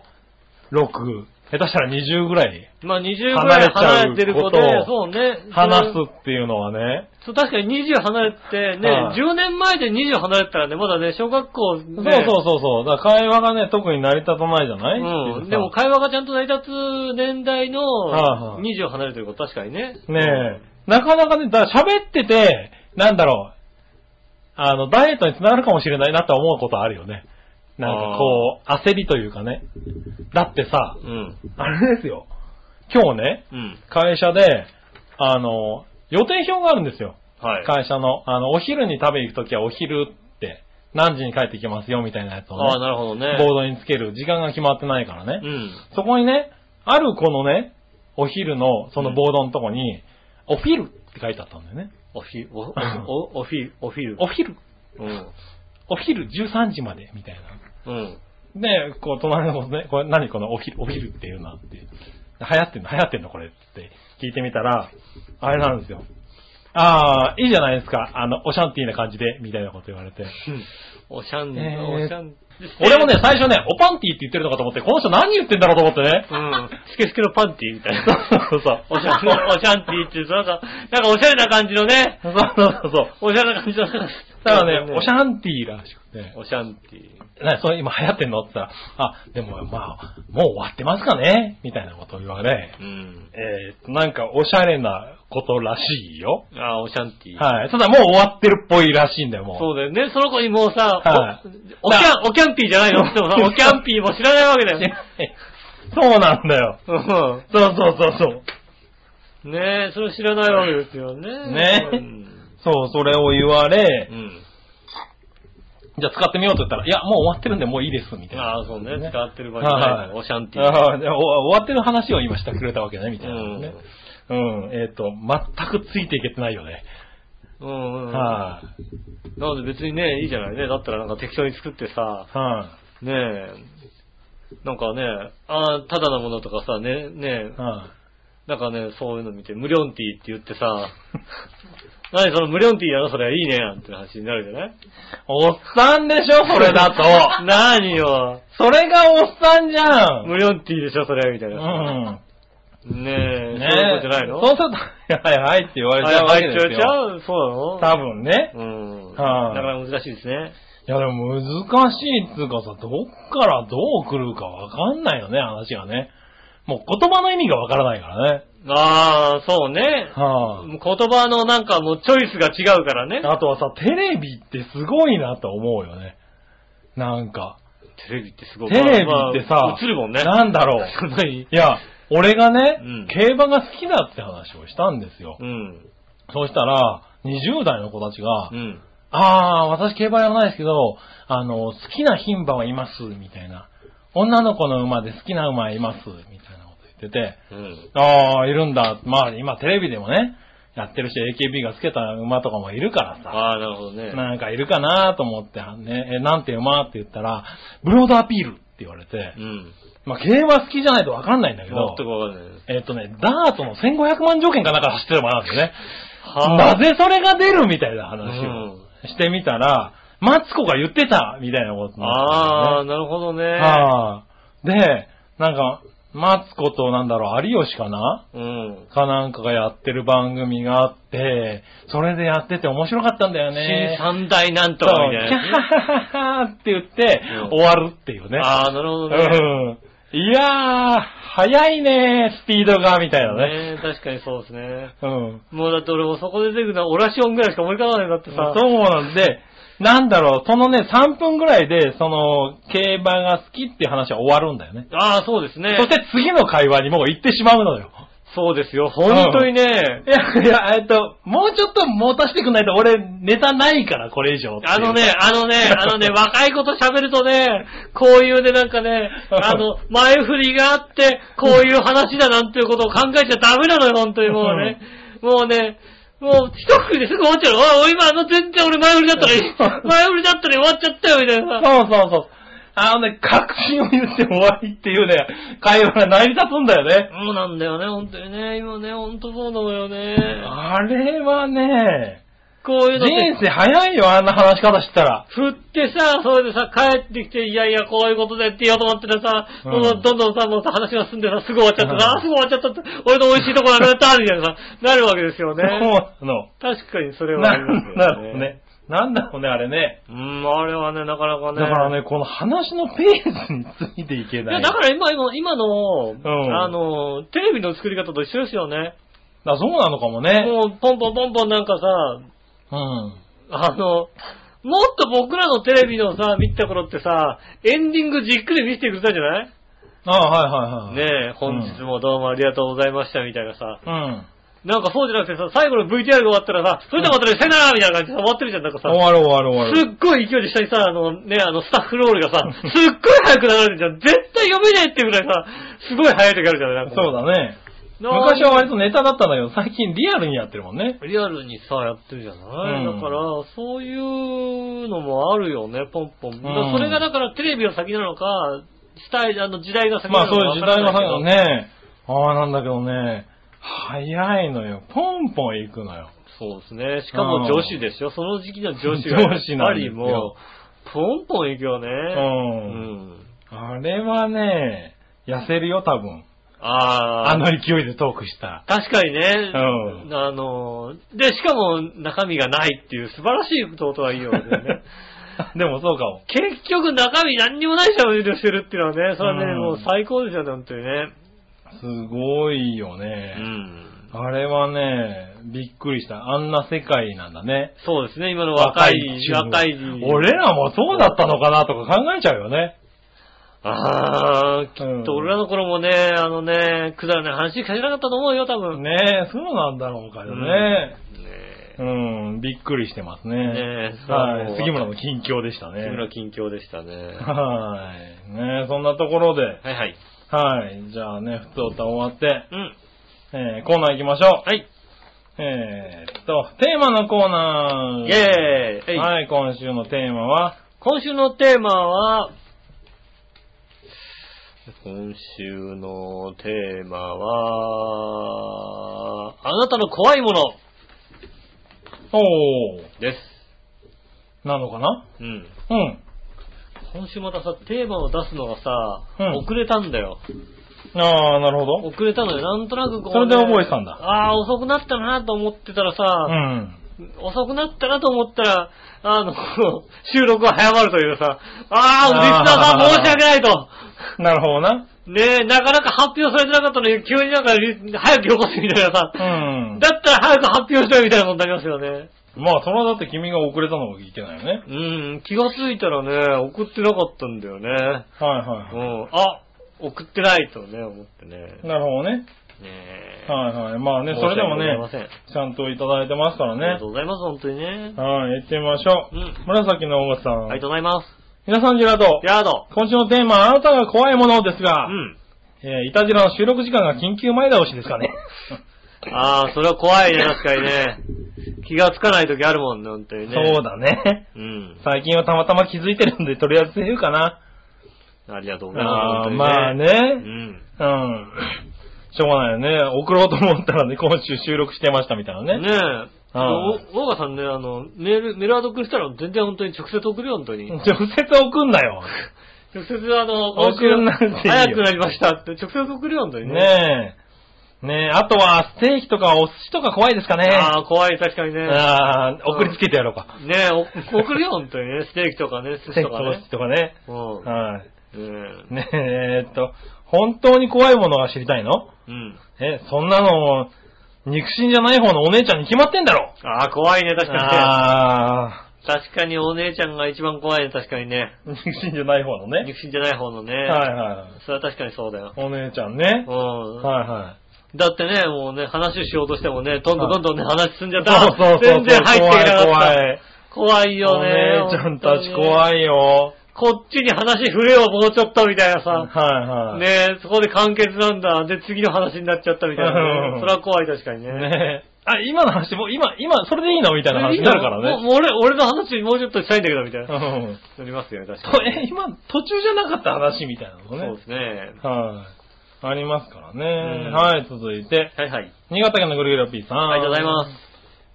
Speaker 3: 6、下手したら20ぐらい
Speaker 2: まあ、20ぐらい離れてる子で
Speaker 3: 離れちゃう、こと
Speaker 2: そうね。
Speaker 3: 話すっていうのはね、
Speaker 2: そう、確かに20離れてね、
Speaker 3: はい
Speaker 2: 10年前で20離れてたらね、まだね、小学校ね、
Speaker 3: そうそうそうそう。だから会話がね、特に成り立たないじゃない
Speaker 2: うん。でも会話がちゃんと成り立つ年代の
Speaker 3: はいはい
Speaker 2: 20離れてる子、確かにね。
Speaker 3: ねえ、なかなかね、だから喋ってて、なんだろう、あの、ダイエットにつながるかもしれないなと思うことあるよね。なんかこう、焦りというかね。だってさ、
Speaker 2: うん。
Speaker 3: あれですよ。今日ね、
Speaker 2: うん。
Speaker 3: 会社で、あの、予定表があるんですよ。
Speaker 2: はい。
Speaker 3: 会社の、あの、お昼に食べ行くときはお昼って、何時に帰ってきますよみたいなやつ
Speaker 2: ああ、
Speaker 3: をね、
Speaker 2: なるほどね。
Speaker 3: ボードにつける。時間が決まってないからね。
Speaker 2: うん。
Speaker 3: そこにね、あるこのね、お昼のそのボードのとこに、お昼って書いてあったんだよね。
Speaker 2: おひ、お、お、おひ、おひる。
Speaker 3: お昼、
Speaker 2: うん。
Speaker 3: お昼13時まで、みたい
Speaker 2: うん。
Speaker 3: な。で、こう、隣の子ね、これ何このお昼、お昼っていうなって。流行ってんの流行ってんのこれって聞いてみたら、あれなんですよ。ああ、いいじゃないですか。あの、オシャンティーな感じで、みたいなこと言われて。
Speaker 2: おしゃん、
Speaker 3: えー
Speaker 2: おしゃん。
Speaker 3: 俺もね、、最初ね、おパンティーって言ってるのかと思って、この人何言ってんだろうと思ってね。
Speaker 2: うん。スケスケのパンティみたいな。
Speaker 3: そうそう
Speaker 2: おしゃん、おしゃんティーって、なんか、なんかおしゃれな感じのね。
Speaker 3: そうそうそうそう。
Speaker 2: おしゃれな感じの。
Speaker 3: ただね、オシ
Speaker 2: ん。
Speaker 3: ャンティーらしくて。
Speaker 2: おしゃんティー。
Speaker 3: なそれ今流行ってんのって言ったら、あ、でもまあ、もう終わってますかねみたいなことを言われ、
Speaker 2: うん。
Speaker 3: えー、なんかおしゃれなことらしいよ。
Speaker 2: ああ、おしゃんティー。
Speaker 3: はい。ただもう終わってるっぽいらしいんだよ、もう。
Speaker 2: そうだよね。その子にもうさ、
Speaker 3: はい
Speaker 2: おおキャン、おキャンピーじゃないのでもさ、おキャンピーも知らないわけだよね。
Speaker 3: そうなんだよ。
Speaker 2: うん
Speaker 3: そうそうそうそう。
Speaker 2: ねえ、それ知らないわけですよね。
Speaker 3: ねえ
Speaker 2: うん
Speaker 3: そう、それを言わ
Speaker 2: う
Speaker 3: れ、
Speaker 2: ん。
Speaker 3: じゃあ使ってみようと言ったら、いや、もう終わってるんでもういいです、みたいな。
Speaker 2: ああ、そうね。使ってる場合じゃない
Speaker 3: は
Speaker 2: の
Speaker 3: い
Speaker 2: おしゃんティー。
Speaker 3: あーでお終わってる話を今してくれたわけね、みたいなね。うん、えっ、と、全くついていけてないよね。
Speaker 2: うんうんうん。
Speaker 3: はい、
Speaker 2: なので別にね、いいじゃないね。だったらなんか適当に作ってさ、
Speaker 3: はい、
Speaker 2: ねえ、なんかね、ああ、ただのものとかさ、ね、ねえ、
Speaker 3: はい、
Speaker 2: なんかね、そういうの見て、無料ティーって言ってさ、 何その無料ティーやろそれいいねなんて話になるじゃない
Speaker 3: おっさんでしょ、それ だと。
Speaker 2: 何よ。
Speaker 3: それがおっさんじゃん。
Speaker 2: 無料ティーでしょそれみたいうな。
Speaker 3: ん。
Speaker 2: ねえ、
Speaker 3: ね
Speaker 2: そういうことじゃないの
Speaker 3: そうすると、はいはいって言われちゃうわ
Speaker 2: はい、
Speaker 3: け
Speaker 2: 入
Speaker 3: で
Speaker 2: っち
Speaker 3: す
Speaker 2: ゃ
Speaker 3: よ。
Speaker 2: うちゃうそうなの
Speaker 3: 多分ね。
Speaker 2: うん。
Speaker 3: はい
Speaker 2: なかなか難しいですね。
Speaker 3: いやでも難しいっつうかさ、どっからどう来るかわかんないよね、話がね。もう言葉の意味がわからないからね。
Speaker 2: ああ、そうね。
Speaker 3: は
Speaker 2: 言葉のなんかもうチョイスが違うからね。
Speaker 3: あ、あとはさ、テレビってすごいなと思うよね。なんか。
Speaker 2: テレビってすごい。
Speaker 3: テレビってさ、
Speaker 2: まあまあ映るもんね。
Speaker 3: なんだろう。
Speaker 2: そんなに
Speaker 3: いや、俺がね、
Speaker 2: うん
Speaker 3: 競馬が好きだって話をしたんですよ。
Speaker 2: うん。
Speaker 3: そうしたら、20代の子たちが、
Speaker 2: うん。
Speaker 3: ああ、私競馬やらないですけど、あの、好きな牝馬はいます、みたいな。女の子の馬で好きな馬います、みたいなこと言ってて、
Speaker 2: うん。
Speaker 3: ああ、いるんだ。まあ、今テレビでもね、やってるし、AKB がつけた馬とかもいるからさ、
Speaker 2: ああ、なるほどね。
Speaker 3: なんかいるかなと思って、ね、え、なんて馬って言ったら、ブロードアピールって言われて
Speaker 2: う、ん。
Speaker 3: まあ、競馬好きじゃないとわかんないんだけ
Speaker 2: 全
Speaker 3: ど、
Speaker 2: くわかんないです。
Speaker 3: えっ、とね、ダートの1500万条件かなんか走ってる馬なんですよね。
Speaker 2: はあ
Speaker 3: なぜそれが出るみたいな
Speaker 2: う
Speaker 3: 話を
Speaker 2: ん。
Speaker 3: してみたら、マツコが言ってたみたいなことに
Speaker 2: あ
Speaker 3: な
Speaker 2: あ、
Speaker 3: っ
Speaker 2: なるほどね。
Speaker 3: たんだよね。はいで、なんか、マツコとなんだろう、有吉かな
Speaker 2: うん。
Speaker 3: かなんかがやってる番組があって、それでやってて面白かったんだよね。
Speaker 2: 新三大なんと
Speaker 3: そう
Speaker 2: かみたい
Speaker 3: キャ
Speaker 2: な
Speaker 3: ハ
Speaker 2: ね。
Speaker 3: ハハって言って、
Speaker 2: うん
Speaker 3: 終わるっていうね。
Speaker 2: ああ、なるほどね。
Speaker 3: うん。いやー、早いねー、スピードが、みたいなね。
Speaker 2: ね確かにそうですね。
Speaker 3: うん。
Speaker 2: もうだって俺もそこで出てくるのはオラシオンぐらいしか思い浮かばないんだって
Speaker 3: そう
Speaker 2: さ。
Speaker 3: なんで、なんだろう、そのね、3分ぐらいで、その、競馬が好きっていう話は終わるんだよね。
Speaker 2: ああ、そうですね。
Speaker 3: そして次の会話にもう行ってしまうのよ。
Speaker 2: そうですよ。本当にね
Speaker 3: い。や、いや、えっと、もうちょっと持たせてくんないと俺、ネタないから、これ以上っていう。
Speaker 2: あのね、あのね、あのね、若い子と喋るとね、こういうね、なんかね、あの、前振りがあって、こういう話だなんていうことを考えちゃダメなのよ、本当にもうね。もうね、もう一振りですぐ終わっちゃうの。わ、今あの全然俺前振りだったら、前振りだったら終わっちゃったよ、みたい
Speaker 3: そ
Speaker 2: な
Speaker 3: う
Speaker 2: さ。
Speaker 3: そうそう。あのね、確信を言って終わりっていうね、会話が成り立つんだよね。
Speaker 2: そうなんだよね、本当にね。今ね、本当そうなのよね。
Speaker 3: あれはね、
Speaker 2: こういうのって
Speaker 3: 人生早いよ、あんな話し方したら。
Speaker 2: 振ってさ、それでさ、帰ってきて、いやいや、こういうことでって言おうと思ってたらさ、
Speaker 3: うん
Speaker 2: もうどんどんさ、もうさ、話が進んでさ、すぐ終わっちゃってさ、
Speaker 3: うん
Speaker 2: あすぐ終わっちゃったって、俺の美味しいとこなくなった、みたい なさ、なるわけですよ
Speaker 3: そ
Speaker 2: ね。
Speaker 3: うなの。
Speaker 2: 確かにそれはあ
Speaker 3: な
Speaker 2: り
Speaker 3: ん
Speaker 2: ま
Speaker 3: だ
Speaker 2: す
Speaker 3: ろ
Speaker 2: よ
Speaker 3: うね。なんだろうね、あれね。
Speaker 2: うん、あれはね、なかなか
Speaker 3: だ
Speaker 2: ね。
Speaker 3: からね、この話のペースについていけ
Speaker 2: い
Speaker 3: な
Speaker 2: や、
Speaker 3: い。
Speaker 2: だから今、今今の、
Speaker 3: ん
Speaker 2: あの、テレビの作り方と一緒ですよね。
Speaker 3: だそうなのかもね。
Speaker 2: もう、ポンポンポンポンなんかさ、
Speaker 3: うん。
Speaker 2: あの、もっと僕らのテレビのさ、見た頃ってさ、エンディングじっくり見せてくれたじゃない
Speaker 3: ああ、はいはいはい。。
Speaker 2: ねえ、本日もどうもありがとうございましたみたいなさ、
Speaker 3: うん。
Speaker 2: なんかそうじゃなくてさ、最後の VTR が終わったらさ、それではまたね、さよならみたいな感じで終わってるじゃん、なんかさ、
Speaker 3: 終わる終わる終わ
Speaker 2: す
Speaker 3: る。
Speaker 2: っごい勢いで下にさ、あのね、あのスタッフロールがさ、すっごい早く流れてるじゃん、絶対読めないっていうぐらいさ、すごい早い時あるじゃない、なんか。
Speaker 3: そうだね。
Speaker 2: なんか
Speaker 3: 昔は割とネタだったんだけど、最近リアルにやってるもんね。
Speaker 2: リアルにさ、やってるじゃない、
Speaker 3: うん
Speaker 2: だから、そういうのもあるよね、ポンポン。だから
Speaker 3: うん
Speaker 2: それがだからテレビが先なのか、時代、あの時代が先
Speaker 3: ま
Speaker 2: なの
Speaker 3: あそ
Speaker 2: か
Speaker 3: う
Speaker 2: わ
Speaker 3: いう時
Speaker 2: からな
Speaker 3: 代
Speaker 2: いけど。
Speaker 3: の話のね。ああ、なんだけどね。早いのよ。ポンポン行くのよ。
Speaker 2: そうですね。しかも女子でしょ。その時期の女子が。
Speaker 3: 女子
Speaker 2: やっ
Speaker 3: な
Speaker 2: ぱ
Speaker 3: んで
Speaker 2: り
Speaker 3: すよ
Speaker 2: もう、ポンポン行くよね。う
Speaker 3: う
Speaker 2: ん。
Speaker 3: ん。あれはね、痩せるよ、多分。
Speaker 2: あー
Speaker 3: あの勢いでトークしたら。
Speaker 2: 確かにね。
Speaker 3: う
Speaker 2: あの、で、しかも中身がないっていう素晴らしいことはいいよね。
Speaker 3: でもそうかも。
Speaker 2: 結局中身何にもない喋りをしてるっていうのはね、それはね、
Speaker 3: うん
Speaker 2: もう最高ですよね、本当にね。
Speaker 3: すごいよ
Speaker 2: う
Speaker 3: ね。
Speaker 2: ん。
Speaker 3: あれはね、びっくりした。あんな世界なんだね。
Speaker 2: そうですね、今の若い、
Speaker 3: 若
Speaker 2: 若
Speaker 3: い
Speaker 2: い。
Speaker 3: 俺らもそうだったのかなとか考えちゃうよね。
Speaker 2: ああ、き
Speaker 3: うん
Speaker 2: っと俺らの頃もね、あのね、くだらない話しかしなかったと思うよ、多分。ね
Speaker 3: ねえ、そうなんだろうかよね。
Speaker 2: え
Speaker 3: うん、びっくりしてますね。
Speaker 2: ねえ
Speaker 3: は
Speaker 2: そう
Speaker 3: い。杉村の近況でしたね。
Speaker 2: 木村近況でしたね。
Speaker 3: はい。ねえ、そんなところで。
Speaker 2: はいはい。
Speaker 3: はい。じゃあね、普通歌終わって、
Speaker 2: うん。
Speaker 3: えー、コーナー行きましょう。
Speaker 2: はい。
Speaker 3: えーっと、テーマのコーナー。
Speaker 2: イェーイ、
Speaker 3: はい、今週のテーマは、
Speaker 2: 今週のテーマは、今週のテーマは、あなたの怖いもの
Speaker 3: おー、
Speaker 2: です。
Speaker 3: なのかな
Speaker 2: うん。
Speaker 3: うん。
Speaker 2: 今週またさ、テーマを出すのがさ、
Speaker 3: うん
Speaker 2: 遅れたんだよ。
Speaker 3: ああ、なるほど。
Speaker 2: 遅れたのよ。なんとなくこう、ね。
Speaker 3: それで覚えてたんだ
Speaker 2: ああ、遅くなったなと思ってたら
Speaker 3: う
Speaker 2: さ、
Speaker 3: ん。
Speaker 2: 遅くなったなと思ったら、あの、 収録が早まるというさ、ああ、リスナーさん
Speaker 3: あー
Speaker 2: 申し訳ないと。
Speaker 3: なるほどな。
Speaker 2: ねえ、なかなか発表されてなかったのに、急になんかリ、早くよこせみたいなさ、
Speaker 3: うん。
Speaker 2: だったら早く発表しろよみたいなことになりますよね。
Speaker 3: まあ、それはだって君が遅れたのがいけないよね。
Speaker 2: うん、気がついたらね、送ってなかったんだよね。
Speaker 3: はいは
Speaker 2: う
Speaker 3: いは
Speaker 2: ん、あ、送ってないとね、思ってね。
Speaker 3: い。なるほどね。
Speaker 2: ねえ。
Speaker 3: はいはい。まあね、それでも
Speaker 2: 申し訳ございません
Speaker 3: ね、ちゃんといただいてますから
Speaker 2: ありが
Speaker 3: ね
Speaker 2: と。うございます、本当にね。
Speaker 3: はい、行ってみましょう。
Speaker 2: うん
Speaker 3: 紫のおばさん。
Speaker 2: ありがとうございます。
Speaker 3: 皆さん、ジェラード。
Speaker 2: ヤード。
Speaker 3: 今週のテーマは、あなたが怖いものです
Speaker 2: う
Speaker 3: が、
Speaker 2: ん。
Speaker 3: えー、いたじらの収録時間が緊急前倒しですかね。
Speaker 2: ああ、それは怖いね、確かにね。気がつかない時あるもんね、本当 にね。
Speaker 3: そう。だね。
Speaker 2: うん。
Speaker 3: 最近はたまたま気づいてるんで、とりあえずセーフかな。
Speaker 2: ありがとうございま
Speaker 3: あ
Speaker 2: す。
Speaker 3: あー、まあ
Speaker 2: 本当に。う
Speaker 3: ね。
Speaker 2: ん。
Speaker 3: うん。しょうがないよね。送ろうと思ったらね、今週収録してましたみたいなね。
Speaker 2: ねえ。
Speaker 3: あ
Speaker 2: お大川さんね、あの、メール、メールアド送りしたら全然本当に直接送るよ、本当に。
Speaker 3: 直接送んなよ。
Speaker 2: 直接あの、
Speaker 3: 送んなくていいよ
Speaker 2: 早くなりましたって、直接送るよ、本当にね。
Speaker 3: ねえ。ねえ、あとは、ステーキとかお寿司とか怖いですかね。
Speaker 2: ああ、怖い、確かにね。
Speaker 3: あー送りつけてやろうか。
Speaker 2: ねえ、お送るよ、本当にね。ステーキとかね、寿
Speaker 3: ステ
Speaker 2: 司
Speaker 3: ー
Speaker 2: と
Speaker 3: キと
Speaker 2: か
Speaker 3: お寿
Speaker 2: ね
Speaker 3: 司。と
Speaker 2: う
Speaker 3: かね。
Speaker 2: ん。
Speaker 3: はい。
Speaker 2: ねえ
Speaker 3: ねえ、えーっと、本当に怖いものが知りたいの
Speaker 2: うん。
Speaker 3: え、そんなの、肉親じゃない方のお姉ちゃんに決まってんだろ
Speaker 2: ああ、怖いね、確かにね。
Speaker 3: ああ
Speaker 2: 確かにお姉ちゃんが一番怖いね、確かにね。
Speaker 3: ー、肉親じゃない方のね。
Speaker 2: 肉親じゃない方のね。
Speaker 3: はいはい。
Speaker 2: それは確かにそうだよ。
Speaker 3: お姉ちゃんね。
Speaker 2: う
Speaker 3: はい
Speaker 2: ん。
Speaker 3: は
Speaker 2: だってね、もうね、話をしようとしてもね、どんどんどんどんね、話進んじゃっ
Speaker 3: い。
Speaker 2: た。全然入ってい
Speaker 3: 怖
Speaker 2: けないかった。
Speaker 3: 怖い。
Speaker 2: 怖いよね。
Speaker 3: お姉ちゃんたち怖
Speaker 2: い。
Speaker 3: いよ。
Speaker 2: こっちに話触れよ、もうちょっと、みたいな
Speaker 3: はい
Speaker 2: さ。
Speaker 3: はい。
Speaker 2: ねえ、そこで完結なんだ。で、次の話になっちゃったみたいな
Speaker 3: う
Speaker 2: ね。
Speaker 3: ん
Speaker 2: それは怖い、確かにね。
Speaker 3: ねえ。あ、今の話、もう今、今、それでいいのみたいな話になるから
Speaker 2: も
Speaker 3: ね。
Speaker 2: うもう俺、俺の話もうちょっとしたいんだけど、みたいな。
Speaker 3: うん
Speaker 2: なりますよね、確
Speaker 3: と
Speaker 2: かに。
Speaker 3: え、今、途中じゃなかった話みたいなのもね。
Speaker 2: そうですね。
Speaker 3: はい。ありますからね。
Speaker 2: ん
Speaker 3: はい、続いて、
Speaker 2: はいはい。
Speaker 3: 新潟県のぐるぐるピーさん。。
Speaker 2: ありがとうございます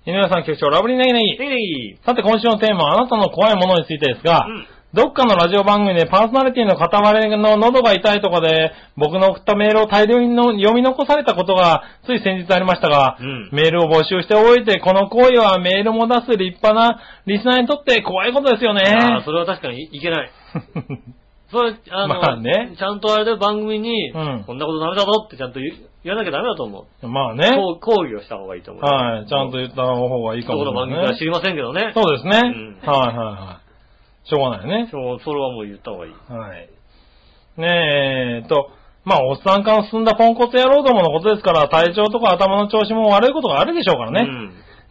Speaker 3: 井上さん、局長、ラブリーネギネ
Speaker 2: す。
Speaker 3: ギ。
Speaker 2: ネギネギ。
Speaker 3: さて、今週のテーマは、あなたの怖いものについてですが、
Speaker 2: うん
Speaker 3: どっかのラジオ番組でパーソナリティの片割れの喉が痛いとかで、僕の送ったメールを大量にの読み残されたことが、つい先日ありましたが、
Speaker 2: うん
Speaker 3: メールを募集しておいて、この行為はメールも出す立派なリスナーにとって怖いことですよね。
Speaker 2: ああ、それは確かにいけない。それ、あの、
Speaker 3: まあね
Speaker 2: ちゃんとあれで番組に、
Speaker 3: うん
Speaker 2: こんなことダメだぞってちゃんと言う言わなきゃダメだと思う。
Speaker 3: まあね。
Speaker 2: こう抗議をした方がいいと思う。
Speaker 3: はい、ちゃんと言った方がいいか
Speaker 2: ど
Speaker 3: も
Speaker 2: この
Speaker 3: し
Speaker 2: 番
Speaker 3: れ
Speaker 2: 組
Speaker 3: な
Speaker 2: か
Speaker 3: い、
Speaker 2: 知りませんけどね。
Speaker 3: そうですね。
Speaker 2: うん
Speaker 3: はいはいはい。しょうがないね。
Speaker 2: そう、それはもう言った方がいい。
Speaker 3: はい。ねえ、えーと、まあ、おっさんから進んだポンコツ野郎どものことですから、体調とか頭の調子も悪いことがあるでしょうからね。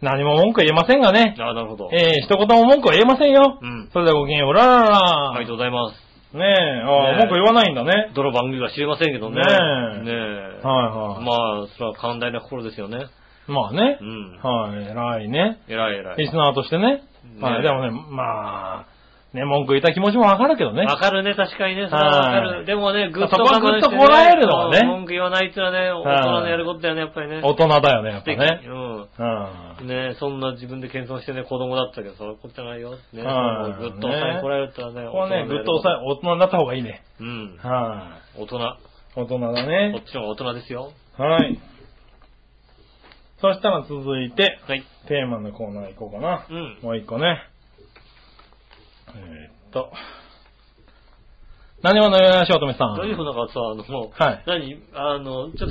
Speaker 3: 何も文句言えませんがね
Speaker 2: う。ん。ああ、なるほど。
Speaker 3: えー、一言も文句は言えませんよ。
Speaker 2: うん
Speaker 3: それではごきげんよう、らららら。
Speaker 2: ありがとうございます。
Speaker 3: ねえ、あー
Speaker 2: ねえ
Speaker 3: 文句言わないんだね。
Speaker 2: どの番組か知りませんけどね。
Speaker 3: ねえ
Speaker 2: ねえ。
Speaker 3: はいはい
Speaker 2: まあ、それは寛大な心ですよね。
Speaker 3: まあね
Speaker 2: う。ん。
Speaker 3: はい、偉いね。
Speaker 2: 偉い偉
Speaker 3: リ
Speaker 2: い
Speaker 3: ス。ナーとしてね。はい、でもね、まあ、ね、文句言いたい気持ちもわかるけどね。
Speaker 2: わかるね、確かにね。それはわか
Speaker 3: は
Speaker 2: る。
Speaker 3: い
Speaker 2: でもね、ぐっと
Speaker 3: そこ
Speaker 2: 我慢
Speaker 3: は
Speaker 2: してね
Speaker 3: ぐっとこらえるのはね
Speaker 2: うん文句言わないっていうのはね、大人のやることだよね、やっぱりね。
Speaker 3: 大人だよね、やっぱ
Speaker 2: 素
Speaker 3: ね
Speaker 2: 敵。うん。
Speaker 3: うん。
Speaker 2: ねえ、そんな自分で謙遜してね、子供だったけど、そのことじゃないよ。ねえ、
Speaker 3: はい
Speaker 2: もうぐっと抑え
Speaker 3: ね
Speaker 2: こらえるってのはね、
Speaker 3: ここはね、ぐっと
Speaker 2: 抑
Speaker 3: 抑え、大人になった方がいいね。
Speaker 2: え。うん。
Speaker 3: は
Speaker 2: 大人。こ
Speaker 3: い。大人だ
Speaker 2: っ
Speaker 3: ね。
Speaker 2: ちの方が大人ですよ。
Speaker 3: はい。そしたら続いて、
Speaker 2: はい。
Speaker 3: テーマのコーナー行こうかな。
Speaker 2: うん
Speaker 3: もう一個ね。えーっと。何ものよしおとめさん。
Speaker 2: 大丈夫なんかさ、あの、もう、
Speaker 3: はい
Speaker 2: 何あの、ちょっと、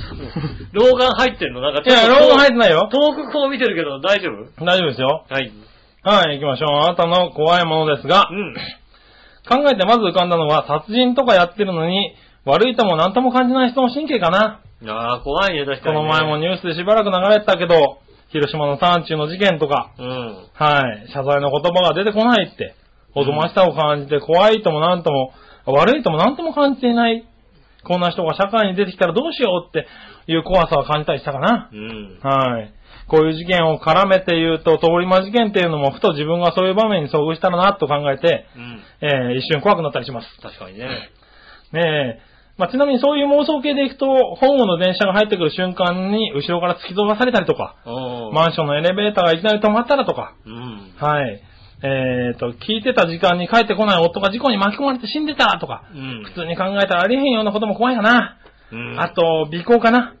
Speaker 2: 老眼入ってんのなんか
Speaker 3: いや、ローン入ってないよ。
Speaker 2: 遠くこう見てるけど、大丈夫
Speaker 3: 大丈夫ですよ。
Speaker 2: はい。
Speaker 3: はい、行きましょう。あなたの怖いものですが
Speaker 2: う、ん。
Speaker 3: 考えてまず浮かんだのは、殺人とかやってるのに、悪いとも何とも感じない人の神経かな。
Speaker 2: ああ、怖いね、確か
Speaker 3: こ
Speaker 2: に、ね。
Speaker 3: の前もニュースでしばらく流れてたけど、広島の山中の事件とか、
Speaker 2: うん。
Speaker 3: はい、謝罪の言葉が出てこないって、おぞましさを感じて怖いともなんとも、悪いともなんとも感じていない、こんな人が社会に出てきたらどうしようっていう怖さを感じたりしたかな。
Speaker 2: うん。
Speaker 3: はい。こういう事件を絡めて言うと、通り魔事件っていうのも、ふと自分がそういう場面に遭遇したらなと考えて、
Speaker 2: うん。
Speaker 3: えー一瞬怖くなったりします。
Speaker 2: 確かにね。
Speaker 3: ねえ。まあ、ちなみにそういう妄想系でいくと、本郷の電車が入ってくる瞬間に後ろから突き飛ばされたりとか、
Speaker 2: うん。
Speaker 3: マンションのエレベーターがいきなり止まったらとか、
Speaker 2: うん。
Speaker 3: はい。えっ、と、聞いてた時間に帰ってこない夫が事故に巻き込まれて死んでたとか、
Speaker 2: うん。
Speaker 3: 普通に考えたらありえへんようなことも怖いかな。
Speaker 2: うん
Speaker 3: あと、尾行かな。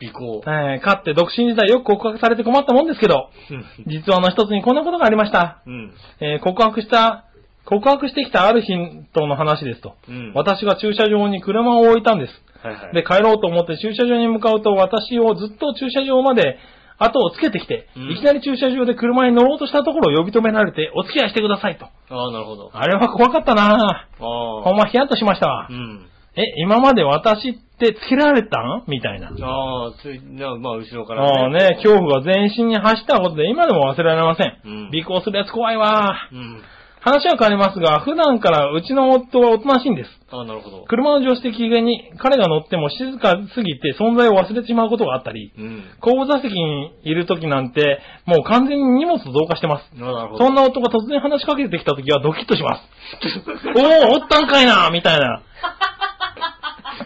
Speaker 2: 尾行。
Speaker 3: えー、かって独身時代よく告白されて困ったもんですけど、
Speaker 2: うん
Speaker 3: 実はあの一つにこんなことがありました。
Speaker 2: うん。
Speaker 3: えー、告白した、告白してきたある日との話ですと。
Speaker 2: うん
Speaker 3: 私が駐車場に車を置いたんです。
Speaker 2: はいはい。
Speaker 3: で、帰ろうと思って駐車場に向かうと、私をずっと駐車場まで後をつけてきて、
Speaker 2: うん
Speaker 3: いきなり駐車場で車に乗ろうとしたところを呼び止められて、お付き合いしてくださいと。
Speaker 2: ああ、なるほど。あ
Speaker 3: あれは怖かったなぁ。
Speaker 2: あ。
Speaker 3: ほんまヒヤッとしましたわ
Speaker 2: う。ん。
Speaker 3: え、今まで私ってつけられたんみたいな。
Speaker 2: ああ、つい、なまあ、後ろから、
Speaker 3: ああね、恐怖が全身に走ったことで今でも忘れられません。
Speaker 2: うん
Speaker 3: 尾行するやつ怖いわ。
Speaker 2: うん。
Speaker 3: 話は変わりますが、普段からうちの夫はおとなしいんです。
Speaker 2: ああ、なるほど。
Speaker 3: 車の助手席上に彼が乗っても静かすぎて存在を忘れてしまうことがあったり、
Speaker 2: うん。
Speaker 3: 後部座席にいる時なんて、もう完全に荷物増加してます。
Speaker 2: ああ、なるほど。
Speaker 3: そんな夫が突然話しかけてきた時はドキッとします。 おお、おったんかいなみたいな。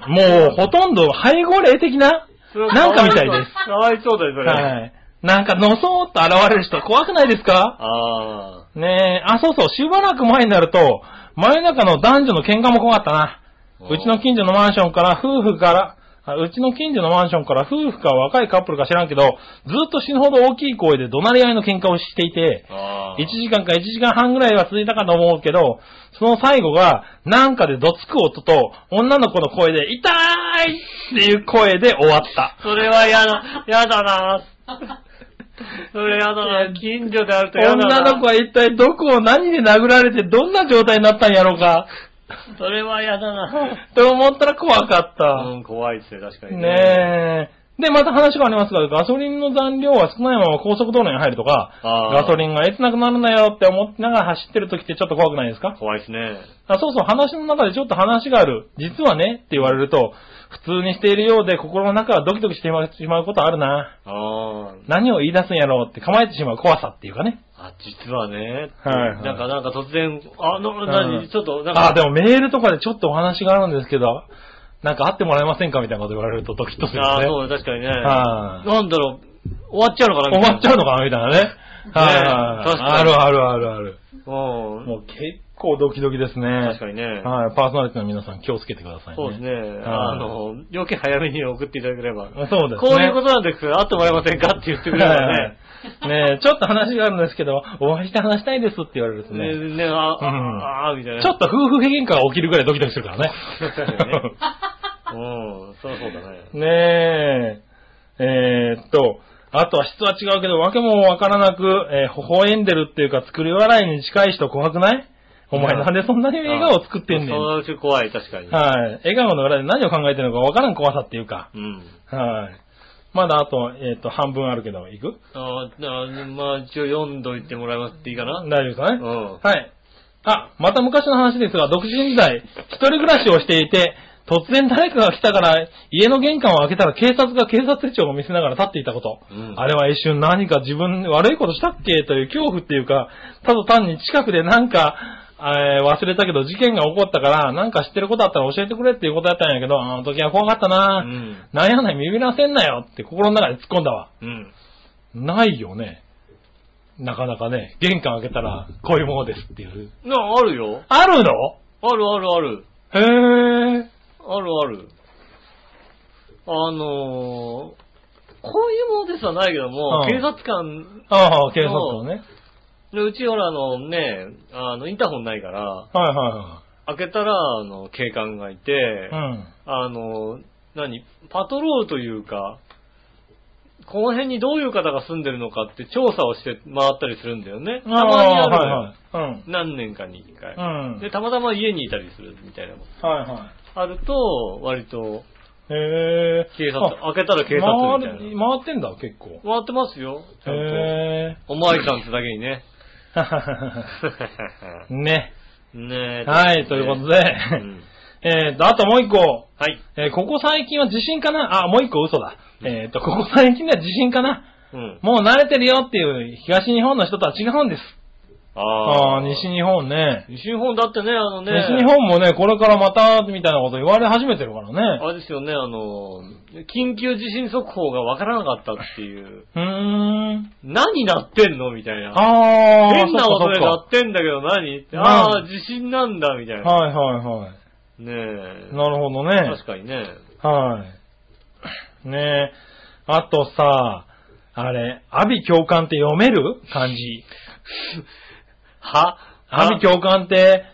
Speaker 3: もう、ほとんど背後霊的な
Speaker 2: それは
Speaker 3: なんかみたいです。
Speaker 2: かわいそうだよ、それ。
Speaker 3: はい。なんか、のそーっと現れる人怖くないですか
Speaker 2: ああ。
Speaker 3: ねえ、あ、そうそう、しばらく前になると、真夜中の男女の喧嘩も怖かったな。うちの近所のマンションから夫婦から、あうちの近所のマンションから夫婦か若いカップルか知らんけど、ずっと死ぬほど大きい声で怒鳴り合いの喧嘩をしていて、
Speaker 2: ああ。
Speaker 3: 1時間か1時間半ぐらいは続いたかと思うけど、その最後が、なんかでどつく音と、女の子の声で、痛いっていう声で終わった。
Speaker 2: それは嫌だ、嫌だな。それ嫌だな。近所であると嫌だな。
Speaker 3: 女の子は一体どこを何で殴られてどんな状態になったんやろうか。
Speaker 2: それは嫌だな。
Speaker 3: と思ったら怖かっ
Speaker 2: うん、怖いっすね、確か
Speaker 3: た。
Speaker 2: に
Speaker 3: ねえ。で、また話がありますが、ガソリンの残量は少ないまま高速道路に入るとか、
Speaker 2: あー
Speaker 3: ガソリンがえつなくなるんだよって思ってながら走ってる時ってちょっと怖くないですか
Speaker 2: 怖いっすね。
Speaker 3: あそうそう、話の中でちょっと話がある。実はね、って言われると、普通にしているようで心の中はドキドキしてしまうことあるな。
Speaker 2: ああ。
Speaker 3: 何を言い出すんやろうって構えてしまう怖さっていうかね。
Speaker 2: あ、実はね。
Speaker 3: はいはい
Speaker 2: なんか、なんか突然、あの、
Speaker 3: う
Speaker 2: 何、
Speaker 3: ん
Speaker 2: ちょっと、なんか。
Speaker 3: あ、でもメールとかでちょっとお話があるんですけど、なんか会ってもらえませんかみたいなこと言われるとドキッとする
Speaker 2: あ
Speaker 3: よ
Speaker 2: あ、
Speaker 3: ね。
Speaker 2: そうだ、確かにね。
Speaker 3: はい
Speaker 2: なんだろう、終わっちゃうのかな
Speaker 3: 終わっちゃうの
Speaker 2: か。
Speaker 3: かなみたいなね。はいはいはい。
Speaker 2: 確かに
Speaker 3: あるあるあるある。
Speaker 2: うん。
Speaker 3: もう結構ドキドキですね。
Speaker 2: 確かにね。
Speaker 3: はい、パーソナリティの皆さん気をつけてくださいね。
Speaker 2: そうですね。
Speaker 3: はい
Speaker 2: あの、要件早めに送っていただければ。
Speaker 3: そうですね。
Speaker 2: こういうことなんですけど、会ってもらえませんかって言ってくれればね。
Speaker 3: はいはい ねえ、ちょっと話があるんですけど、お会いして話したいですって言われるとね、
Speaker 2: ねね、あ、
Speaker 3: うん
Speaker 2: あ、あ、みたいな。
Speaker 3: ちょっと夫婦喧嘩が起きるぐらいドキドキするからね。
Speaker 2: 確かにねうん、そりゃそうだね。
Speaker 3: ねえ、えーっと、あとは質は違うけど、わけもわからなく、えー、微笑んでるっていうか、作り笑いに近い人怖くないお前
Speaker 2: うん
Speaker 3: なんでそんなに笑顔を作ってんねん。
Speaker 2: そ
Speaker 3: は
Speaker 2: のうち怖い、確かに。
Speaker 3: い。笑顔の裏で何を考えてるのかわからん怖さっていうか。
Speaker 2: うん。
Speaker 3: はい。まだあと、えーっと、半分あるけど、いく
Speaker 2: ああ、まあ、一応読んどいてもらいますっていいかな。
Speaker 3: 大丈夫ですか
Speaker 2: う
Speaker 3: ね
Speaker 2: ん。は
Speaker 3: はい。あ、また昔の話ですが、独身時代、一人暮らしをしていて、突然誰かが来たから、家の玄関を開けたら警察が警察手帳を見せながら立っていたこと。
Speaker 2: うん
Speaker 3: あれは一瞬何か自分悪いことしたっけという恐怖っていうか、ただ単に近くでなんか、えー忘れたけど事件が起こったから、なんか知ってることあったら教えてくれっていうことだったんやけど、あの時は怖かったな、
Speaker 2: うん
Speaker 3: なんやないビビらせんなよって心の中で突っ込んだわ。
Speaker 2: うん。
Speaker 3: ないよね。なかなかね、玄関開けたら、こういうものですっていう。
Speaker 2: な、あるよ。
Speaker 3: あるの
Speaker 2: あるあるある。
Speaker 3: へえ。
Speaker 2: あるある。あのー、こういうものですはないけども、
Speaker 3: うん
Speaker 2: 警察官
Speaker 3: ああ、警察のね。
Speaker 2: で、うちほら、あのね、あの、インターホンないから、
Speaker 3: はいは
Speaker 2: 開けたら、あの、警官がいて
Speaker 3: い、はい。うん。
Speaker 2: あの、何、パトロールというか、この辺にどういう方が住んでるのかって調査をして回ったりするんだよね。たまにあるのよ、
Speaker 3: ああはいはい。
Speaker 2: 何年かに一回、
Speaker 3: うん。うん。
Speaker 2: で、たまたま家にいたりするみたいなの
Speaker 3: はいは
Speaker 2: あると、割と、
Speaker 3: い。へえ。
Speaker 2: 警察、
Speaker 3: あ
Speaker 2: 開けたら警察みたいな。
Speaker 3: 回る回ってんだ、結構。
Speaker 2: 回ってますよ、ちゃん
Speaker 3: へえ。
Speaker 2: と。おまわりさんってだけにね。
Speaker 3: ね。
Speaker 2: ねえ。
Speaker 3: はい、ということで。
Speaker 2: うん
Speaker 3: えーっと、あともう一個。
Speaker 2: はい。
Speaker 3: えーここ最近は地震かなあ、もう一個嘘だ。えーっと、ここ最近では地震かな
Speaker 2: うん。
Speaker 3: もう慣れてるよっていう東日本の人とは違うんです。ああ、西日本ね。
Speaker 2: 西日本だってね、あのね、
Speaker 3: 西日本もね、これからまた、みたいなこと言われ始めてるからね。
Speaker 2: あれですよね、あの、緊急地震速報がわからなかったっていう、
Speaker 3: うーん。
Speaker 2: 何なってんのみたいな。
Speaker 3: ああ、
Speaker 2: 変な
Speaker 3: そ
Speaker 2: 音
Speaker 3: っ
Speaker 2: で
Speaker 3: か
Speaker 2: 鳴ってんだけど何って、
Speaker 3: うん
Speaker 2: ああ、地震なんだ、みたい
Speaker 3: そっか
Speaker 2: な。
Speaker 3: はいはいはい。
Speaker 2: ねえ。
Speaker 3: なるほどね。
Speaker 2: 確かにね。
Speaker 3: はい。ねえ。あとさ、あれ、阿鼻教官って読める漢字。
Speaker 2: は
Speaker 3: 阿鼻教官って、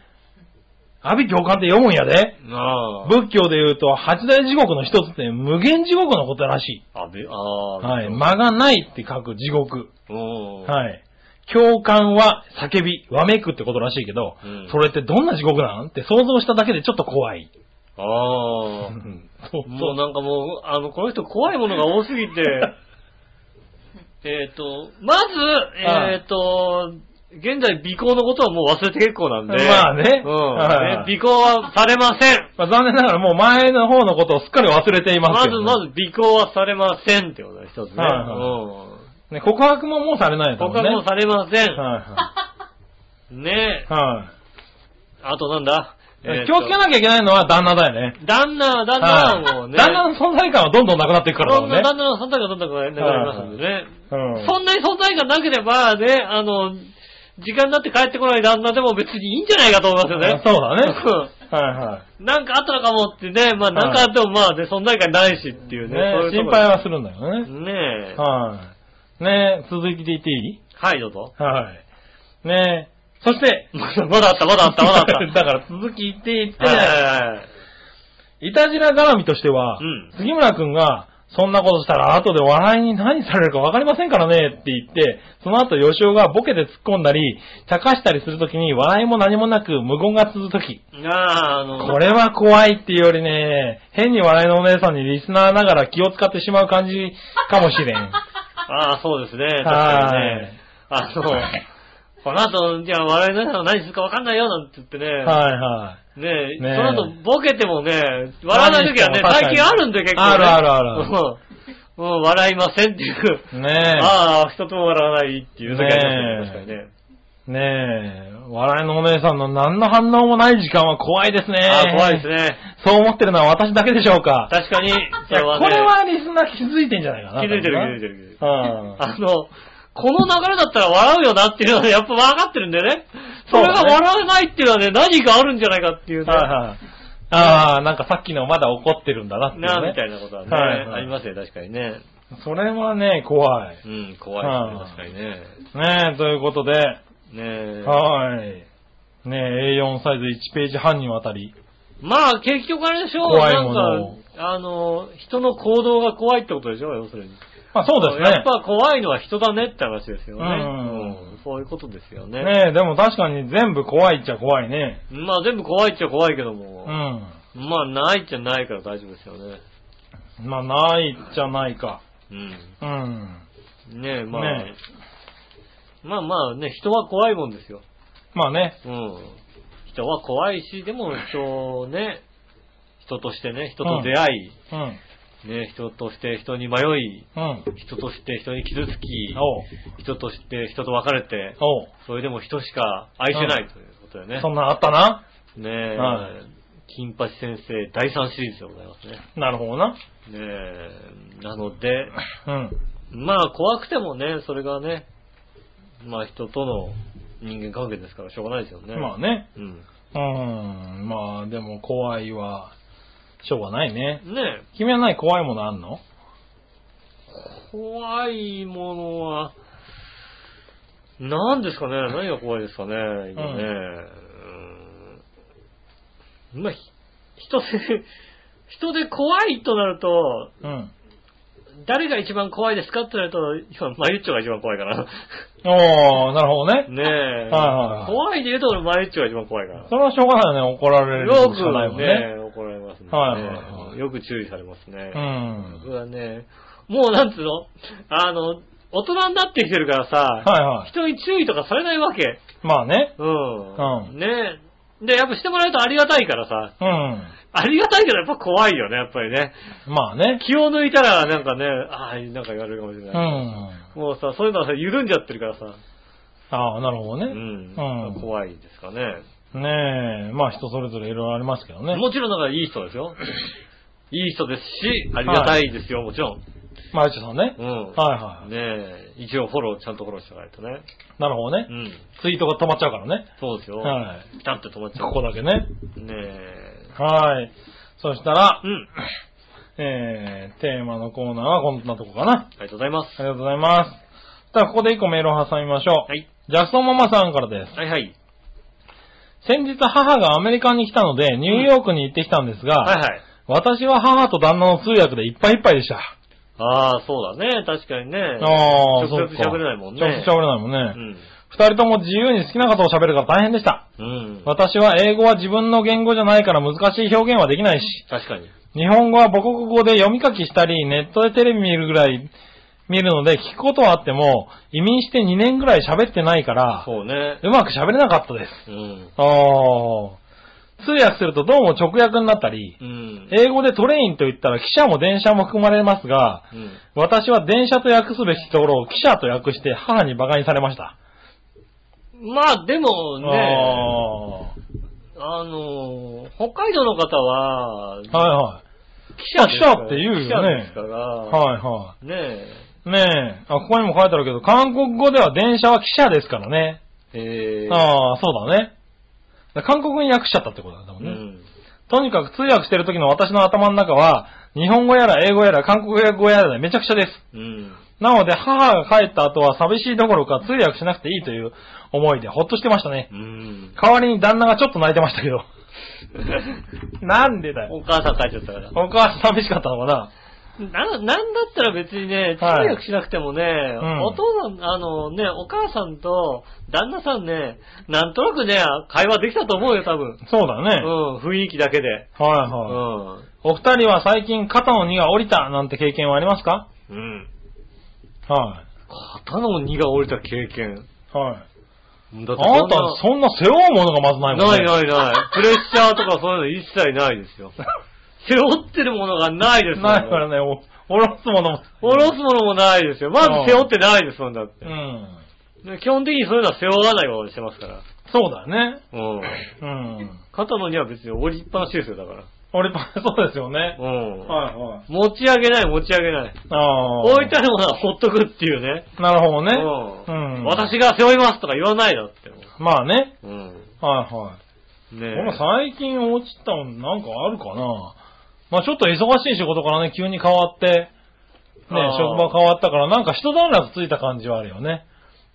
Speaker 3: 阿鼻教官って読むんやで。
Speaker 2: あ
Speaker 3: 仏教で言うと、八大地獄の一つって無限地獄のことらし
Speaker 2: あ。あべ、あ
Speaker 3: い。
Speaker 2: あ。
Speaker 3: はい。
Speaker 2: ま、
Speaker 3: 間がないって書く地獄。
Speaker 2: うん。い。
Speaker 3: はい。共感は叫び、わめくってことらしいけど、
Speaker 2: うん
Speaker 3: それってどんな地獄なんって想像しただけでちょっと怖い。
Speaker 2: ああ。
Speaker 3: そう
Speaker 2: もうなんかもう、あの、この人怖いものが多すぎ て、えっと、まず、
Speaker 3: はい
Speaker 2: えっと、現在、尾行のことはもう忘れて結構なんで。
Speaker 3: まあね
Speaker 2: う
Speaker 3: は
Speaker 2: ん。
Speaker 3: い
Speaker 2: ね尾行はされません。
Speaker 3: まあ残念ながらもう前の方のことをすっかり忘れていま
Speaker 2: ますず
Speaker 3: けどね、
Speaker 2: まず、尾行はされませんってことが一つね。
Speaker 3: はいね、告白ももうされない
Speaker 2: うん。
Speaker 3: ですもん
Speaker 2: 他
Speaker 3: ね。
Speaker 2: もされません。
Speaker 3: は
Speaker 2: ねえ
Speaker 3: い。はい。
Speaker 2: あとなんだ
Speaker 3: はい。気をつけ
Speaker 2: い。
Speaker 3: なきゃいけないのは旦那だよね。
Speaker 2: 旦那、旦那はもう
Speaker 3: はい
Speaker 2: ね。
Speaker 3: 旦那の存在感はどんどんなくなっていくからだ
Speaker 2: そ
Speaker 3: も
Speaker 2: ん
Speaker 3: ん
Speaker 2: な
Speaker 3: ね。
Speaker 2: 旦那の存在感どんどんなくなりますんでね。
Speaker 3: うん
Speaker 2: そんなに存在感なければ、ね、あの、時間になって帰ってこない旦那でも別にいいんじゃないかと思いますよね。
Speaker 3: そうだね。
Speaker 2: うん
Speaker 3: はいは
Speaker 2: なんかあったのかもってね、まあなんかあってもまあね、存在感ないしっていう
Speaker 3: い。
Speaker 2: ね。そうい
Speaker 3: ね
Speaker 2: うとこ
Speaker 3: 心配はするんだよね。
Speaker 2: ねえ。
Speaker 3: はい。ね続いて言っていい
Speaker 2: はい、どうぞ。
Speaker 3: はい。ねそして、
Speaker 2: まだまだあった、まだあった、まだ あった。
Speaker 3: だから続き言って言って、
Speaker 2: はいはいはい。
Speaker 3: いたじら絡みとしては、
Speaker 2: うん
Speaker 3: 杉村くんが、そんなことしたら後で笑いに何されるか分かりませんからねって言って、その後吉尾がボケで突っ込んだり、茶化したりするときに笑いも何もなく無言が続くとき、
Speaker 2: ああ、あの、
Speaker 3: これは怖いっていうよりね、変に笑いのお姉さんにリスナーながら気を使ってしまう感じかもしれん。
Speaker 2: ああ、そうですね。 確かに
Speaker 3: は
Speaker 2: ね。あの、この後、じゃあ笑いの人は何するか分かんないよなんて言ってね。
Speaker 3: い。はいはい。
Speaker 2: ねえ、
Speaker 3: ねえ
Speaker 2: その後ボケてもね、笑わない時はね、
Speaker 3: 確か
Speaker 2: 最
Speaker 3: に
Speaker 2: 近あるんで結構、ね。
Speaker 3: あるあるある
Speaker 2: うん。もう笑いませんっていう。
Speaker 3: ね
Speaker 2: ああ、人とも笑わないっていう時ありますよね、確かにね。
Speaker 3: え。ねえ。笑いのお姉さんの何の反応もない時間は怖いですね。
Speaker 2: ああ、怖いです。ね。
Speaker 3: そう思ってるのは私だけでしょうか。
Speaker 2: 確かに、そ
Speaker 3: いや
Speaker 2: れはね、
Speaker 3: これはリスナー気づいてんじゃないかな。
Speaker 2: 気づいてる
Speaker 3: 多
Speaker 2: 気づいてる
Speaker 3: 分な
Speaker 2: 気づいてる。
Speaker 3: うん。
Speaker 2: あの、この流れだったら笑うよなっていうのはやっぱ分かってるんだよね。それが
Speaker 3: そうだね
Speaker 2: 笑わないっていうのはね、何かあるんじゃないかっていうね。
Speaker 3: はいはい。ああ、なんかさっきのまだ怒ってるんだなっていう、ね。
Speaker 2: なみたいなことはね、
Speaker 3: はいは
Speaker 2: あ
Speaker 3: い
Speaker 2: りますよ、確かにね。
Speaker 3: それはね、怖い。
Speaker 2: うん、怖いですね、確かにね。
Speaker 3: ねえ、ということで、
Speaker 2: ねえ。
Speaker 3: はい。ねえ、A4 サイズ1ページ半にわたり。
Speaker 2: まあ、結局あれでしょ
Speaker 3: 怖いもの
Speaker 2: なんか、あの、人の行動が怖いってことでしょ要するに。
Speaker 3: まあそうですね。
Speaker 2: やっぱ怖いのは人だねって話ですよね。
Speaker 3: うん
Speaker 2: うそういうことですよね。
Speaker 3: ねえ、でも確かに全部怖いっちゃ怖いね。
Speaker 2: まあ、全部怖いっちゃ怖いけど
Speaker 3: う
Speaker 2: も、
Speaker 3: ん。
Speaker 2: まあ、ないっちゃないから大丈夫ですよね。
Speaker 3: まあないっちゃないか。
Speaker 2: うん。
Speaker 3: うん。
Speaker 2: ねえ、まあ、
Speaker 3: ね
Speaker 2: まあまあね、人は怖いもんですよ。
Speaker 3: まあね。
Speaker 2: うん。人は怖いし、でも人をね、人としてね、人と出会い、
Speaker 3: うん。
Speaker 2: ね、人として人に迷い、
Speaker 3: うん。
Speaker 2: 人として人に傷つき、
Speaker 3: おう。
Speaker 2: 人として人と別れて、
Speaker 3: おう。
Speaker 2: それでも人しか愛せないということだよね。
Speaker 3: そんなんあったな。
Speaker 2: ねえ、
Speaker 3: はい
Speaker 2: 金八先生第3シリーズでございますね。
Speaker 3: なるほどな。
Speaker 2: ねえ、なので、
Speaker 3: うん。
Speaker 2: まあ怖くてもね、それがね、まあ人との人間関係ですからしょうがないですよね。
Speaker 3: まあね。
Speaker 2: うん。
Speaker 3: うん。まあでも怖いは、しょうがないね。
Speaker 2: ねえ、
Speaker 3: 君はない怖いものあんの
Speaker 2: 怖いものは、何ですかね何が怖いですかね今ね。うーんまあ、ひ人で、 人で怖いとなると、
Speaker 3: うん。
Speaker 2: 誰が一番怖いですかってなると、今、マユッチョが一番怖いか な。
Speaker 3: おー、なるほどね。
Speaker 2: ねえ。
Speaker 3: はいはい
Speaker 2: 怖いで言うと俺、マユッチョが一番怖いから。
Speaker 3: それはしょうがないよね。怒られる
Speaker 2: よ
Speaker 3: し
Speaker 2: く
Speaker 3: かないもんね。
Speaker 2: ね、怒られますね。
Speaker 3: はいはいはい
Speaker 2: よく注意されますね。
Speaker 3: うん。
Speaker 2: 僕はね、もうなんつうのあの、大人になってきてるからさ、
Speaker 3: はいはい。
Speaker 2: 人に注意とかされないわけ。
Speaker 3: まあね。
Speaker 2: うん。
Speaker 3: う
Speaker 2: ねえ。で、やっぱしてもらえるとありがたいからさ、
Speaker 3: うん。
Speaker 2: ありがたいけどやっぱ怖いよね、やっぱりね。
Speaker 3: まあね。
Speaker 2: 気を抜いたらなんかね、ああ、なんか言われるかもしれ
Speaker 3: う
Speaker 2: ない。
Speaker 3: ん。
Speaker 2: もうさ、そういうのはさ、緩んじゃってるからさ、
Speaker 3: ああ、なるほど
Speaker 2: う
Speaker 3: ね。
Speaker 2: ん。
Speaker 3: うん
Speaker 2: 怖いですかね。
Speaker 3: ねえ、まあ人それぞれいろいろありますけどね。
Speaker 2: もちろんだからいい人ですよ。いい人ですし、ありがたいですよ、もちろん。
Speaker 3: まあ一さんね
Speaker 2: う。ん。
Speaker 3: はいはい
Speaker 2: ねえ、一応フォロー、ちゃんとフォローしておかないとね。
Speaker 3: なるほどね
Speaker 2: う。ん。
Speaker 3: ツイートが止まっちゃうからね。
Speaker 2: そうですよ。
Speaker 3: はい。
Speaker 2: ピタッと止まっちゃう。
Speaker 3: ここだけね。
Speaker 2: ねえ。
Speaker 3: はい。そしたら
Speaker 2: う、ん。
Speaker 3: えー、テーマのコーナーはこんなとこかな。
Speaker 2: りがとうございます。
Speaker 3: ありがとうございます。さあ、ここで一個メールを挟みましょう。
Speaker 2: はい。
Speaker 3: ジャクソンママさんからです。
Speaker 2: はいはい。
Speaker 3: 先日母がアメリカに来たので、ニューヨークに行ってきたんですが、
Speaker 2: はいはい。
Speaker 3: 私は母と旦那の通訳でいっぱいいっぱいでした。
Speaker 2: ああ、そうだね。確かにね。
Speaker 3: あ
Speaker 2: 直
Speaker 3: あ、
Speaker 2: 接
Speaker 3: そっか
Speaker 2: 喋れないもんね
Speaker 3: 直接喋れないもん
Speaker 2: う
Speaker 3: ね。
Speaker 2: ん。
Speaker 3: 二、人とも自由に好きなことを喋るから大変でした。
Speaker 2: うん。
Speaker 3: 私は英語は自分の言語じゃないから難しい表現はできないし、
Speaker 2: 確かに。
Speaker 3: 日本語は母国語で読み書きしたり、ネットでテレビ見るぐらい見るので聞くことはあっても、移民して2年ぐらい喋ってないから、
Speaker 2: そうね。
Speaker 3: うまく喋れなかったです。
Speaker 2: うん。
Speaker 3: あー通訳するとどうも直訳になったり、
Speaker 2: うん。
Speaker 3: 英語でトレインと言ったら汽車も電車も含まれますが、
Speaker 2: うん。
Speaker 3: 私は電車と訳すべきところを汽車と訳して母に馬鹿にされました。
Speaker 2: まあ、でもね、
Speaker 3: あ
Speaker 2: あのー、北海道の方は、
Speaker 3: ーは
Speaker 2: 記者ですから
Speaker 3: 記者って言うよね
Speaker 2: 記者ですから、
Speaker 3: いはい。はいは
Speaker 2: ね
Speaker 3: い。ねえ、あ、ここにも書いてあるけど、韓国語では電車は汽車ですからね。
Speaker 2: え。えー、
Speaker 3: ああ、そうだね。韓国に訳しちゃったってことだも
Speaker 2: うん
Speaker 3: ね。
Speaker 2: ん。
Speaker 3: とにかく通訳してる時の私の頭の中は、日本語やら英語やら韓国語やらでめちゃくちゃです。
Speaker 2: うん。
Speaker 3: なので、母が帰った後は寂しいどころか通訳しなくていいという思いでほっとしてましたね。
Speaker 2: うん。
Speaker 3: 代わりに旦那がちょっと泣いてましたけど。 なんでだよ。
Speaker 2: お母さん帰っちゃったから。
Speaker 3: お母さん寂しかったのかな
Speaker 2: な、なんだったら別にね、通
Speaker 3: はい
Speaker 2: 訳しなくてもね、
Speaker 3: ん
Speaker 2: お父さん、あのね、お母さんと旦那さんね、なんとなくね、会話できたと思うよ、多分。
Speaker 3: そうだね。
Speaker 2: うん、雰囲気だけで。
Speaker 3: はいうはい。
Speaker 2: ん。
Speaker 3: お二人は最近肩の荷が下りたなんて経験はありますか
Speaker 2: うん。
Speaker 3: は
Speaker 2: 肩の荷が降りた経験。
Speaker 3: い。はい。
Speaker 2: だっ
Speaker 3: あ
Speaker 2: てそ
Speaker 3: なんた
Speaker 2: な、
Speaker 3: そんな背負うものがまずないもん
Speaker 2: な
Speaker 3: ね。
Speaker 2: いないない。プレッシャーとかそういうの一切ないです よ。背負ってるものがないですもん
Speaker 3: ないからね、おおろすものも。
Speaker 2: 下ろすものもないですよ。まず背負ってないですもんだって
Speaker 3: う。ん。
Speaker 2: で基本的にそういうのは背負わないことにしてますから。
Speaker 3: そうだね。
Speaker 2: うん。
Speaker 3: うん。
Speaker 2: 肩の荷は別に降りっぱなしですよ、だから。
Speaker 3: 俺、 そうですよね。
Speaker 2: うん。
Speaker 3: はいはい。
Speaker 2: 持ち上げない、持ち上げない。
Speaker 3: ああ。
Speaker 2: 置いてあるものはほっとくっていうね。
Speaker 3: なるほどね。
Speaker 2: うん。
Speaker 3: うん。
Speaker 2: 私が背負いますとか言わないだって。
Speaker 3: まあね。
Speaker 2: うん。
Speaker 3: はいはい。
Speaker 2: ねえ
Speaker 3: この最近落ちたのなんかあるかなまあちょっと忙しい仕事からね、急に変わって、ね、職
Speaker 2: あー
Speaker 3: 場変わったから、なんか一段落ついた感じはあるよね。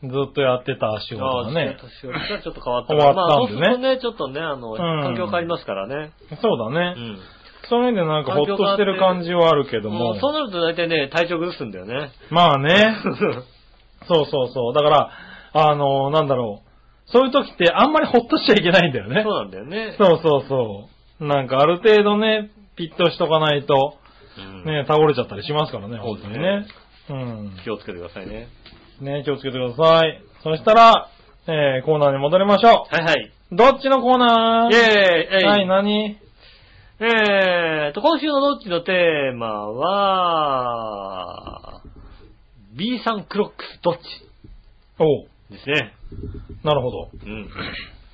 Speaker 3: ずっとやってた仕
Speaker 2: あ
Speaker 3: 事が
Speaker 2: あ、
Speaker 3: ね。
Speaker 2: 年寄りがちょっと変わった
Speaker 3: 変わったん
Speaker 2: まあ、そう
Speaker 3: でね
Speaker 2: するとね、ちょっとね、あの、環境変わりますからね。
Speaker 3: そうだ
Speaker 2: う
Speaker 3: ね。
Speaker 2: ん。
Speaker 3: そういう意味でなんかほっとしてる感じはあるけど
Speaker 2: も
Speaker 3: も
Speaker 2: う、。そうなると大体ね、体調崩すんだよね。
Speaker 3: まあ ね。そうそうそう。だから、あのなんだろう。そういう時ってあんまりほっとしちゃいけないんだよね
Speaker 2: そう。なんだよね。
Speaker 3: そうそうそう。なんかある程度ね、ピッとしとかないと、
Speaker 2: うん
Speaker 3: ね、倒れちゃったりしますからね、
Speaker 2: そう
Speaker 3: 本
Speaker 2: で
Speaker 3: 当
Speaker 2: す
Speaker 3: に
Speaker 2: ね
Speaker 3: ね。うん。
Speaker 2: 気をつけてくださいね。
Speaker 3: ね、気をつけてください。そしたら、えー、コーナーに戻りましょ
Speaker 2: はいはい。
Speaker 3: う。どっちのコーナ
Speaker 2: イェ
Speaker 3: ー
Speaker 2: ーイえい
Speaker 3: はい、何
Speaker 2: えーと、今週のどっちのテーマは、B3 クロックスどっち
Speaker 3: おう
Speaker 2: ですね。
Speaker 3: なるほど。
Speaker 2: うん。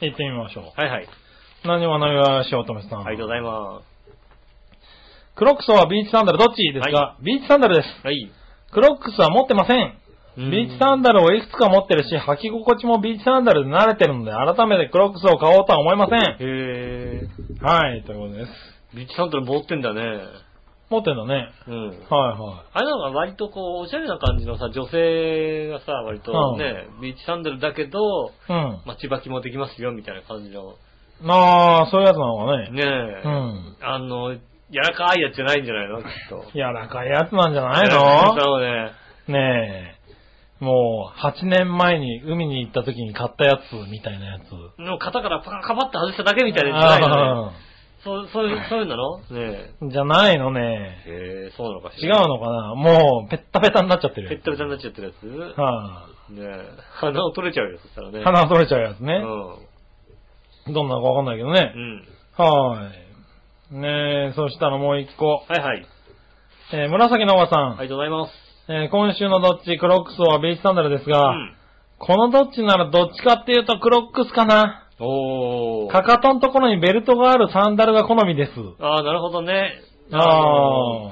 Speaker 3: 行ってみましょ
Speaker 2: はいはい。
Speaker 3: う。何は何はしおとめさん。
Speaker 2: ありがとうございま
Speaker 3: クロックスはビーチサンダルどっちですが、
Speaker 2: は
Speaker 3: ビーチサンダルです。
Speaker 2: す。はい。
Speaker 3: クロックスは持ってません。ビーチサン
Speaker 2: ん
Speaker 3: ダルをいくつか持ってるし、履き心地もビーチサンダルで慣れてるので、改めてクロックスを買おうとは思いません。
Speaker 2: へ
Speaker 3: はい、ということです。
Speaker 2: ー。ビーチサンダル持ってんだね。
Speaker 3: 持ってんだね。
Speaker 2: うん。
Speaker 3: はいはい。
Speaker 2: あれなんか割とこう、おしゃれな感じのさ、女性がさ、割とね、ビーチサンダルだけど、
Speaker 3: うん。
Speaker 2: まあ、ちばきもできますよ、みたいな感じの。
Speaker 3: ああ、そういうやつなのかね。
Speaker 2: ねえ。
Speaker 3: うん。
Speaker 2: あの、柔らかいやつじゃないんじゃないのきっと。
Speaker 3: 柔らかいやつなんじゃない
Speaker 2: な
Speaker 3: の
Speaker 2: のね。
Speaker 3: ねえ。もう、8年前に海に行った時に買ったやつみたいなやつ。
Speaker 2: の型からパカカパって外しただけみたいなやつじゃないのね。
Speaker 3: あ
Speaker 2: そう、そういう、そういうのなのね
Speaker 3: ーじゃないのね。
Speaker 2: え。へえ、そうなのかし
Speaker 3: 違う
Speaker 2: ら。
Speaker 3: のかなもう、ペッタペタになっちゃっ
Speaker 2: ペ
Speaker 3: てる
Speaker 2: ッタペタになっちゃってるやつ
Speaker 3: やつ。は
Speaker 2: ねえ。鼻を取れちゃうよ、そしたらね。
Speaker 3: い。鼻を取れちゃうやつ
Speaker 2: う
Speaker 3: ね。
Speaker 2: ん。
Speaker 3: どんなのかわかんないけどね
Speaker 2: う。ん。
Speaker 3: はーい。ねえ、そしたらもう一個。
Speaker 2: はいはい。
Speaker 3: えー紫のおばさん。
Speaker 2: ありがとうございます。
Speaker 3: えー今週のどっち、クロックスはビーチサンダルです
Speaker 2: う
Speaker 3: が、
Speaker 2: ん。
Speaker 3: このどっちならどっちかっていうとクロックスかな。
Speaker 2: おー。
Speaker 3: かかとのところにベルトがあるサンダルが好みです。
Speaker 2: ああ、なるほどね。
Speaker 3: ああ
Speaker 2: の。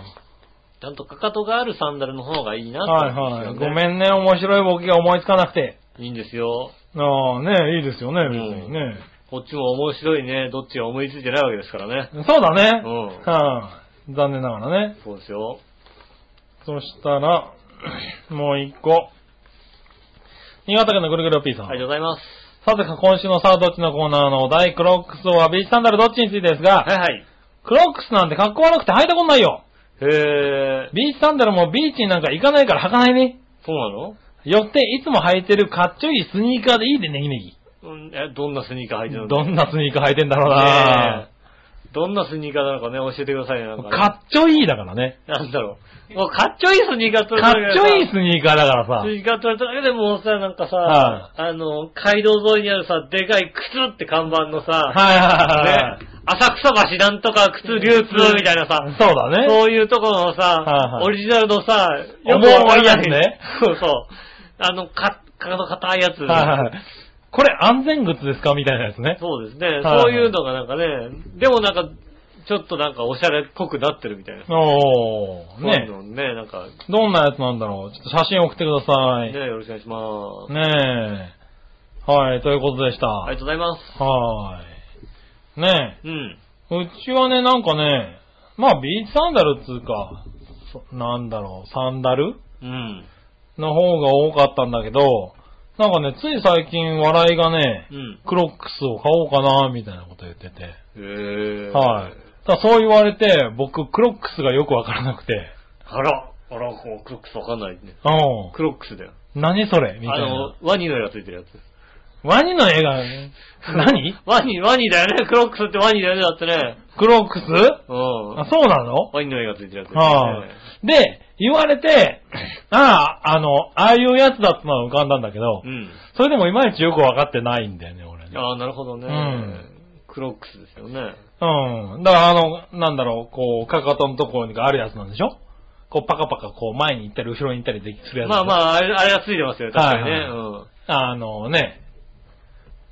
Speaker 2: ちゃんとかかとがあるサンダルの方がいいなって
Speaker 3: はい
Speaker 2: 思
Speaker 3: は
Speaker 2: うん
Speaker 3: い。
Speaker 2: ですよ
Speaker 3: ご
Speaker 2: ね
Speaker 3: めんね、面白いボケが思いつかなくて。
Speaker 2: いいんですよ。
Speaker 3: ああ、ねいいですよね、
Speaker 2: ん
Speaker 3: 別にね。
Speaker 2: こっちも面白いね。どっちが思いついてないわけですからね。
Speaker 3: そうだね。
Speaker 2: うん
Speaker 3: は残念ながらね。
Speaker 2: そうですよ。
Speaker 3: そしたら、もう一個。新潟県のぐるぐるおっぴーさん。
Speaker 2: ありがとうございます。
Speaker 3: さて、今週のさあどっちのコーナーのお題、クロックスはビーチサンダルどっちについてですが、
Speaker 2: はいはい。
Speaker 3: クロックスなんて格好悪くて履いたことないよ。
Speaker 2: へえ。
Speaker 3: ビーチサンダルもビーチになんか行かないから履かないね。
Speaker 2: そうなの
Speaker 3: よって、いつも履いてるかっちょいいスニーカーでいいでネギネギ。
Speaker 2: うん、え、どんなスニーカー履いてるの
Speaker 3: どんなスニーカー履いてんだろうな
Speaker 2: ねえどんなスニーカーなのかね、教えてくださいね。なんかね
Speaker 3: かっちょいいだからね。
Speaker 2: なんだろう。もう、かっちょいいスニーカー
Speaker 3: か
Speaker 2: 取れただ
Speaker 3: っ
Speaker 2: けで
Speaker 3: ち
Speaker 2: さ
Speaker 3: ょいいスニーカーだからさ
Speaker 2: ス。ニーカー取れただけでもうさ、なんかさ、
Speaker 3: は
Speaker 2: あの、街道沿いにあるさ、でかい靴って看板のさ、
Speaker 3: はいはいはいは
Speaker 2: ね、浅草橋なんとか靴流通みたいなさ
Speaker 3: い。、そうだね。
Speaker 2: そういうところのさ、
Speaker 3: はいはい
Speaker 2: オリジナルのさ、
Speaker 3: 重いやつね。
Speaker 2: そうそう。あの、か、かの硬いやつ。
Speaker 3: はいはいはい。これ安全靴ですかみたいなやつね。
Speaker 2: そうですね、
Speaker 3: はい
Speaker 2: そういうのがなんかね、でもなんか、ちょっとなんかおしゃれっぽくなってるみたいな。
Speaker 3: おー、
Speaker 2: そうい
Speaker 3: ね
Speaker 2: うのね、なんか、
Speaker 3: どんなやつなんだろうちょっと写真送ってくださ
Speaker 2: ね、
Speaker 3: い。
Speaker 2: よろしくお願いします。
Speaker 3: ねえ。はい、ということでした。
Speaker 2: あ
Speaker 3: は
Speaker 2: りがとうございます。
Speaker 3: い。ね
Speaker 2: うん。
Speaker 3: え。うちはね、なんかね、まあビーチサンダルっつうか、そなんだろう、サンダル
Speaker 2: うん。
Speaker 3: の方が多かったんだけど、なんかね、つい最近笑いがね、
Speaker 2: うん。
Speaker 3: クロックスを買おうかな、みたいなこと言ってて。
Speaker 2: へえ。
Speaker 3: はい。。ただそう言われて、僕、クロックスがよくわからなくて。
Speaker 2: あら、あら、こうクロックスわかんないね。
Speaker 3: う
Speaker 2: クロックスだよ。
Speaker 3: ん。何それみた
Speaker 2: あ
Speaker 3: い
Speaker 2: の
Speaker 3: な。、
Speaker 2: ワニの絵がついてるやつ。
Speaker 3: ワニの絵 が、何
Speaker 2: ワニ、ワニだよね。クロックスってワニだよね。だってね。
Speaker 3: クロックス
Speaker 2: う
Speaker 3: あ
Speaker 2: ん。
Speaker 3: そうなの
Speaker 2: ワニの絵がついてるやつ。
Speaker 3: はあ
Speaker 2: ね。
Speaker 3: で、言わ れて、ああ、あの、ああいうやつだったのは浮かんだんだけど
Speaker 2: う、ん。
Speaker 3: それでもいまいちよくわかってないんだよね、俺ね。
Speaker 2: ああ、なるほどね。
Speaker 3: うん
Speaker 2: クロックスですよね。
Speaker 3: うん。だからあの、なんだろう、こう、かかとのところにあるやつなんでしょこう、パカパカ、こう、前に行ったり、後ろに行ったりできするやつ。
Speaker 2: まあま
Speaker 3: あ。
Speaker 2: あ、あれ、あれがついてますよね。確かにね。
Speaker 3: はいあのね、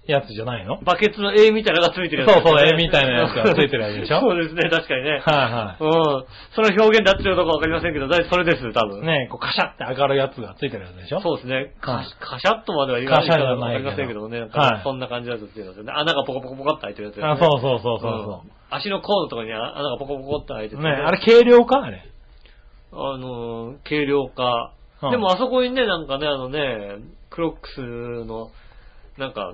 Speaker 3: やつじゃないのは
Speaker 2: うん。バケツの絵みたいなのがついてるやつ、
Speaker 3: そうそう絵みたいなやつがついてるやつでしょ
Speaker 2: そうですね、確かにね。
Speaker 3: いは
Speaker 2: うん。その表現だってるのかわかりませんけど、だいそれです、多分。
Speaker 3: い。ねこう、カシャって上がるやつがついてるやつでしょ
Speaker 2: そうですね。
Speaker 3: は
Speaker 2: カ
Speaker 3: い
Speaker 2: カシャッとまでは言わないか
Speaker 3: カシャじ
Speaker 2: ら
Speaker 3: ゃ
Speaker 2: わ
Speaker 3: な
Speaker 2: か
Speaker 3: い
Speaker 2: り
Speaker 3: けど
Speaker 2: ませんけどね。なん
Speaker 3: はい
Speaker 2: かそんな感じのやつっていうのですよね。穴がポコポコポコって開いてるやつですね
Speaker 3: あそうそうそうそうそ
Speaker 2: うん足の甲のところにあ穴がポコポコって開いて
Speaker 3: う。
Speaker 2: て。
Speaker 3: ねあれ軽量かあれ。
Speaker 2: あのー、軽量化。
Speaker 3: うん
Speaker 2: でもあそこにね、なんかね、あのね、クロックスの、なんか、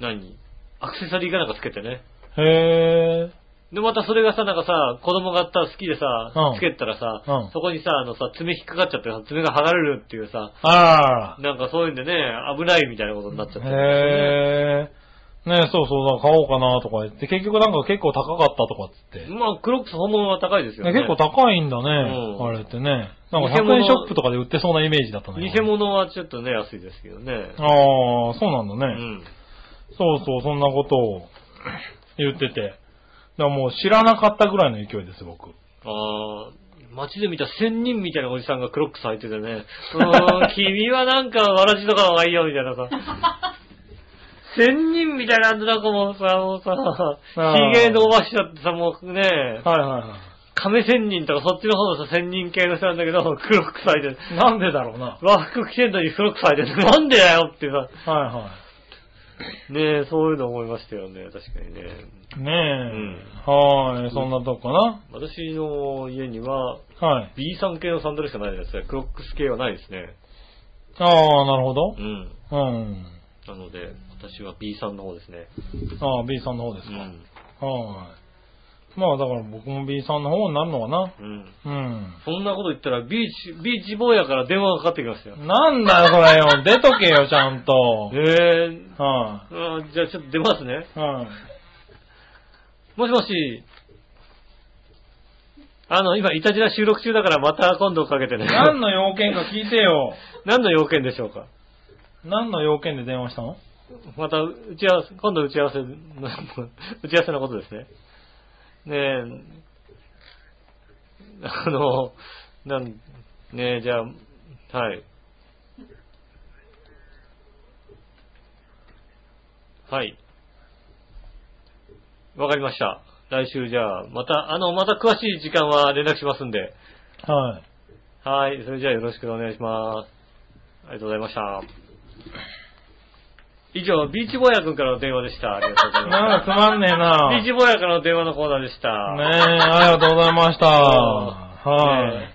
Speaker 2: 何アクセサリーかなんかつけてね。
Speaker 3: へ
Speaker 2: で、またそれがさ、なんかさ、子供がさ、好きでさ、
Speaker 3: うん
Speaker 2: つけたらさ、
Speaker 3: うん
Speaker 2: そこにさ、あのさ、爪引っかかっちゃってさ、爪が剥がれるっていうさ、
Speaker 3: ー。あら
Speaker 2: なんかそういうんでね、危ないみたいなことになっちゃってるんですよね
Speaker 3: へー。ねそうそう、だから買おうかなとか言って、結局なんか結構高かったとかっつって。
Speaker 2: まあ、クロックス本物は高いですよね。
Speaker 3: ね結構高いんだね、
Speaker 2: うん
Speaker 3: あれってね。なんか
Speaker 2: 偽
Speaker 3: 100
Speaker 2: 物
Speaker 3: 円ショップとかで売ってそうなイメージだったのよ。
Speaker 2: 偽物はちょっとね、安いですけどね。
Speaker 3: ああ、そうなんだ
Speaker 2: う
Speaker 3: ね、
Speaker 2: ん。
Speaker 3: そうそう、そんなことを言ってて。だからもう知らなかったぐらいの勢いです、僕。
Speaker 2: あー、街で見た仙人みたいなおじさんがクロックス履い ててね、うーん、君はなんかわらじとかの方がいいよ、みたいなさ。 仙人みたいなあんたなんかもうさ、もうさ、
Speaker 3: あー
Speaker 2: 髭伸ばしちゃってさ、もうね、
Speaker 3: はいはいは
Speaker 2: 亀仙人とかそっちの方のさ、仙人系の人なんだけど、 クロックス履いてる。
Speaker 3: い。なんでだろうな。
Speaker 2: 和服着てんのにクロックス履いてる。 なんでだよってさ、
Speaker 3: はいは
Speaker 2: ねえ、そういうの思いましたよね、確かにね。
Speaker 3: い。ねえ。
Speaker 2: ん
Speaker 3: はーい、そんなとこかな。
Speaker 2: 私の家には、
Speaker 3: はい。
Speaker 2: B さん系のサンダルしかないですね。クロックス系はないですね。
Speaker 3: ああ、なるほど
Speaker 2: う。ん。
Speaker 3: うん。
Speaker 2: なので、私は B さんの方ですね。
Speaker 3: ああ、B さんの方です
Speaker 2: う
Speaker 3: か。
Speaker 2: ん。
Speaker 3: はーい。まあだから僕も B さんの方になるのかな。
Speaker 2: うん。
Speaker 3: うん。
Speaker 2: そんなこと言ったら、ビーチ、ビーチ坊やから電話がかかってきましたよ。
Speaker 3: なんだよ、それよ。出とけよ、ちゃんと。
Speaker 2: えー、
Speaker 3: は
Speaker 2: あーじゃあちょっと出ますね。
Speaker 3: い。はい。
Speaker 2: もしもし。あの、今、いたじら収録中だからまた今度かけてね。
Speaker 3: 何の要件か聞いてよ。
Speaker 2: 何の要件でしょうか
Speaker 3: 何の要件で電話したの
Speaker 2: また、打ち合わせ、今度打ち合わせの、 打ち合わせのことですね。ねえ、あの、なん、ねえ、じゃあ、はい。はい。わかりました。来週じゃあ、また、あの、また詳しい時間は連絡しますんで。
Speaker 3: はい。
Speaker 2: はい。それじゃあよろしくお願いします。ありがとうございました。以上、ビーチボヤ君からの電話でした。ありがとうござい
Speaker 3: なんか
Speaker 2: ま
Speaker 3: つ
Speaker 2: す。
Speaker 3: まんねえな
Speaker 2: ビー
Speaker 3: ね
Speaker 2: チボヤからの電話のコーナーでした。
Speaker 3: え、ありがとうございました。は
Speaker 2: ね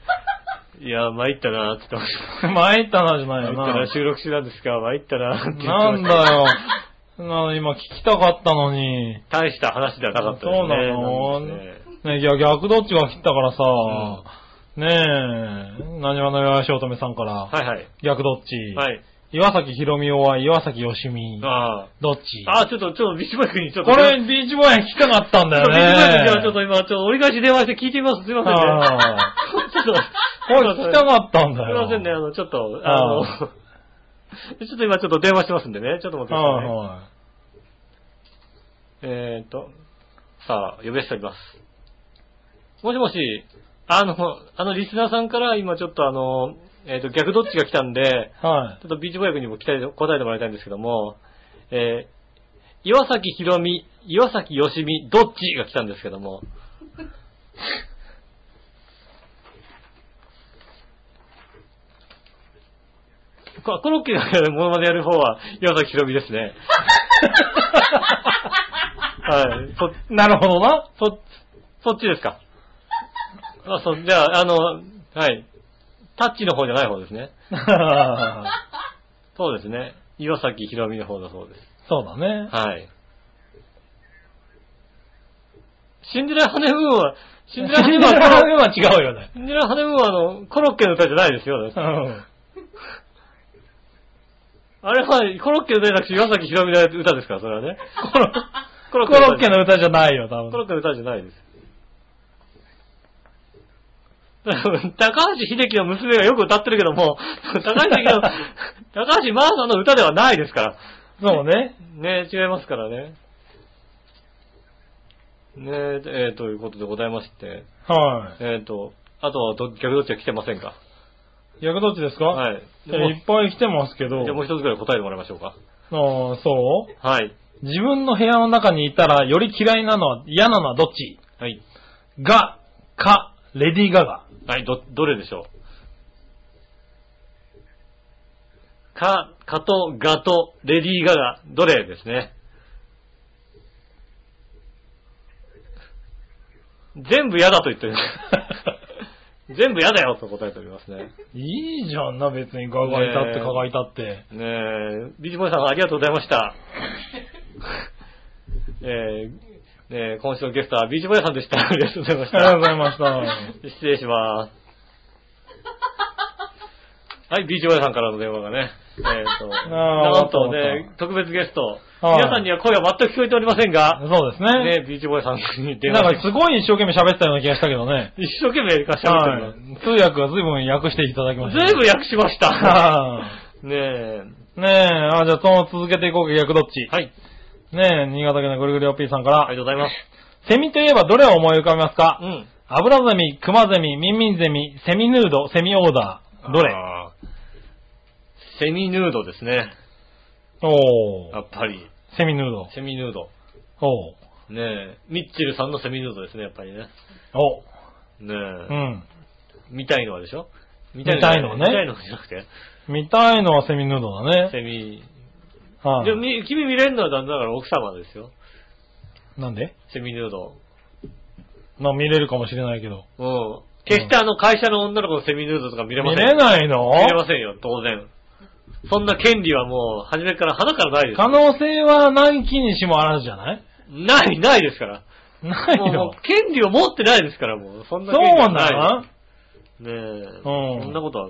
Speaker 2: えいや、参ったなーって言ってまし
Speaker 3: い。参ったな、じゃ
Speaker 2: た。
Speaker 3: な
Speaker 2: 参
Speaker 3: い
Speaker 2: っ
Speaker 3: よ
Speaker 2: た
Speaker 3: な
Speaker 2: な、。収録中なんですか参ったなーって言って
Speaker 3: な
Speaker 2: まし
Speaker 3: ん
Speaker 2: た
Speaker 3: だよ。な今聞きたかったのに。
Speaker 2: 大した話ではなかったですね。
Speaker 3: そうなの
Speaker 2: なんか
Speaker 3: ね
Speaker 2: ね
Speaker 3: いや、逆どっちが切ったからさ、ねえ、何わのよしおとめさんから、
Speaker 2: はいはい。
Speaker 3: 逆どっち、
Speaker 2: はい。
Speaker 3: 岩崎ひろみおは岩崎よしみ、
Speaker 2: あ
Speaker 3: どっち
Speaker 2: あ。ああ、ちょっと、ちょっと、ビーチボヤ君にちょっと。
Speaker 3: これ、ビーチボーイ聞きたかったんだよ
Speaker 2: ビーチボヤ君じゃあちょっ
Speaker 3: ね。
Speaker 2: と今、ちょっと折り返し電話して聞いてみます。すいませんね。
Speaker 3: ああ
Speaker 2: ちょっと、
Speaker 3: これ聞きたかったん
Speaker 2: す
Speaker 3: だ
Speaker 2: い
Speaker 3: よ。
Speaker 2: ませんね、あの、ちょっと、あの、
Speaker 3: あ
Speaker 2: ちょっと今ちょっと電話してますんでね、ちょっと待ってくだ
Speaker 3: は
Speaker 2: さ
Speaker 3: い
Speaker 2: いね。
Speaker 3: は
Speaker 2: えーっと、さあ、呼び出しております。もしもし、あの、あの、リスナーさんから今ちょっとあの、えーっと、逆どっちが来たんで、
Speaker 3: い。はい。
Speaker 2: ちょっとビーチボヤ君にも期待答えてもらいたいんですけども、えー岩崎ひろみ、岩崎よしみ、どっちが来たんですけども。こコロッケがやるモノマネやる方は岩崎ひろみですね。はい。そ、
Speaker 3: なるほどな。
Speaker 2: そ、そっちですか。あ、そ、じゃあ、あの、はい。タッチの方じゃない方ですね。そうですね。岩崎ひろみの方だそうです。
Speaker 3: そうだね。
Speaker 2: はい。シンデレラハネムーンは、シンデレラハネムーンは、
Speaker 3: は違うよね。
Speaker 2: シンデレラハネムーンはあの、コロッケの歌じゃないですよ。
Speaker 3: うん
Speaker 2: あれは、コロッケの歌じゃなくて岩崎ひろみの歌ですから、それはね。
Speaker 3: コロ
Speaker 2: コ
Speaker 3: コロッケ
Speaker 2: の
Speaker 3: の歌じゃないよ、多
Speaker 2: 歌。コロ
Speaker 3: 分。
Speaker 2: ッケの歌じゃないです。高橋秀樹の娘がよく歌ってるけども、高橋秀樹の、高橋真央さんの歌ではないですから。
Speaker 3: そうね。
Speaker 2: ね違いますからね。ねえ、えーということでございまして、
Speaker 3: はい。
Speaker 2: えーと、あとはど逆どっちは来てませんか
Speaker 3: 逆どっちですか。
Speaker 2: はいい。
Speaker 3: や
Speaker 2: でもう
Speaker 3: いっぱい来てますけど。
Speaker 2: じゃあもう一つぐらい答えてもらいましょうか。
Speaker 3: ああ、そ
Speaker 2: はい。
Speaker 3: う自分の部屋の中にいたら、より嫌いなのは、嫌なのはどっち
Speaker 2: はい。
Speaker 3: が、か、レディーガガ。
Speaker 2: はい、ど、どれでしょうか、かと、がと、レディーガガ、どれですね。全部嫌だと言ってる。 全部嫌だよと答えておりますね。
Speaker 3: いいじゃんな、別にガガいたって、
Speaker 2: ねえ
Speaker 3: ガガいたって。
Speaker 2: ねえ、ビーチボーイさんありがとうございま した。えー、ねえ、今週のゲストはビーチボーイさんでした。 ありがとうございました。。
Speaker 3: ありがとうございました
Speaker 2: 失礼し ます。はい、ビーチボーイさんからの電話がね。えっ、と、 な
Speaker 3: あー
Speaker 2: んと
Speaker 3: わかったわか
Speaker 2: ね、特別ゲスト、
Speaker 3: はい
Speaker 2: 皆さんには声は全く聞こえておりませんが、
Speaker 3: そうですね。
Speaker 2: ね、ビーチボーイさんに電
Speaker 3: な
Speaker 2: 話
Speaker 3: んか、すごい一生懸命喋ってたような気がしたけどね。
Speaker 2: 一生懸命喋ってる
Speaker 3: は
Speaker 2: の
Speaker 3: い。通訳は随分訳していただきましたね。
Speaker 2: ずいぶん訳しました。
Speaker 3: は
Speaker 2: ねえ、
Speaker 3: いねえ、あ、じゃあその続けていこうか、逆どっち。
Speaker 2: はい、
Speaker 3: ねえ、新潟県のぐるぐるおっぴーさんか
Speaker 2: あ
Speaker 3: ら
Speaker 2: り、がとうございます。
Speaker 3: セミといえばどれを思い浮かべますか
Speaker 2: うん。
Speaker 3: アブラゼミ、クマゼミ、ミンミンゼミ、セミヌード、セミオーダー。どれ
Speaker 2: あーセミヌードですね。
Speaker 3: お
Speaker 2: や
Speaker 3: ー。
Speaker 2: っぱり。
Speaker 3: セミヌード。
Speaker 2: セミヌード。
Speaker 3: おー。
Speaker 2: ねえ。ミッチェルさんのセミヌードですね、やっぱりね。
Speaker 3: お
Speaker 2: ねえ。
Speaker 3: うん。
Speaker 2: 見たいのはでしょ見
Speaker 3: 見た
Speaker 2: 見た
Speaker 3: い
Speaker 2: い
Speaker 3: の
Speaker 2: のはじゃなくて。
Speaker 3: 見たいのはセミヌードだね。
Speaker 2: セミ。
Speaker 3: は
Speaker 2: でも
Speaker 3: い。
Speaker 2: み君見れるのはだんだから奥様ですよ。
Speaker 3: なんで
Speaker 2: セミヌード。
Speaker 3: まあ見れるかもしれないけど。
Speaker 2: うん。決してあの会社の女の子のセミヌードとか見れませ
Speaker 3: 見
Speaker 2: ん
Speaker 3: れ
Speaker 2: い
Speaker 3: ないの
Speaker 2: 見れませんよ、当然。そんな権利はもう、初めから、花からないです
Speaker 3: 可。能性は何期にしもあらずじゃない
Speaker 2: ない、ないですから。
Speaker 3: ない
Speaker 2: も
Speaker 3: の
Speaker 2: う、権利を持ってないですから、もう。そん
Speaker 3: そ
Speaker 2: な
Speaker 3: う
Speaker 2: 権利はない
Speaker 3: な
Speaker 2: ねえ、
Speaker 3: うん
Speaker 2: そんなことは、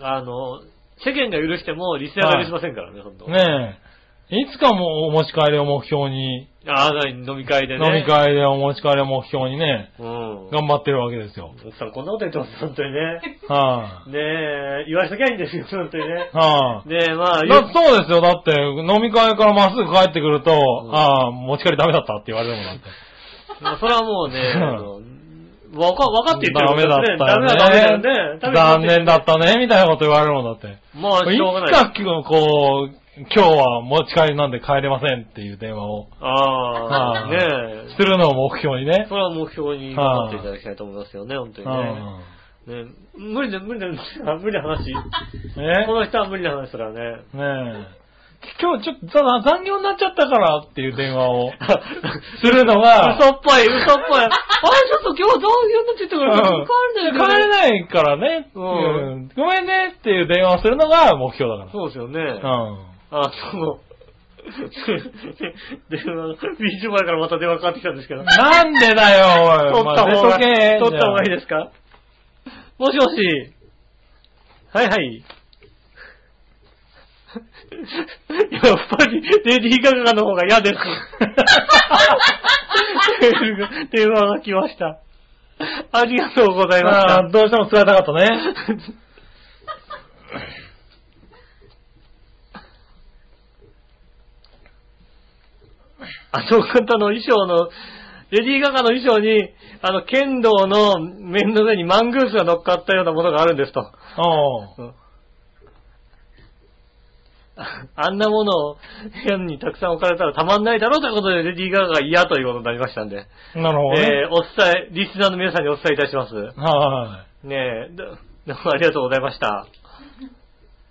Speaker 2: あの、世間が許しても、リスナーが許しませんからね、ほんと。
Speaker 3: のねえ。いつかもうお持ち帰りを目標に、
Speaker 2: ああ、なに飲み会で
Speaker 3: 飲
Speaker 2: ね。
Speaker 3: み。会でお持ち帰りを目標にね、
Speaker 2: うん。
Speaker 3: 頑張ってるわけですよ。
Speaker 2: 奥さん、こんなこと言ってます、本当 にね。
Speaker 3: はい、
Speaker 2: ねえ、言わしときゃいいんですよ、本当にね。
Speaker 3: はい、
Speaker 2: ねえ、まあ、
Speaker 3: だ
Speaker 2: よ
Speaker 3: そうですよ。だって、飲み会からまっすぐ帰ってくると、
Speaker 2: ん
Speaker 3: ああ、持ち帰りダメだったって言われるもんだって。
Speaker 2: まあそれはもう ね、
Speaker 3: うん
Speaker 2: あのわか、わかって言って
Speaker 3: ダメ
Speaker 2: る
Speaker 3: だ
Speaker 2: も
Speaker 3: っ
Speaker 2: ん
Speaker 3: た
Speaker 2: ね。
Speaker 3: よ
Speaker 2: ダメだ、ダメだよね。ダメ
Speaker 3: 残
Speaker 2: だよね
Speaker 3: 念だったね、みたいなこと言われるもんだって。
Speaker 2: まあ、しょうが
Speaker 3: いつ
Speaker 2: ない。
Speaker 3: か、こう、今日は持ち帰りなんで帰れませんっていう電話を
Speaker 2: あ
Speaker 3: は
Speaker 2: あ、
Speaker 3: い
Speaker 2: ね
Speaker 3: す
Speaker 2: え。
Speaker 3: るのを目標にね
Speaker 2: そ。れは目標に頑張っていただきたいと思いますよね、本当にね。ねえ無理だ、無理だ、無理だ無理な話。
Speaker 3: うん え
Speaker 2: この人は無理な話だからね。
Speaker 3: ねえ。今日ちょっとざ残業になっちゃったからっていう電話をするのが、
Speaker 2: 嘘っぽい、嘘っ ぽい。あれ、ちょっと今日どういうのって言ってくれた
Speaker 3: うん
Speaker 2: 帰るんだよ、
Speaker 3: 帰れ
Speaker 2: い。
Speaker 3: ないからね、
Speaker 2: う
Speaker 3: うんんごめんねっていう電話をするのが目標だか
Speaker 2: そうですよね。
Speaker 3: ら。うん。
Speaker 2: あ、そう。 電話、ビーチ前からまた電話かかってきたんですけど。
Speaker 3: なんでだよ、
Speaker 2: 取
Speaker 3: おい。
Speaker 2: った方が、
Speaker 3: まあ寝とけ
Speaker 2: 取った方がいいですかもしもし。はいはい。やっぱり、レディーガガの方が嫌 です。電話が来ました。ありがとうございました
Speaker 3: ああ、。どうしても使いたかっ たね。
Speaker 2: あの方の衣装の、レディー・ガガの衣装に、あの、剣道の面の上にマングースが乗っかったようなものがあるんですと。
Speaker 3: おう
Speaker 2: あんなものを部屋にたくさん置かれたらたまんないだろうということで、レディー・ガガが嫌ということになりましたんで、
Speaker 3: なるほどね。
Speaker 2: えー、お伝え、リスナーの皆さんにお伝えいたします。
Speaker 3: は
Speaker 2: ねえ、どどうもありがとうございました。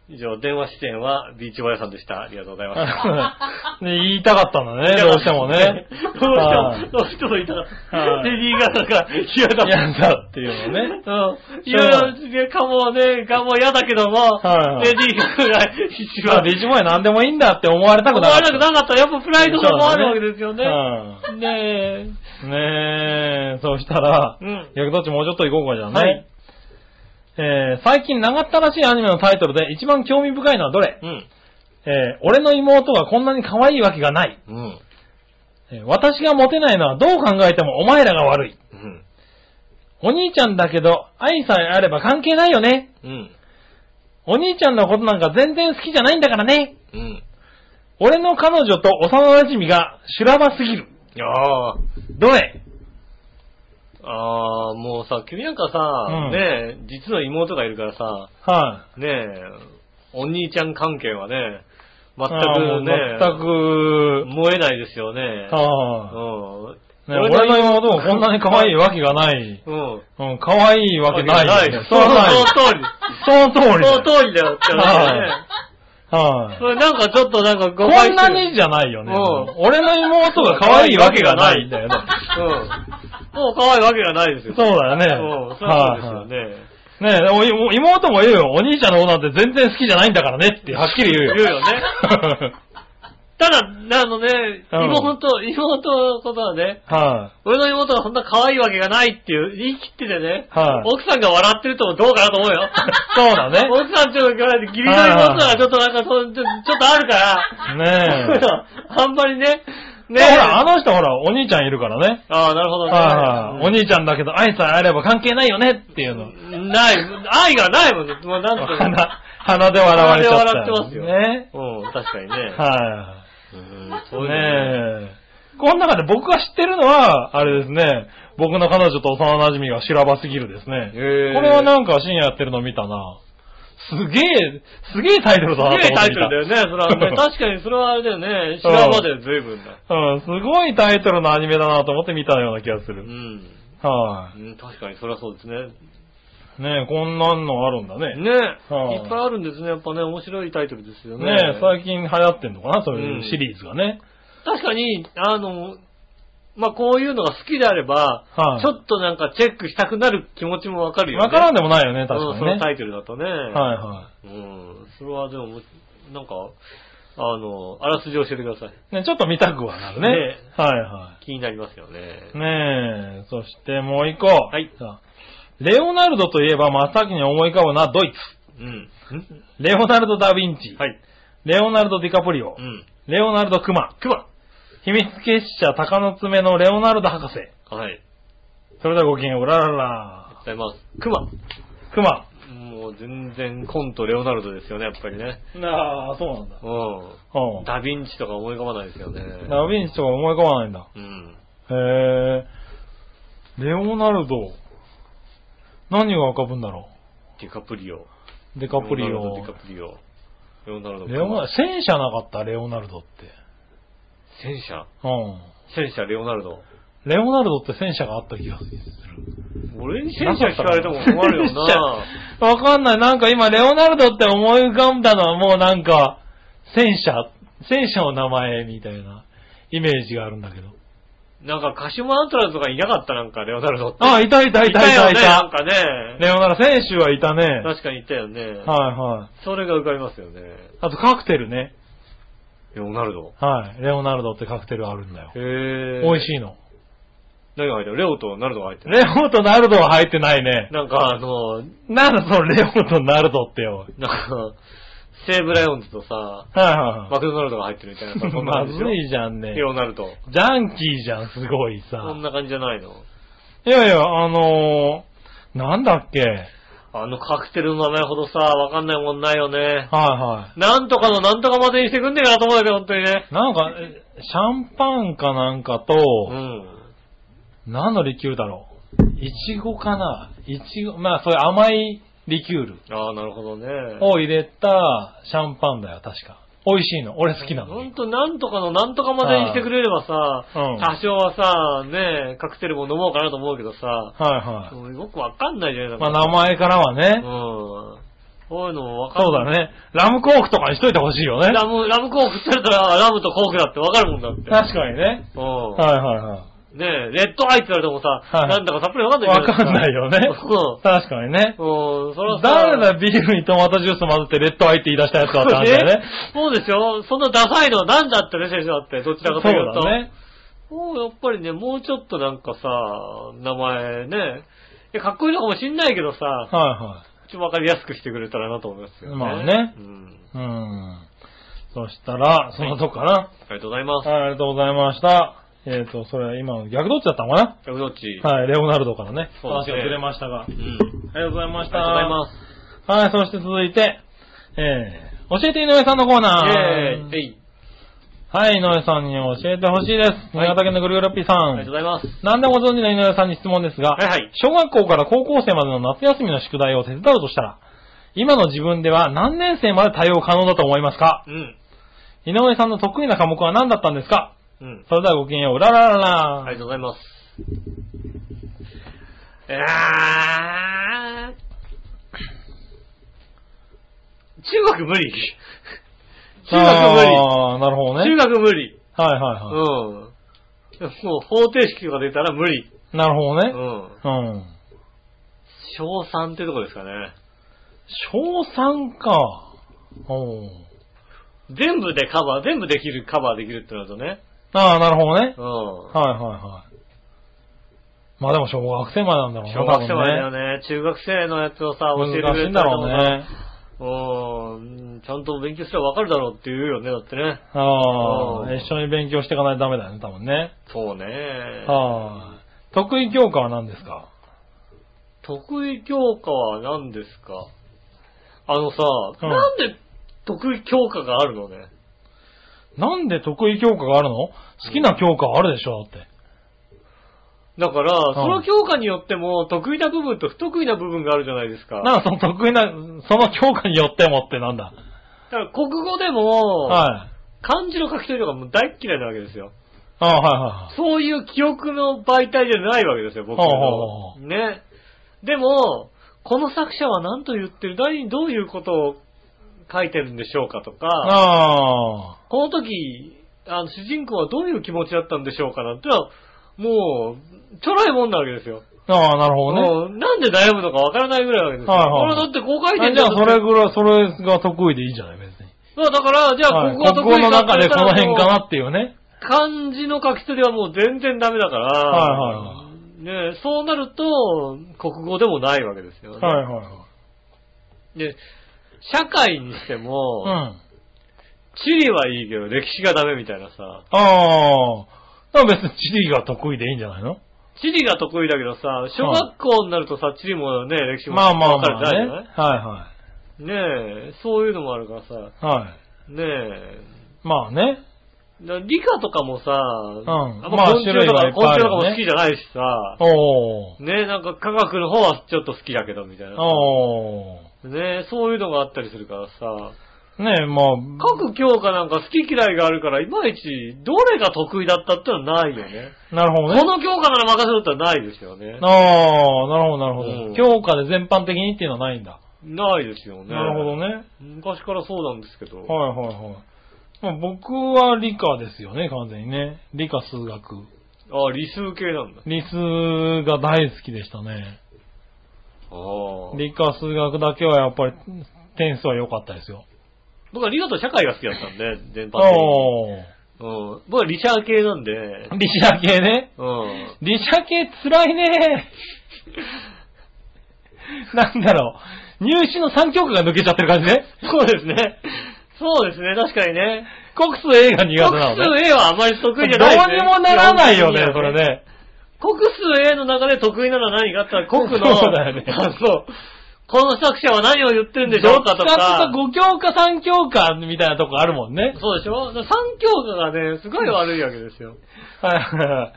Speaker 2: 以上、電話出演はビーチボヤさんでした。ありがとうございました。。
Speaker 3: い。ね言いたかったんだね、どうしても
Speaker 2: ど
Speaker 3: ね
Speaker 2: うしても、どうしてもいたら、
Speaker 3: はい
Speaker 2: レディー・ガガが嫌だ。
Speaker 3: 嫌だっていうのね。
Speaker 2: うん。いろいろ、かもね、かも嫌だけども、
Speaker 3: はいはい
Speaker 2: レディー・ガガが一
Speaker 3: まあ、
Speaker 2: 番、
Speaker 3: ビーチボーイ何でもいいんだって思われたく
Speaker 2: 思
Speaker 3: なか
Speaker 2: わ
Speaker 3: っ
Speaker 2: れ
Speaker 3: た。
Speaker 2: なくなかった。やっぱプライドがもあるわけですよね。
Speaker 3: う
Speaker 2: ねえ。
Speaker 3: んねえ、そうしたら、
Speaker 2: うん
Speaker 3: 逆どっちもうちょっと行こうかじゃあね。
Speaker 2: はい
Speaker 3: えー最近長ったらしいアニメのタイトルで一番興味深いのはどれ、
Speaker 2: うん。
Speaker 3: えー俺の妹がこんなに可愛いわけがない、
Speaker 2: うん。
Speaker 3: えー私がモテないのはどう考えてもお前らが悪い。
Speaker 2: うん。
Speaker 3: お兄ちゃんだけど愛さえあれば関係ないよね。
Speaker 2: うん。
Speaker 3: お兄ちゃんのことなんか全然好きじゃないんだからね。
Speaker 2: うん。
Speaker 3: 俺の彼女と幼馴染が修羅場すぎる。
Speaker 2: ああ。
Speaker 3: どれ
Speaker 2: ああ、もうさ、君なんかさ、
Speaker 3: うん
Speaker 2: ねえ、実の妹がいるからさ、
Speaker 3: はい、
Speaker 2: ねえ、お兄ちゃん関係はね、全く
Speaker 3: あーもう
Speaker 2: ね、
Speaker 3: 全く、
Speaker 2: 燃えないですよね。う
Speaker 3: は
Speaker 2: ん。
Speaker 3: い、ね、俺の妹もこんなに可愛いわけがない。
Speaker 2: うん。
Speaker 3: うん、可愛いわけないよね。
Speaker 2: そう、そ
Speaker 3: そうないよ
Speaker 2: の通り。
Speaker 3: その通
Speaker 2: そ
Speaker 3: りだよ
Speaker 2: の通りだよってね
Speaker 3: は。はい、
Speaker 2: それなんかちょっとなんか誤
Speaker 3: こ
Speaker 2: 解
Speaker 3: んなにじゃないよね。
Speaker 2: うん
Speaker 3: 俺の妹が可愛いわけがないんだよね。
Speaker 2: うん。もう可愛いわけがないですよ。
Speaker 3: そうだよね。
Speaker 2: うん、そうですよね。
Speaker 3: はいはいねえおいお妹も言うよ。お兄ちゃんの方なんて全然好きじゃないんだからねってはっきり言うよ。
Speaker 2: 言うよねただ、あのね、
Speaker 3: うん
Speaker 2: 妹、妹のことはね、
Speaker 3: は
Speaker 2: 俺の妹がそんな可愛いわけがないっていう、言い切っててね、
Speaker 3: はい
Speaker 2: 奥さんが笑ってるともどうかなと思うよ。
Speaker 3: い そうだ ね。
Speaker 2: 奥さんちょっと義理の妹がちょっとなんかそう、ちょちょっとあるから、
Speaker 3: ね え。
Speaker 2: あんまりね、ね
Speaker 3: ほら、あの人ほら、お兄ちゃんいるからね。
Speaker 2: ああ、なるほどね。
Speaker 3: はいはい。お
Speaker 2: うん
Speaker 3: 兄ちゃんだけど愛さえあれば関係ないよねっていうの。
Speaker 2: ない、愛がないもんね。もうなんていうの
Speaker 3: 鼻、鼻で笑われちゃった。
Speaker 2: 鼻で笑ってますよ
Speaker 3: ね。
Speaker 2: うん、確かにね。
Speaker 3: はい。
Speaker 2: うん、そうね。
Speaker 3: ねえ。この中で僕が知ってるのは、あれですね、僕の彼女と幼馴染が修羅場すぎるですね。
Speaker 2: へえ
Speaker 3: これはなんか深夜やってるの見たな。すげえ、すげえタイトルだなと思
Speaker 2: すげ
Speaker 3: って
Speaker 2: え
Speaker 3: 見た。
Speaker 2: タイトルだよね、それは ね。確かにそれはあれだよね。知らんまで随分だ。
Speaker 3: うん、すごいタイトルのアニメだなと思って見たような気がす
Speaker 2: う
Speaker 3: る。
Speaker 2: ん。
Speaker 3: は
Speaker 2: うん確かにそれはそうですね。
Speaker 3: い。ねえ、こんなんのあるんだね。
Speaker 2: ね
Speaker 3: はい
Speaker 2: いっぱいあるんですね。やっぱね、面白いタイトルですよね。
Speaker 3: ねえ、最近流行ってんのかなそういううんシリーズがね。
Speaker 2: 確かに、あの、まあ、こういうのが好きであれば、
Speaker 3: はい
Speaker 2: ちょっとなんかチェックしたくなる気持ちもわかるよね。
Speaker 3: わからんでもないよね、確
Speaker 2: うんそ
Speaker 3: かに
Speaker 2: の
Speaker 3: ね。
Speaker 2: タイトルだとね。
Speaker 3: はいは
Speaker 2: うん。それはでも、なんか、あの、あらすじを教えてください。
Speaker 3: い。ねちょっと見たくはなる
Speaker 2: ね
Speaker 3: ね。はいはい。
Speaker 2: 気になりますよね。
Speaker 3: ねえ、そしてもう一個。
Speaker 2: い
Speaker 3: さあレオナルドといえば真っ先に思い浮かぶのはドイツ。
Speaker 2: うん。
Speaker 3: レオナルド・ダ・ヴィンチ。
Speaker 2: はい。
Speaker 3: レオナルド・ディカプリオ。
Speaker 2: うん。
Speaker 3: レオナルド・クマ。
Speaker 2: クマ
Speaker 3: 秘密結社鷹の爪のレオナルド博士。
Speaker 2: はい。
Speaker 3: それではごきげんよう、うららら。
Speaker 2: ございます。クマ
Speaker 3: クマ。
Speaker 2: もう全然コントレオナルドですよね、やっぱりね。
Speaker 3: ああ、そうなんだ。
Speaker 2: う。
Speaker 3: うんん。
Speaker 2: ダヴィンチとか思い浮かばないですよね。
Speaker 3: ダ・ヴィンチとか思い浮かばないんだ。
Speaker 2: うん。
Speaker 3: へえ。レオナルド。何が浮かぶんだろ
Speaker 2: ディカプリオ。
Speaker 3: う。ディカプリ
Speaker 2: レオナ
Speaker 3: オ
Speaker 2: ル。ドディカプリオ。レオナルド。
Speaker 3: レオナルド、戦車なかった、レオナルドって。
Speaker 2: 戦車。
Speaker 3: うん。
Speaker 2: 戦車、レオナルド。
Speaker 3: レオナルドって戦車があった気がする。
Speaker 2: 俺に戦車聞かれても困るよ な。
Speaker 3: わかんない。なんか今、レオナルドって思い浮かんだのはもうなんか、戦車戦車の名前みたいなイメージがあるんだけど。
Speaker 2: なんか、カシマアントラーズとかいなかったなんか、レオナルドって。
Speaker 3: あ、いたいたいたい
Speaker 2: よ
Speaker 3: たい
Speaker 2: ね、なん
Speaker 3: た。
Speaker 2: かね。
Speaker 3: レオナル選手はいたね。
Speaker 2: 確かにいたよね。
Speaker 3: はいはい。
Speaker 2: それが浮かびますよね。
Speaker 3: あとカクテルね。
Speaker 2: レオナルド。
Speaker 3: はい。レオナルドってカクテルあるんだよ
Speaker 2: へ。え。
Speaker 3: 美味し
Speaker 2: い。
Speaker 3: いの。
Speaker 2: 何が入ってるレオとナルドが入ってる。
Speaker 3: レオとナルドは入ってないね。
Speaker 2: なんか、あの、
Speaker 3: なんだそのレオとナルドってよ。
Speaker 2: なんか、西武ライオンズとさ、
Speaker 3: はいはいは
Speaker 2: マクドナルドが入ってるみたいなさ、そ
Speaker 3: い。
Speaker 2: んな
Speaker 3: ま
Speaker 2: 感じでしょ
Speaker 3: ずいじゃんね。
Speaker 2: レオナルド。
Speaker 3: ジャンキーじゃん、すごい
Speaker 2: そん
Speaker 3: さ。
Speaker 2: な感じじゃないの。
Speaker 3: いやいや、あのー、なんだっけ。はい
Speaker 2: あのカクテルの名前ほどさ、わかんないもんないよね。
Speaker 3: は
Speaker 2: なんとかのなんとかまでにしてくんねえかなと思うよね、本当にね。
Speaker 3: い。なんか、えシャンパンかなんかと、
Speaker 2: うん。
Speaker 3: 何のリキュールだろう。いちごかないちご、まあそういう甘いリキュール
Speaker 2: ああ、なるほどね。
Speaker 3: を入れたシャンパンだよ、確か。美味しいの。俺好きなの
Speaker 2: ほ
Speaker 3: に
Speaker 2: ん。と、なんとかのなんとかまでにしてくれればさ、
Speaker 3: うん
Speaker 2: 多少はさ、ねえ、カクテルも飲もうかなと思うけどさ、
Speaker 3: はいは
Speaker 2: よくわかんないじゃない
Speaker 3: い。まあ名前からは
Speaker 2: うん。
Speaker 3: ね、
Speaker 2: こういうのもわかん
Speaker 3: そう
Speaker 2: ない。
Speaker 3: だね。ラムコークとかにしといてほしいよね。
Speaker 2: ラム、ラムコークって言ったら、ラムとコークだってわかるもんだって。
Speaker 3: 確かにね。
Speaker 2: うん。
Speaker 3: はいはいはい。
Speaker 2: ねえ、レッドアイって言われてもさ、
Speaker 3: はい
Speaker 2: なんだかさっぱりわかんない
Speaker 3: わかんないよね
Speaker 2: うん。うん。
Speaker 3: 確かにね。
Speaker 2: そら
Speaker 3: 誰だビールにトマトジュース混ぜてレッドアイって言い出したやつだったんだよね。
Speaker 2: そうでしょそんなダサいのは何だったね、先生だって。どちら
Speaker 3: そう
Speaker 2: かというと。
Speaker 3: だね。
Speaker 2: もうやっぱりね、もうちょっとなんかさ、名前ね、いやかっこいいのかもしんないけどさ、
Speaker 3: は
Speaker 2: ちょっとわかりやすくしてくれたらなと思いますよね。
Speaker 3: まあね
Speaker 2: うん。
Speaker 3: いはい。うん。そしたら、そのとこかな。
Speaker 2: ありがとうございます。
Speaker 3: はい、ありがとうございました。えっ、と、それは今の逆どっちだったのか
Speaker 2: 逆どっち
Speaker 3: なはい、レオナルドからね。
Speaker 2: そうです
Speaker 3: 話
Speaker 2: ね
Speaker 3: がずれましたが。あり
Speaker 2: うん。
Speaker 3: がとうござい
Speaker 2: あ
Speaker 3: ま
Speaker 2: り
Speaker 3: し
Speaker 2: が
Speaker 3: た。
Speaker 2: とうございます。
Speaker 3: はい、そして続いて、えー、教えて井上さんのコーナー。
Speaker 2: イェーイえい。
Speaker 3: はい、井上さんに教えてほしいです。新潟県のぐるぐるぴーさ
Speaker 2: あ
Speaker 3: ん。
Speaker 2: りがとうございます。
Speaker 3: 何でもご存知の井上さんに質問で すが、
Speaker 2: はいはい
Speaker 3: 小学校から高校生までの夏休みの宿題を手伝うとしたら、今の自分では何年生まで対応可能だと思いますか
Speaker 2: うん。
Speaker 3: 井上さんの得意な科目は何だったんですか
Speaker 2: うん。
Speaker 3: それではごきげんよう、うらららら。
Speaker 2: ありがとうございます。あー中学無理。中学
Speaker 3: あーなるほど
Speaker 2: 無理。中
Speaker 3: ね。
Speaker 2: 学無理。
Speaker 3: はいはいは
Speaker 2: うん。もう方程式が出たら無理。
Speaker 3: い。なるほど
Speaker 2: う
Speaker 3: ね。
Speaker 2: ん。
Speaker 3: うん。
Speaker 2: 小3ってとこですかね。
Speaker 3: 小3か。おー
Speaker 2: 全部でカバー、全部できる、カバーできるってなるとね。
Speaker 3: ああ、なるほどね。
Speaker 2: うん。
Speaker 3: はいはいはい。まあでも小学生までなんだろうな
Speaker 2: 小学生までだ
Speaker 3: 多
Speaker 2: よ
Speaker 3: 分
Speaker 2: ね。中学生のやつをさ、教えて
Speaker 3: ね。
Speaker 2: く
Speaker 3: 難し
Speaker 2: れ
Speaker 3: いん
Speaker 2: た
Speaker 3: だ
Speaker 2: ら
Speaker 3: ろうね。
Speaker 2: うん。ちゃんと勉強すればわかるだろうって言うよね、だってね。
Speaker 3: あ
Speaker 2: う
Speaker 3: あ、
Speaker 2: ん
Speaker 3: 一緒に勉強していかないとダメだよね、多分ね。
Speaker 2: そうね。
Speaker 3: はあ。得意教科は何ですか
Speaker 2: 得意教科は何ですかあのさ、
Speaker 3: うん
Speaker 2: なんで得意教科があるのね。
Speaker 3: なんで得意教科があるの好きな教科はあるでしょ、だって。
Speaker 2: だから、
Speaker 3: ん
Speaker 2: その教科によっても、得意な部分と不得意な部分があるじゃないですか。だ
Speaker 3: なんかその得意な、その教科によってもってなんだ。
Speaker 2: から、国語でも、
Speaker 3: はい。
Speaker 2: 漢字の書き取りとかもう大っ嫌いなわけですよ。
Speaker 3: ああ、はいはいはい。
Speaker 2: そういう記憶の媒体じゃないわけですよ、僕
Speaker 3: ほうほう
Speaker 2: の。ね。でも、この作者は何と言ってる、誰にどういうことを書いてるんでしょうかとか、
Speaker 3: ああ。
Speaker 2: この時、あの主人公はどういう気持ちだったんでしょうかなんてのは、もう、ちょろいもんなわけですよ。
Speaker 3: ああ、なるほどね。
Speaker 2: もうなんで悩むのかわからないぐらいわけですよ。
Speaker 3: はいは
Speaker 2: これ
Speaker 3: い
Speaker 2: だってこう書いて
Speaker 3: あ
Speaker 2: ん
Speaker 3: じゃあ、
Speaker 2: だ
Speaker 3: それぐらい、それが得意でいいじゃない、別に。
Speaker 2: そうだから、じゃあ、ここは
Speaker 3: は
Speaker 2: い得意
Speaker 3: の
Speaker 2: かって
Speaker 3: 中
Speaker 2: 言
Speaker 3: で
Speaker 2: った
Speaker 3: こ
Speaker 2: ら
Speaker 3: の辺か
Speaker 2: もう
Speaker 3: なっていうね。
Speaker 2: 漢字の書き取りはもう全然ダメだから、
Speaker 3: はいはいは
Speaker 2: ねえ、そうなると、国語でもないわけですよね。
Speaker 3: はいはいはい。
Speaker 2: で、社会にしても、
Speaker 3: うん。
Speaker 2: 地理はいいけど歴史がダメみたいなさ、
Speaker 3: ああ。でも別に地理が得意でいいんじゃないの
Speaker 2: 地理が得意だけどさ、小学校になるとさ、地理もね、歴史も
Speaker 3: まあまあ
Speaker 2: 分
Speaker 3: ま
Speaker 2: かれ
Speaker 3: あ
Speaker 2: て
Speaker 3: ね。
Speaker 2: な
Speaker 3: はいい
Speaker 2: じゃない
Speaker 3: は
Speaker 2: ねえ、そういうのもあるからさ、
Speaker 3: い。はい。
Speaker 2: ねえ、
Speaker 3: まあね。
Speaker 2: だ理科とかもさ、
Speaker 3: ん
Speaker 2: あん
Speaker 3: ま
Speaker 2: ま
Speaker 3: あ
Speaker 2: 昆虫と
Speaker 3: 種類はい
Speaker 2: か、
Speaker 3: っ
Speaker 2: 昆
Speaker 3: ぱいあ
Speaker 2: 虫とか
Speaker 3: るよ
Speaker 2: も
Speaker 3: ね
Speaker 2: 好きじゃないしさ、
Speaker 3: おー。
Speaker 2: ねえ、なんか科学の方はちょっと好きだけどみたいな。
Speaker 3: お
Speaker 2: ねえ、そういうのがあったりするからさ、
Speaker 3: ー。ねえ、まあ。
Speaker 2: 各教科なんか好き嫌いがあるから、いまいちどれが得意だったってのはないよね。
Speaker 3: なるほ
Speaker 2: こ
Speaker 3: どね。
Speaker 2: の教科なら任せろってのはないですよね
Speaker 3: あ。あ、なるほど、なるほ
Speaker 2: うん
Speaker 3: ど。教科で全般的にっていうのはないんだ。
Speaker 2: ないですよね。
Speaker 3: なるほど。ね。
Speaker 2: 昔からそうなんですけど。
Speaker 3: はいはいはい。まあ、僕は理科ですよね、完全にね。理科数学。
Speaker 2: ああ、理数系なんだ。
Speaker 3: 理数が大好きでしたね。
Speaker 2: ああ。
Speaker 3: 理科数学だけはやっぱり点数は良かったですよ。
Speaker 2: 僕は理科と社会が好きだったんで、全般的に。
Speaker 3: おー。
Speaker 2: うん。僕は理社系なんで、
Speaker 3: 理社系ね。
Speaker 2: うん。
Speaker 3: 理社系辛いね。 なんだろう。入試の3教科が抜けちゃってる感じね。
Speaker 2: そうですね。そうですね、確かにね。
Speaker 3: 国数 A が苦手
Speaker 2: 国
Speaker 3: なのね。
Speaker 2: 数 A はあまり得意じゃない、
Speaker 3: どうにもならないよ
Speaker 2: 基本
Speaker 3: ね、
Speaker 2: 的には
Speaker 3: これ。ね。
Speaker 2: 国数 A の中で得意なのは何かあったら国の、
Speaker 3: そうだよね
Speaker 2: あそう。この作者は何を言ってるんでし
Speaker 3: ど
Speaker 2: ょ
Speaker 3: っ
Speaker 2: う
Speaker 3: ち
Speaker 2: か
Speaker 3: かっ
Speaker 2: と
Speaker 3: ていうと
Speaker 2: か。
Speaker 3: 5教科3教科みたいなとこあるもんね。
Speaker 2: そうでしょ ?3 教科がね、すごい悪いわけですよ。
Speaker 3: はいはいはい。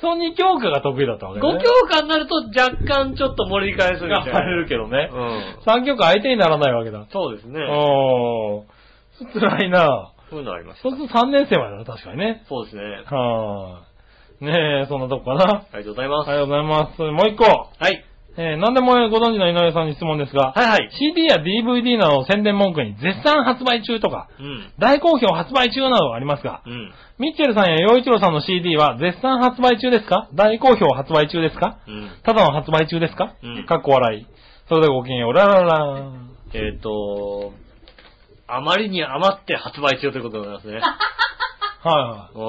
Speaker 3: その2教科が得意だったわ
Speaker 2: 5
Speaker 3: けね。
Speaker 2: 教科になると若干ちょっと盛り返すみたいな。
Speaker 3: が入れるけどね
Speaker 2: う。ん。
Speaker 3: 3教科相手にならないわけだ。
Speaker 2: そうですね。
Speaker 3: おー。辛いな
Speaker 2: そういうのありました
Speaker 3: そうす。ると3年生までだな、確かにね。
Speaker 2: そうですね。
Speaker 3: はーい。ねえ、そんなとこかな。
Speaker 2: ありがとうございます。
Speaker 3: ありがとうございます。もう一個。
Speaker 2: はい。
Speaker 3: えー、何でもご存知の井上さんに質問ですが、
Speaker 2: はいはい。
Speaker 3: CD や DVD などの宣伝文句に絶賛発売中とか、
Speaker 2: うん。
Speaker 3: 大好評発売中などがありますが
Speaker 2: う、ん。
Speaker 3: ミッチェルさんや洋一郎さんの CD は絶賛発売中ですか大好評発売中ですか
Speaker 2: うん。
Speaker 3: ただの発売中ですか、
Speaker 2: うん
Speaker 3: かっこ笑い。それではごきげんよう、ラララ
Speaker 2: えっ、と、あまりに余って発売中ということになり ますね。
Speaker 3: は
Speaker 2: う
Speaker 3: い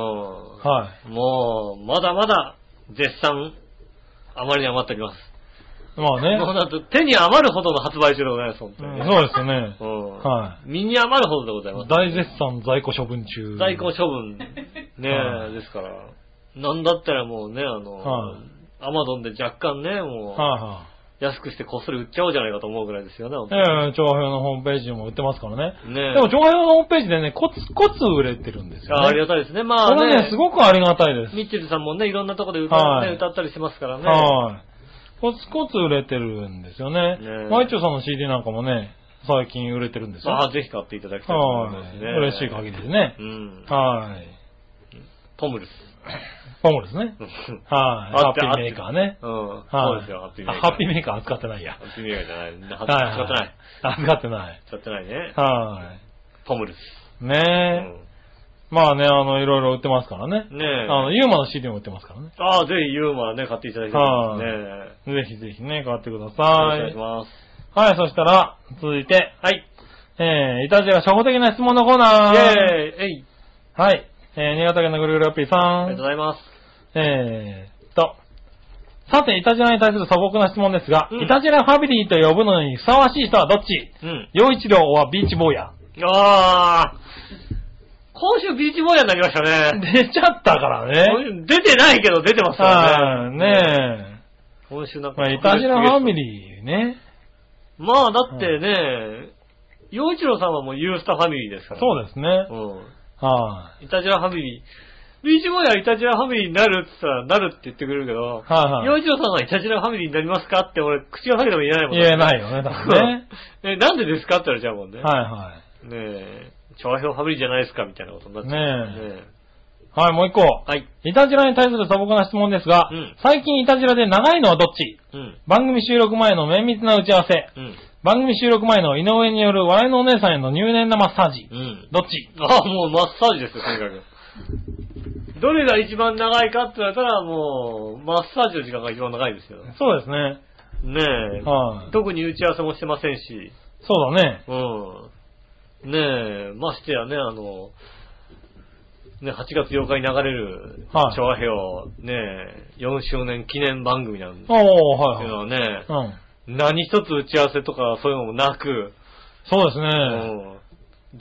Speaker 3: はい。はい。
Speaker 2: ん。もう、まだまだ、絶賛、あまりに余っております。
Speaker 3: まあね。
Speaker 2: もうだって手に余るほどの発売中でございます、本当
Speaker 3: う
Speaker 2: に
Speaker 3: ん
Speaker 2: ね。
Speaker 3: そうですよね。
Speaker 2: うん。
Speaker 3: は
Speaker 2: 身に余るほどでございます。
Speaker 3: 大絶賛在庫処分中。
Speaker 2: 在庫処 分、ね
Speaker 3: はい
Speaker 2: ですから。なんだったらもうね、あの
Speaker 3: はい、
Speaker 2: アマゾンで若干ね、も
Speaker 3: はいは
Speaker 2: う、安くしてこっそり売っちゃおうじゃないかと思うぐらいですよね、本
Speaker 3: い。
Speaker 2: 当に
Speaker 3: ええ長編のホームページも売ってますからね。
Speaker 2: ねえ
Speaker 3: でも長編のホームページでね、コツコツ売れてるんですよ、ね。
Speaker 2: あありがたいですね。ま
Speaker 3: こ
Speaker 2: あ
Speaker 3: れ
Speaker 2: ね
Speaker 3: ね、、すごくありがたいです。
Speaker 2: ミッチェルさんもね、いろんなとこで歌,、
Speaker 3: はい
Speaker 2: ね、歌ったりしますからね。
Speaker 3: はい。コツコツ売れてるんですよね
Speaker 2: ねえ。
Speaker 3: マイチョさんの CD なんかもね、最近売れてるんですよ。
Speaker 2: まあ、ぜひ買っていただきたいと思いま
Speaker 3: はい。
Speaker 2: すね。
Speaker 3: 嬉しい限りですね
Speaker 2: う。ん。
Speaker 3: はい。
Speaker 2: ポムルス。
Speaker 3: ポムですね。はい。
Speaker 2: あ
Speaker 3: ハ
Speaker 2: っ
Speaker 3: ッ
Speaker 2: て
Speaker 3: ピーメーカーね。
Speaker 2: うん。
Speaker 3: はい。
Speaker 2: そうですよ、ハッピーメーカー。
Speaker 3: あハッピーメーカー扱っ てないや。
Speaker 2: ハッピーメーカーじゃない。
Speaker 3: は
Speaker 2: 使
Speaker 3: いはい
Speaker 2: ってない。。
Speaker 3: 扱ってない。
Speaker 2: 使ってないね。
Speaker 3: は
Speaker 2: ポムルス。
Speaker 3: い。ね
Speaker 2: う
Speaker 3: え。
Speaker 2: ん
Speaker 3: まあね、あの、いろいろ売ってますからね。
Speaker 2: ね
Speaker 3: あ
Speaker 2: え。
Speaker 3: の、ユーマの CD も売ってますからね。
Speaker 2: ああ、ぜひユーマね、買っていただきたいですね。よ
Speaker 3: ぜひぜひね、買ってくだ
Speaker 2: ろ
Speaker 3: さ
Speaker 2: しくお願い
Speaker 3: い
Speaker 2: し。ます。
Speaker 3: はい、そしたら、続いて、
Speaker 2: はい。
Speaker 3: えー、いたじら初歩的な質問のコーナー。
Speaker 2: イェーイえい
Speaker 3: はい。えー、新潟県のぐるぐるアッピーさ
Speaker 2: ありがとうんご。ざいます。
Speaker 3: えーっと。さて、イタジラに対する素朴な質問ですが、
Speaker 2: うん
Speaker 3: イタジラファミリーと呼ぶのにふさわしい人はどっち
Speaker 2: うん。
Speaker 3: 洋一郎はビーチボーイや。
Speaker 2: ああ、今週ビーチボーイヤーになりましたね。
Speaker 3: 出ちゃったからね。
Speaker 2: 出てないけど出てますから
Speaker 3: は
Speaker 2: ね。
Speaker 3: い、ね
Speaker 2: 今週なん
Speaker 3: え。
Speaker 2: か。
Speaker 3: まあ、イタジラファミリーね。
Speaker 2: まあ、だってね、洋一郎さんはもうユースタファミリーですから。
Speaker 3: そうですね。
Speaker 2: う
Speaker 3: は
Speaker 2: ん。イタジラファミリー。ビーチボーイはイタジラファミリーになるって言ったら、なるって言ってくれるけど、
Speaker 3: はいはい
Speaker 2: 洋一郎さんはイタジラファミリーになりますかって俺、口が裂けても言えない
Speaker 3: い。
Speaker 2: もん
Speaker 3: 言えないよね、だからね。
Speaker 2: ね。 え、なんでですかって言われちゃうもんね。
Speaker 3: はいは
Speaker 2: ねえ、長編ファミリーじゃないですかみたいなことになっちゃう。
Speaker 3: ねえ
Speaker 2: ね
Speaker 3: い。はい、もう一個。
Speaker 2: えはい。
Speaker 3: イタジラに対する素朴な質問ですが、
Speaker 2: うん
Speaker 3: 最近イタジラで長いのはどっち
Speaker 2: うん。
Speaker 3: 番組収録前の綿密な打ち合わせ。
Speaker 2: うん。
Speaker 3: 番組収録前の井上による笑いのお姉さんへの入念なマッサージ。
Speaker 2: うん。
Speaker 3: ど っち
Speaker 2: ああ、もうマッサージですよ、とにかく。どれが一番長いかって言われたら、もう、マッサージの時間が一番長いですよ。
Speaker 3: そうですね。
Speaker 2: ねえ。
Speaker 3: はい
Speaker 2: 特に打ち合わせもしてませんし、
Speaker 3: そうだね。
Speaker 2: うん。ねえ、ましてやね、あの、ね、8月8日に流れる、
Speaker 3: はい
Speaker 2: 昭和平を、ねえ、4周年記念番組なんです
Speaker 3: おー、はい
Speaker 2: け
Speaker 3: はい。
Speaker 2: どね、
Speaker 3: うん。
Speaker 2: 何一つ打ち合わせとかそういうのもなく、
Speaker 3: そうです
Speaker 2: う
Speaker 3: ね。
Speaker 2: ん。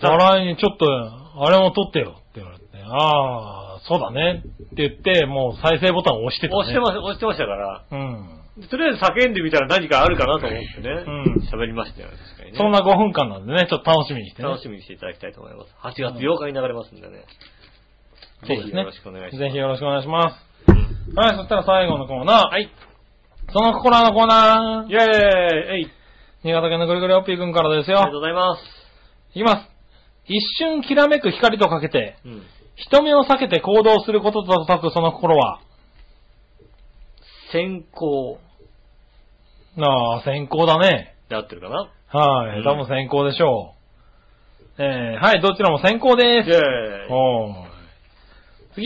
Speaker 3: 笑いにちょっと、あれも撮ってよって言われて、あー、そうだねって言って、もう再生ボタンを押してた、ね。。
Speaker 2: 押してますす、押してましたから、
Speaker 3: うん。
Speaker 2: とりあえず叫んでみたら何かあるかなと思ってね
Speaker 3: うん、
Speaker 2: 喋、りましたよ、確かにね。
Speaker 3: そんな5分間なんでね、ちょっと楽しみにしてね。
Speaker 2: 楽しみにしていただきたいと思います。8月8日に流れますんでね。
Speaker 3: そ
Speaker 2: ぜ
Speaker 3: うで
Speaker 2: ひ
Speaker 3: すね。
Speaker 2: よろしくお願いします。
Speaker 3: ぜひよろしくお願いしま
Speaker 2: うん
Speaker 3: す。はい、そしたら最後のコーナー。
Speaker 2: はい。
Speaker 3: その心のコーナ
Speaker 2: イェ
Speaker 3: ー。
Speaker 2: ーイえい
Speaker 3: 新潟県のぐるぐるおっぴーくんからです
Speaker 2: ありがとう
Speaker 3: よ。
Speaker 2: ございます。
Speaker 3: いきます。一瞬きらめく光とかけて、
Speaker 2: うん。
Speaker 3: 人目を避けて行動することと解くその心は、
Speaker 2: 先行
Speaker 3: なあ、先行だね。
Speaker 2: で合ってるかな
Speaker 3: はい、
Speaker 2: うん
Speaker 3: 多分先行でしょえー、はい、どちらも先行で
Speaker 2: イ
Speaker 3: す。
Speaker 2: ェーイ。
Speaker 3: おー次。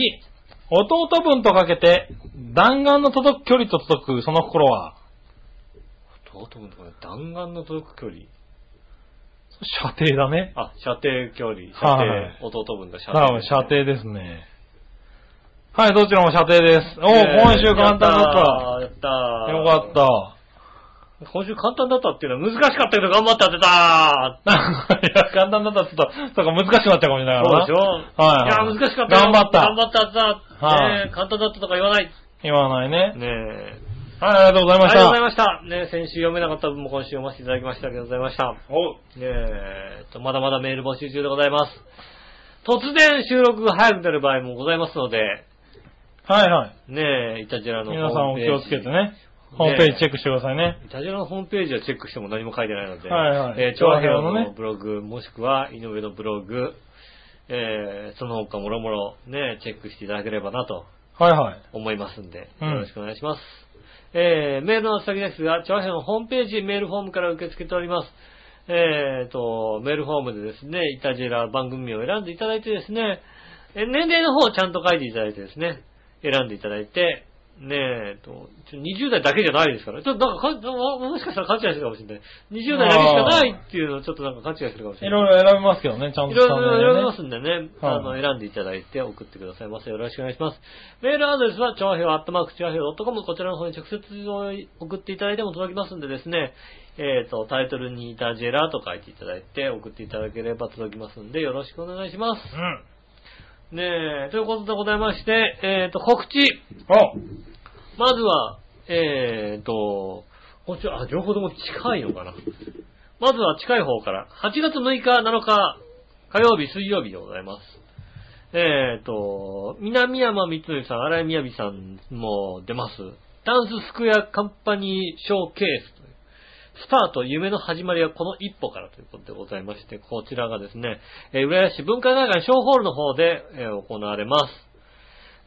Speaker 3: 弟分とかけて、弾丸の届く距離と届くその心は、
Speaker 2: どうと思うのこれ弾丸の届く距離。
Speaker 3: 射程だね。
Speaker 2: あ、射程距離。射程。
Speaker 3: はい
Speaker 2: 弟分が射
Speaker 3: 多
Speaker 2: 程、
Speaker 3: 分射程ですね。はい、どちらも射程です。おー、今週簡単だっ
Speaker 2: った。やった
Speaker 3: た。よかった。
Speaker 2: た。今週簡単だったっていうのは難しかったけど頑張って当てた
Speaker 3: いや、簡単だったらちょっと、そうか、難しくなっちゃうかもしれないから
Speaker 2: そう
Speaker 3: な。
Speaker 2: でしょ
Speaker 3: はいはい
Speaker 2: や、難しかったよ
Speaker 3: 頑張った
Speaker 2: 頑張った当てた。
Speaker 3: はい
Speaker 2: ねえ簡単だったとか言わない。
Speaker 3: 言わないね。
Speaker 2: ねえ。
Speaker 3: はい、ありがとうございま
Speaker 2: あ
Speaker 3: し
Speaker 2: りがとう
Speaker 3: た。
Speaker 2: ございました。ね、先週読めなかった分も今週読ませていただきました。ありがとうございました。おねえと、まだまだメール募集中でございます。突然収録が早くなる場合もございますので、
Speaker 3: はいはい。
Speaker 2: ねえ、イタジェラの
Speaker 3: 皆さ
Speaker 2: ホー
Speaker 3: んお
Speaker 2: ムペー
Speaker 3: 気
Speaker 2: ジ
Speaker 3: をつけて。ね。ホームページチェックしてくださいね。
Speaker 2: イタジェラのホームページはチェックしても何も書いてないので、
Speaker 3: はいはい
Speaker 2: えー、長編
Speaker 3: 長編の
Speaker 2: の
Speaker 3: ね
Speaker 2: ブログ、もしくは井上のブログ、えー、その他もろもろ、ね、チェックしていただければなと
Speaker 3: はいはい。
Speaker 2: 思いますんで、
Speaker 3: うん
Speaker 2: よろしくお願いします。えー、メールの先ですが、長編のホームページ、メールフォームから受け付けております。えーと、メールフォームでですね、イタジェラ番組を選んでいただいてですね、え年齢の方をちゃんと書いていただいてですね、選んでいただいて、ねえと、ちょ20代だけじゃないですから、ちょっとなんかかももしかしたら勘違いしてるかもしれない。20代だけしかないっていうのをちょっとなんか勘違いしてるかもし
Speaker 3: い
Speaker 2: れない。
Speaker 3: ろいろ選べますけどね、ちゃん
Speaker 2: い
Speaker 3: と
Speaker 2: ろい
Speaker 3: した
Speaker 2: ろ選びま
Speaker 3: ね
Speaker 2: す。んでね、
Speaker 3: はい
Speaker 2: あの、選んでいただいて送ってくださいませ。よろしくお願いします。メールアドレスは、長平アットマーク長平 .com、こちらの方に直接送っていただいても届きますんでですね、えっ、と、タイトルにイタジェラと書いていただいて、送っていただければ届きますんで、よろしくお願いします。
Speaker 3: うん。
Speaker 2: ねえ、ということでございまして、えっ、と、告知。
Speaker 3: お
Speaker 2: まずは、えっ、と、こっちは、あ、両方とも近いのかな。まずは近い方から、8月6日、7日、火曜日、水曜日でございます。えっ、と、南山光則さん、荒井宮美さんも出ます。ダンススクエアカンパニーショーケースという。スタート、夢の始まりはこの一歩からということでございまして、こちらがですね、えー浦安市文化会館小ホールの方で、えー行われます。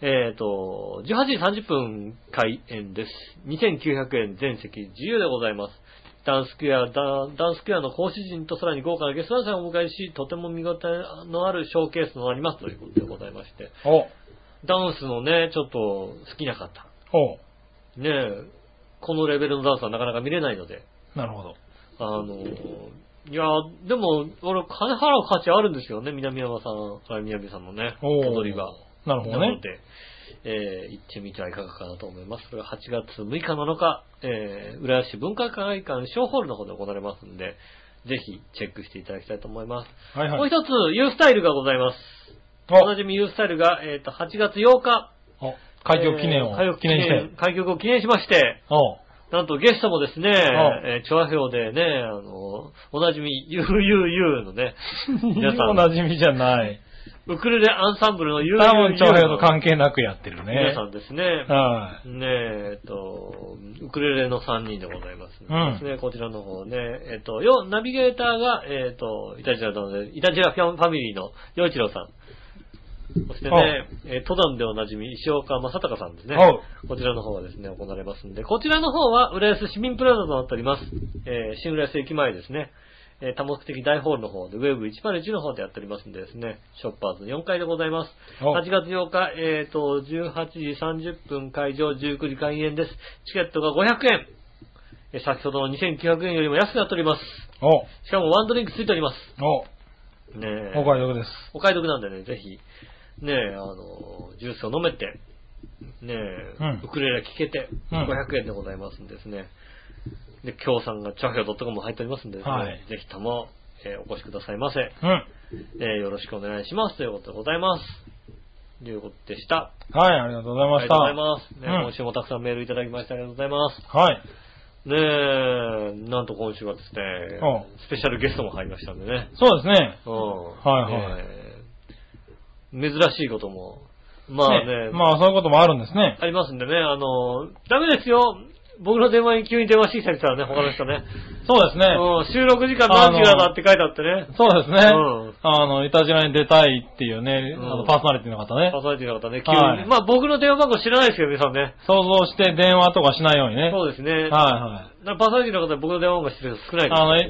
Speaker 2: えっ、と、18時30分開演です。2900円全席自由でございます。ダンスクエア、ダダンスクエアの講師陣とさらに豪華なゲストランさんをお迎えし、とても見応えのあるショーケースとなりますということでございまして、
Speaker 3: お
Speaker 2: ダンスのね、ちょっと好きな方、
Speaker 3: お
Speaker 2: ねえ、このレベルのダンスはなかなか見れないので、
Speaker 3: なるほど。
Speaker 2: あの、いや、でも、俺、金払う価値あるんですよね、南山さん、から宮部さんのね、
Speaker 3: おー
Speaker 2: 踊りが。
Speaker 3: なるほど
Speaker 2: なの
Speaker 3: ね。
Speaker 2: で、えー行ってみてはいかがかなと思います。それが8月6日7日、えー、浦安市文化会館小ホールの方で行われますんで、ぜひチェックしていただきたいと思います。
Speaker 3: はい
Speaker 2: もう
Speaker 3: はい。
Speaker 2: 一つ、ユースタイルがございます。おなじみユースタイルが、えっ、と、8月8日、
Speaker 3: お、お開局記念
Speaker 2: え
Speaker 3: を
Speaker 2: ー開局記
Speaker 3: 記念して
Speaker 2: 念、。開局を記念しまして、
Speaker 3: お
Speaker 2: なんとゲストもですね、
Speaker 3: あ
Speaker 2: えー、調和表でね、あの、おなじみ、ゆうゆうゆうの ね、皆さ
Speaker 3: お
Speaker 2: ん、
Speaker 3: なじみじゃない。
Speaker 2: ウクレレアンサンブルのゆうゆ
Speaker 3: 多
Speaker 2: うゆう
Speaker 3: 分、長平と
Speaker 2: の
Speaker 3: 関係なくやってる
Speaker 2: 皆
Speaker 3: ね
Speaker 2: さ。んですね、
Speaker 3: は
Speaker 2: ねえ、えっと、ウクレレの3人でございます、
Speaker 3: うん
Speaker 2: ですね、こちらの方ね、えっと、よ、ナビゲーターが、えっと、イタジラなので、イタジラファミリーの洋一郎さん。そして
Speaker 3: は
Speaker 2: ね、えー登山でおなじみ、石岡正隆さんですね
Speaker 3: は。
Speaker 2: こちらの方はですね、行われますんで、こちらの方は、浦安市民プラザとなっております。えー新浦安駅前ですね。えー多目的大ホールの方で、ウェーブ101の方でやっておりますんでですね、ショッパーズ4階でございます。
Speaker 3: お
Speaker 2: 8月8日、えー、と、18時30分会場、19時開演です。チケットが500円。えー先ほどの2900円よりも安くなっております。
Speaker 3: い。お
Speaker 2: しかもワンドリンクついております。
Speaker 3: お
Speaker 2: ねえ
Speaker 3: お買い得です。
Speaker 2: お買い得なんでね、ぜひ、ねえ、あの、ジュースを飲めて、ねえ、
Speaker 3: うん
Speaker 2: ウクレレ聴けて、
Speaker 3: うん
Speaker 2: 500円でございますんですね。で、協賛がチャフィオ .com も入っておりますんでですね、
Speaker 3: はい
Speaker 2: ぜひとも、えーお越しくださいませ、
Speaker 3: うん。はい、
Speaker 2: えーよろしくお願いしますということでございます。ということでした。
Speaker 3: ありがとうござい
Speaker 2: あ
Speaker 3: ま
Speaker 2: りが
Speaker 3: した。
Speaker 2: とうございます。ね
Speaker 3: うん
Speaker 2: 今週もたくさんメールいただきましてありがとうございます。
Speaker 3: はい。
Speaker 2: ねえ、なんと今週はですね
Speaker 3: うん、
Speaker 2: スペシャルゲストも入りましたんでね。
Speaker 3: そうですね。
Speaker 2: うん。
Speaker 3: はいは
Speaker 2: ね
Speaker 3: い
Speaker 2: え珍しいことも。まあね、
Speaker 3: まあ、そういうこともあるんですね。
Speaker 2: ありますんでね、あの、ダメですよ。僕の電話に急に電話してきたりしたらね、他の人ね。
Speaker 3: そうですね。
Speaker 2: うん、収録時間何時からだって書いてあってね。
Speaker 3: そうですね。
Speaker 2: うん
Speaker 3: あの、イタジラに出たいっていうね、
Speaker 2: うん
Speaker 3: あのパーソナリティの方ね。
Speaker 2: 出されてなかったね、急に。
Speaker 3: はい
Speaker 2: まあ僕の電話番号知らないですけど、皆さんね。
Speaker 3: 想像して電話とかしないようにね。
Speaker 2: そうですね。
Speaker 3: はいは
Speaker 2: だ
Speaker 3: い。
Speaker 2: からパーソナリティの方で僕の電話番号知ってる人少ないで
Speaker 3: あの、
Speaker 2: す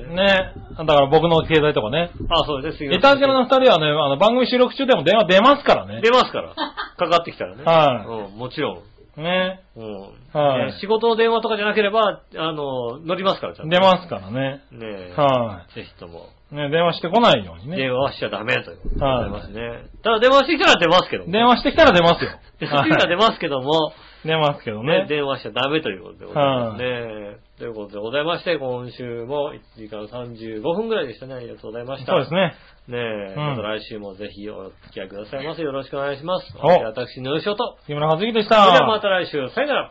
Speaker 3: えね、だから僕の携帯とかね。
Speaker 2: あそうですね、すいません
Speaker 3: イタジラの二人はね、あの、番組収録中でも電話出ますからね。
Speaker 2: 出ますから。かかってきたらね。
Speaker 3: は
Speaker 2: うん、もちろん。
Speaker 3: い。ね。
Speaker 2: うん。
Speaker 3: はい
Speaker 2: ね仕事の電話とかじゃなければ、あの、乗りますから、ちゃんと。
Speaker 3: 出ますからね。
Speaker 2: ねえ。
Speaker 3: は
Speaker 2: ぜひとも、
Speaker 3: い。ね、電話してこないようにね。
Speaker 2: 電話はしちゃダメということでございますね。ただ電話してきたら出ますけども。
Speaker 3: 電話してきたら出ますよ。
Speaker 2: 電話してきたら 出
Speaker 3: はい
Speaker 2: ますけども、
Speaker 3: 出ますけど
Speaker 2: ね
Speaker 3: ね、。
Speaker 2: 電話しちゃダメということでございますね。ということでございまして、今週も1時間35分ぐらいでしたね。ありがとうございました。
Speaker 3: そうです
Speaker 2: ね。
Speaker 3: ね。
Speaker 2: え、ま
Speaker 3: ん
Speaker 2: た来週もぜひお付き合いくださいませ。よろしくお願いします。
Speaker 3: お
Speaker 2: お相手は私、のよしおと。
Speaker 3: 杉村和樹でし
Speaker 2: そ
Speaker 3: た。
Speaker 2: れではまた来週、さよなら。